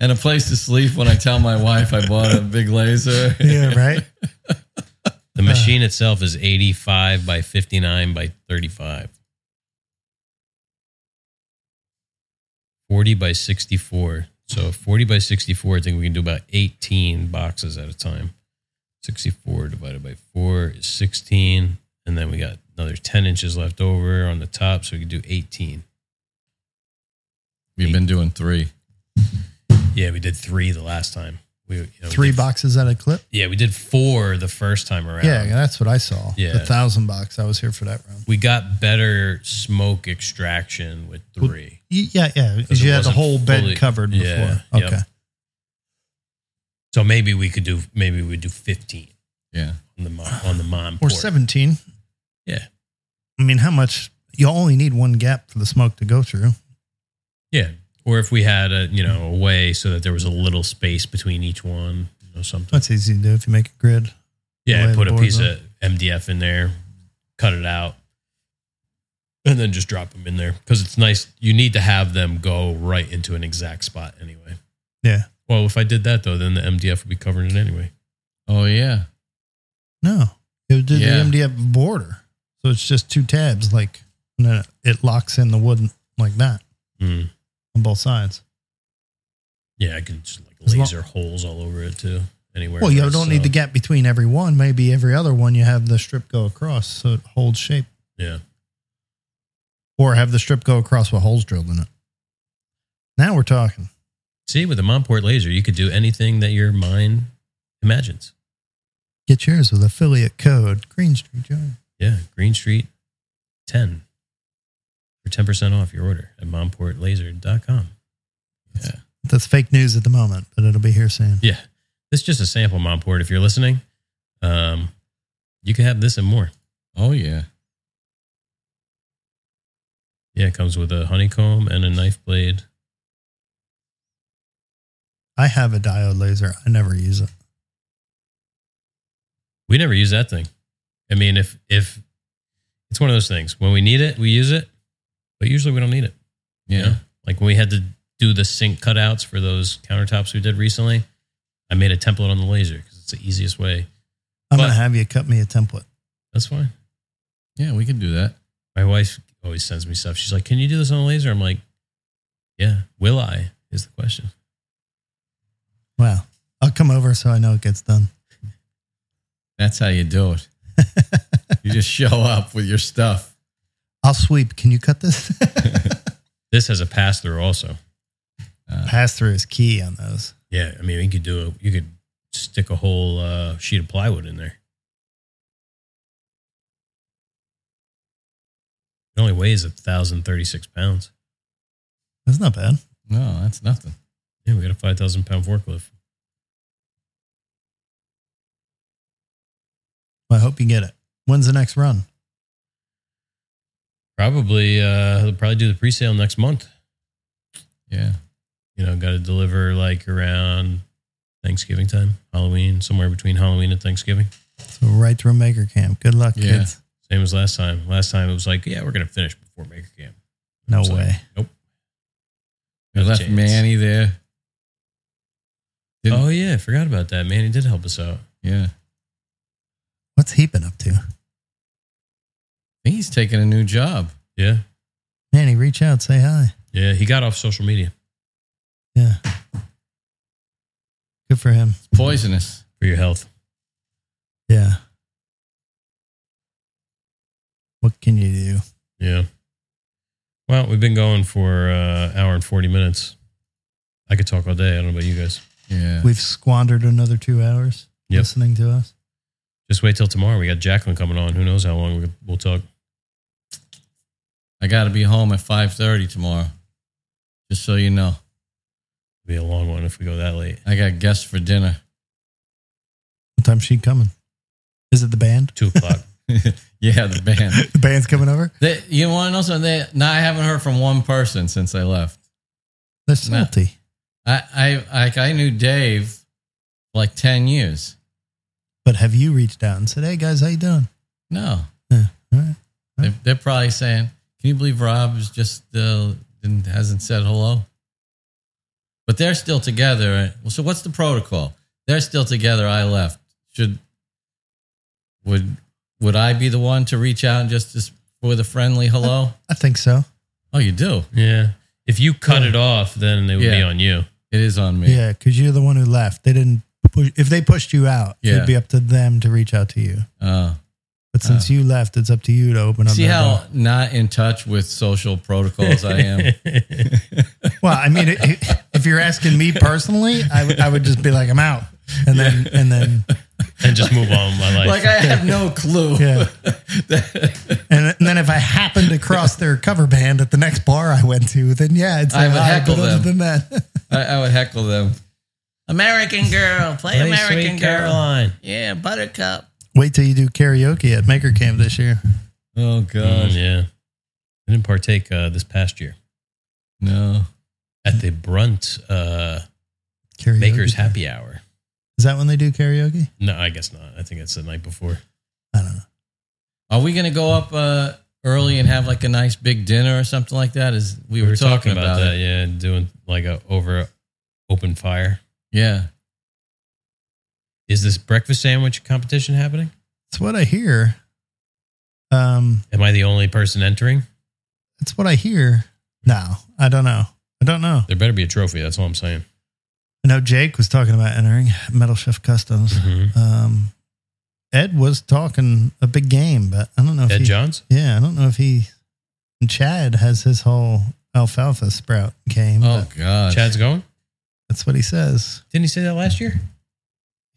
E: and a place to sleep when I tell my wife I bought a big laser.
D: yeah, right? Uh.
A: The machine itself is 85 by 59 by 35. 40 by 64. So 40 by 64, I think we can do about 18 boxes at a time. 64 divided by 4 is 16. And then we got another 10 inches left over on the top. So we can do 18.
E: We've been doing three.
A: Yeah, we did three the last time. We, you know, we
D: Three
A: did-
D: boxes at a clip.
A: Yeah, we did four the first time around.
D: Yeah, that's what I saw.
A: Yeah.
D: The thousand box. I was here for that round.
A: We got better smoke extraction with three.
D: Y- Yeah, yeah. Because
A: it
D: you had the
A: wasn't
D: whole bed
A: fully-
D: covered before.
A: Yeah, yep.
D: okay.
A: So maybe we could do maybe we do fifteen
E: Yeah.
A: on the mom, on the mom
D: Or
A: port.
D: 17.
A: Yeah.
D: I mean, how much? You only need one gap for the smoke to go through.
A: Yeah, or if we had a you know a way so that there was a little space between each one or something.
D: That's easy to do if you make a grid.
A: yeah,
D: lay
A: put a
D: the
A: piece
D: boards
A: of MDF in there, cut it out, and then just drop them in there because it's nice. You need to have them go right into an exact spot anyway.
D: Yeah.
A: Well, if I did that though, then the MDF would be covering it anyway.
E: Oh yeah.
D: No, it would do
E: Yeah.
D: the MDF border. So it's just two tabs, like, and then it locks in the wood like that
A: Mm.
D: on both sides.
A: Yeah, I can just like
D: As long-
A: laser holes all over it too. Anywhere.
D: Well, you
A: where
D: don't
A: it's,
D: need the
A: uh,
D: gap between every one. Maybe every other one you have the strip go across so it holds shape,
A: Yeah.
D: or have the strip go across with holes drilled in it. Now we're talking.
A: See, with the Montport laser, you could do anything that your mind imagines.
D: Get yours with affiliate code Green Street Joe.
A: Yeah, Green Street 10 for 10% off your order at montportlaser.com.
D: That's fake news at the moment, but it'll be here soon.
A: Yeah, this is just a sample, Montport. If you're listening, um, you can have this and more.
E: Oh yeah.
A: Yeah, it comes with a honeycomb and a knife blade.
D: I have a diode laser. I never use it.
A: We never use that thing. I mean, if if it's one of those things, when we need it, we use it, but usually we don't need it.
E: Yeah.
A: You know? Like when we had to do the sink cutouts for those countertops we did recently, I made a template on the laser because it's the easiest way.
D: I'm
A: But-
D: gonna have you cut me a template.
A: That's fine.
E: Yeah, we can do that.
A: My wife always sends me stuff. She's like, Can you do this on a laser? I'm like, Yeah, will I? Is the question.
D: Wow. I'll come over so I know it gets done.
E: That's how you do it. you just show up with your stuff.
D: I'll sweep. Can you cut this?
A: This has a pass through also.
D: Pass through is key on those.
A: Yeah. I mean, you could do a, you could stick a whole uh, sheet of plywood in there. It only weighs 1,036 pounds.
D: That's not bad.
E: No, that's nothing.
A: Yeah, we got a 5,000 pound forklift.
D: Well, I hope you get it. When's the next run?
A: Probably, uh, they'll probably do the pre-sale next month.
E: Yeah.
A: You know, got to deliver like around Thanksgiving time, Halloween, somewhere between Halloween and Thanksgiving.
D: So right through Maker Camp. Good luck,
E: Yeah.
D: kids.
A: Same as last time. Last time it was like, yeah, we're gonna finish before Maker Camp.
D: No
A: It's like,
D: way.
A: nope.
E: We
A: Not a
E: left
A: chance.
E: Manny there. Didn't-
A: Oh yeah, I forgot about that. Man, he did help us out.
E: Yeah.
D: What's he been up to?
E: He's taking a new job.
A: Yeah,
D: Manny, reach out, say hi.
A: yeah. He got off social media
D: Yeah. Good for him.
E: It's poisonous.
A: for your health.
D: Yeah. What what can you do?
A: Yeah. Well, we've been going for uh, hour and 40 minutes. I could talk all day. I don't know about you guys.
C: Yeah.
D: We've squandered another two hours
A: Yep.
D: listening to us.
A: Just wait till tomorrow. We got Jacqueline coming on. Who knows how long we- we'll talk.
C: I got to be home at 5:30 tomorrow. Just so you know,
A: It'll be a long one if we go that late.
C: I got guests for dinner.
D: What time's she coming? Is it the band?
A: Two o'clock.
C: yeah, the band.
D: The band's coming over.
C: They, you want to know something? They, no, I haven't heard from one person since I left.
D: They're
C: Nah.
D: salty.
C: I, I, like, I knew Dave for like ten years.
D: But have you reached out and said, "Hey guys, how you doing?"
C: No,
D: Yeah, all right.
C: they're, they're probably saying, "Can you believe Rob's just uh, didn't, hasn't said hello?" But they're still together. Well, so what's the protocol? They're still together. I left. Should would would I be the one to reach out and just, just with a friendly hello?
D: I think so.
C: Oh, you do.
A: yeah. If you cut it off, then it would be
C: Yeah.
A: on you.
C: It is on me.
D: Yeah, because you're the one who left. They didn't push. If they pushed you out,
C: Yeah.
D: it'd be up to them to reach out to you.
C: Uh,
D: But since you left, it's up to you to open up.
C: See
D: that
C: how not in touch with social protocols I am.
D: door. Well, I mean, i- i- if you're asking me personally, I would I would just be like, "I'm out," and then and then
A: and just move on with my life.
C: like I have no clue.
D: yeah. And, and then if I happened to cross their cover band at the next bar I went to, then yeah, it's
C: I
D: like,
C: would
D: "Ah,
C: heckle
D: but other
C: them.
D: than that,
C: I, I would heckle them. American girl, play,
A: Play
C: American
A: Sweet
C: girl.
A: Caroline.
C: Yeah, buttercup.
D: wait till you do karaoke at Maker Camp this year.
C: Oh god.
A: Mm, yeah. I didn't partake uh, this past year
C: No.
A: at the Brunt uh,
D: Karaoke
A: Baker's
D: time.
A: Happy Hour.
D: Is that when they do karaoke?
A: No, I guess not. I think it's the night before.
D: I don't know.
C: Are we gonna go up uh, early and have like a nice big dinner or something like that? Is we,
A: We
C: were, talking, about,
A: that,
C: it.
A: yeah, doing like a over open fire.
C: Yeah.
A: Is this breakfast sandwich competition happening?
D: That's what I hear. Um,
A: Am I the only person entering?
D: that's what I hear. No, I don't know. I don't know.
A: There better be a trophy. That's all I'm saying.
D: I know Jake was talking about entering Metal Chef Customs.
C: Mm-hmm.
D: Um, Ed was talking a big game, but I don't know if
A: Ed
D: he,
A: Johns.
D: Yeah, I don't know if he. and Chad has his whole alfalfa sprout game.
C: Oh
D: but
C: god.
A: Chad's going.
D: that's what he says.
A: Didn't he say that last year?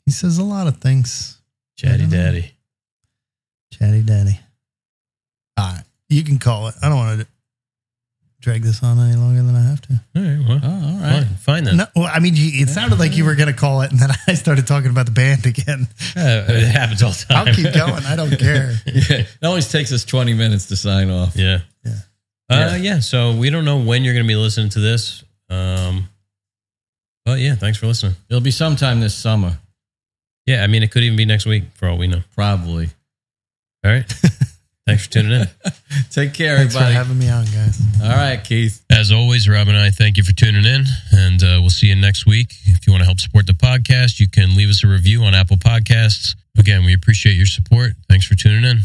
D: He says a lot of things.
A: Chatty
D: Mhm.
A: Daddy.
D: Chatty Daddy. All right, you can call it. I don't want to drag this on any longer than I have to.
A: All right. Well,
C: Oh, all right.
A: fine. Fine then.
D: No, well, I mean, you- it sounded like you were going to call it, and then I started talking about the band again.
A: Uh, it happens all the time.
D: I'll keep going. I don't care.
C: Yeah. It always takes us twenty minutes to sign off.
A: Yeah.
D: Yeah.
A: Uh, yeah. So we don't know when you're going to be listening to this. Um, but yeah, thanks for listening.
C: It'll be sometime this summer,
A: Yeah. I mean, it could even be next week for all we know.
C: probably.
A: All right. thanks for tuning in.
C: Take care,
D: Thanks for
C: everybody.
D: having me on, guys.
C: all right, Keith.
F: As always, Rob and I thank you for tuning in, and uh, we'll see you next week. If you want to help support the podcast, you can leave us a review on Apple Podcasts. Again, we appreciate your support. Thanks for tuning in.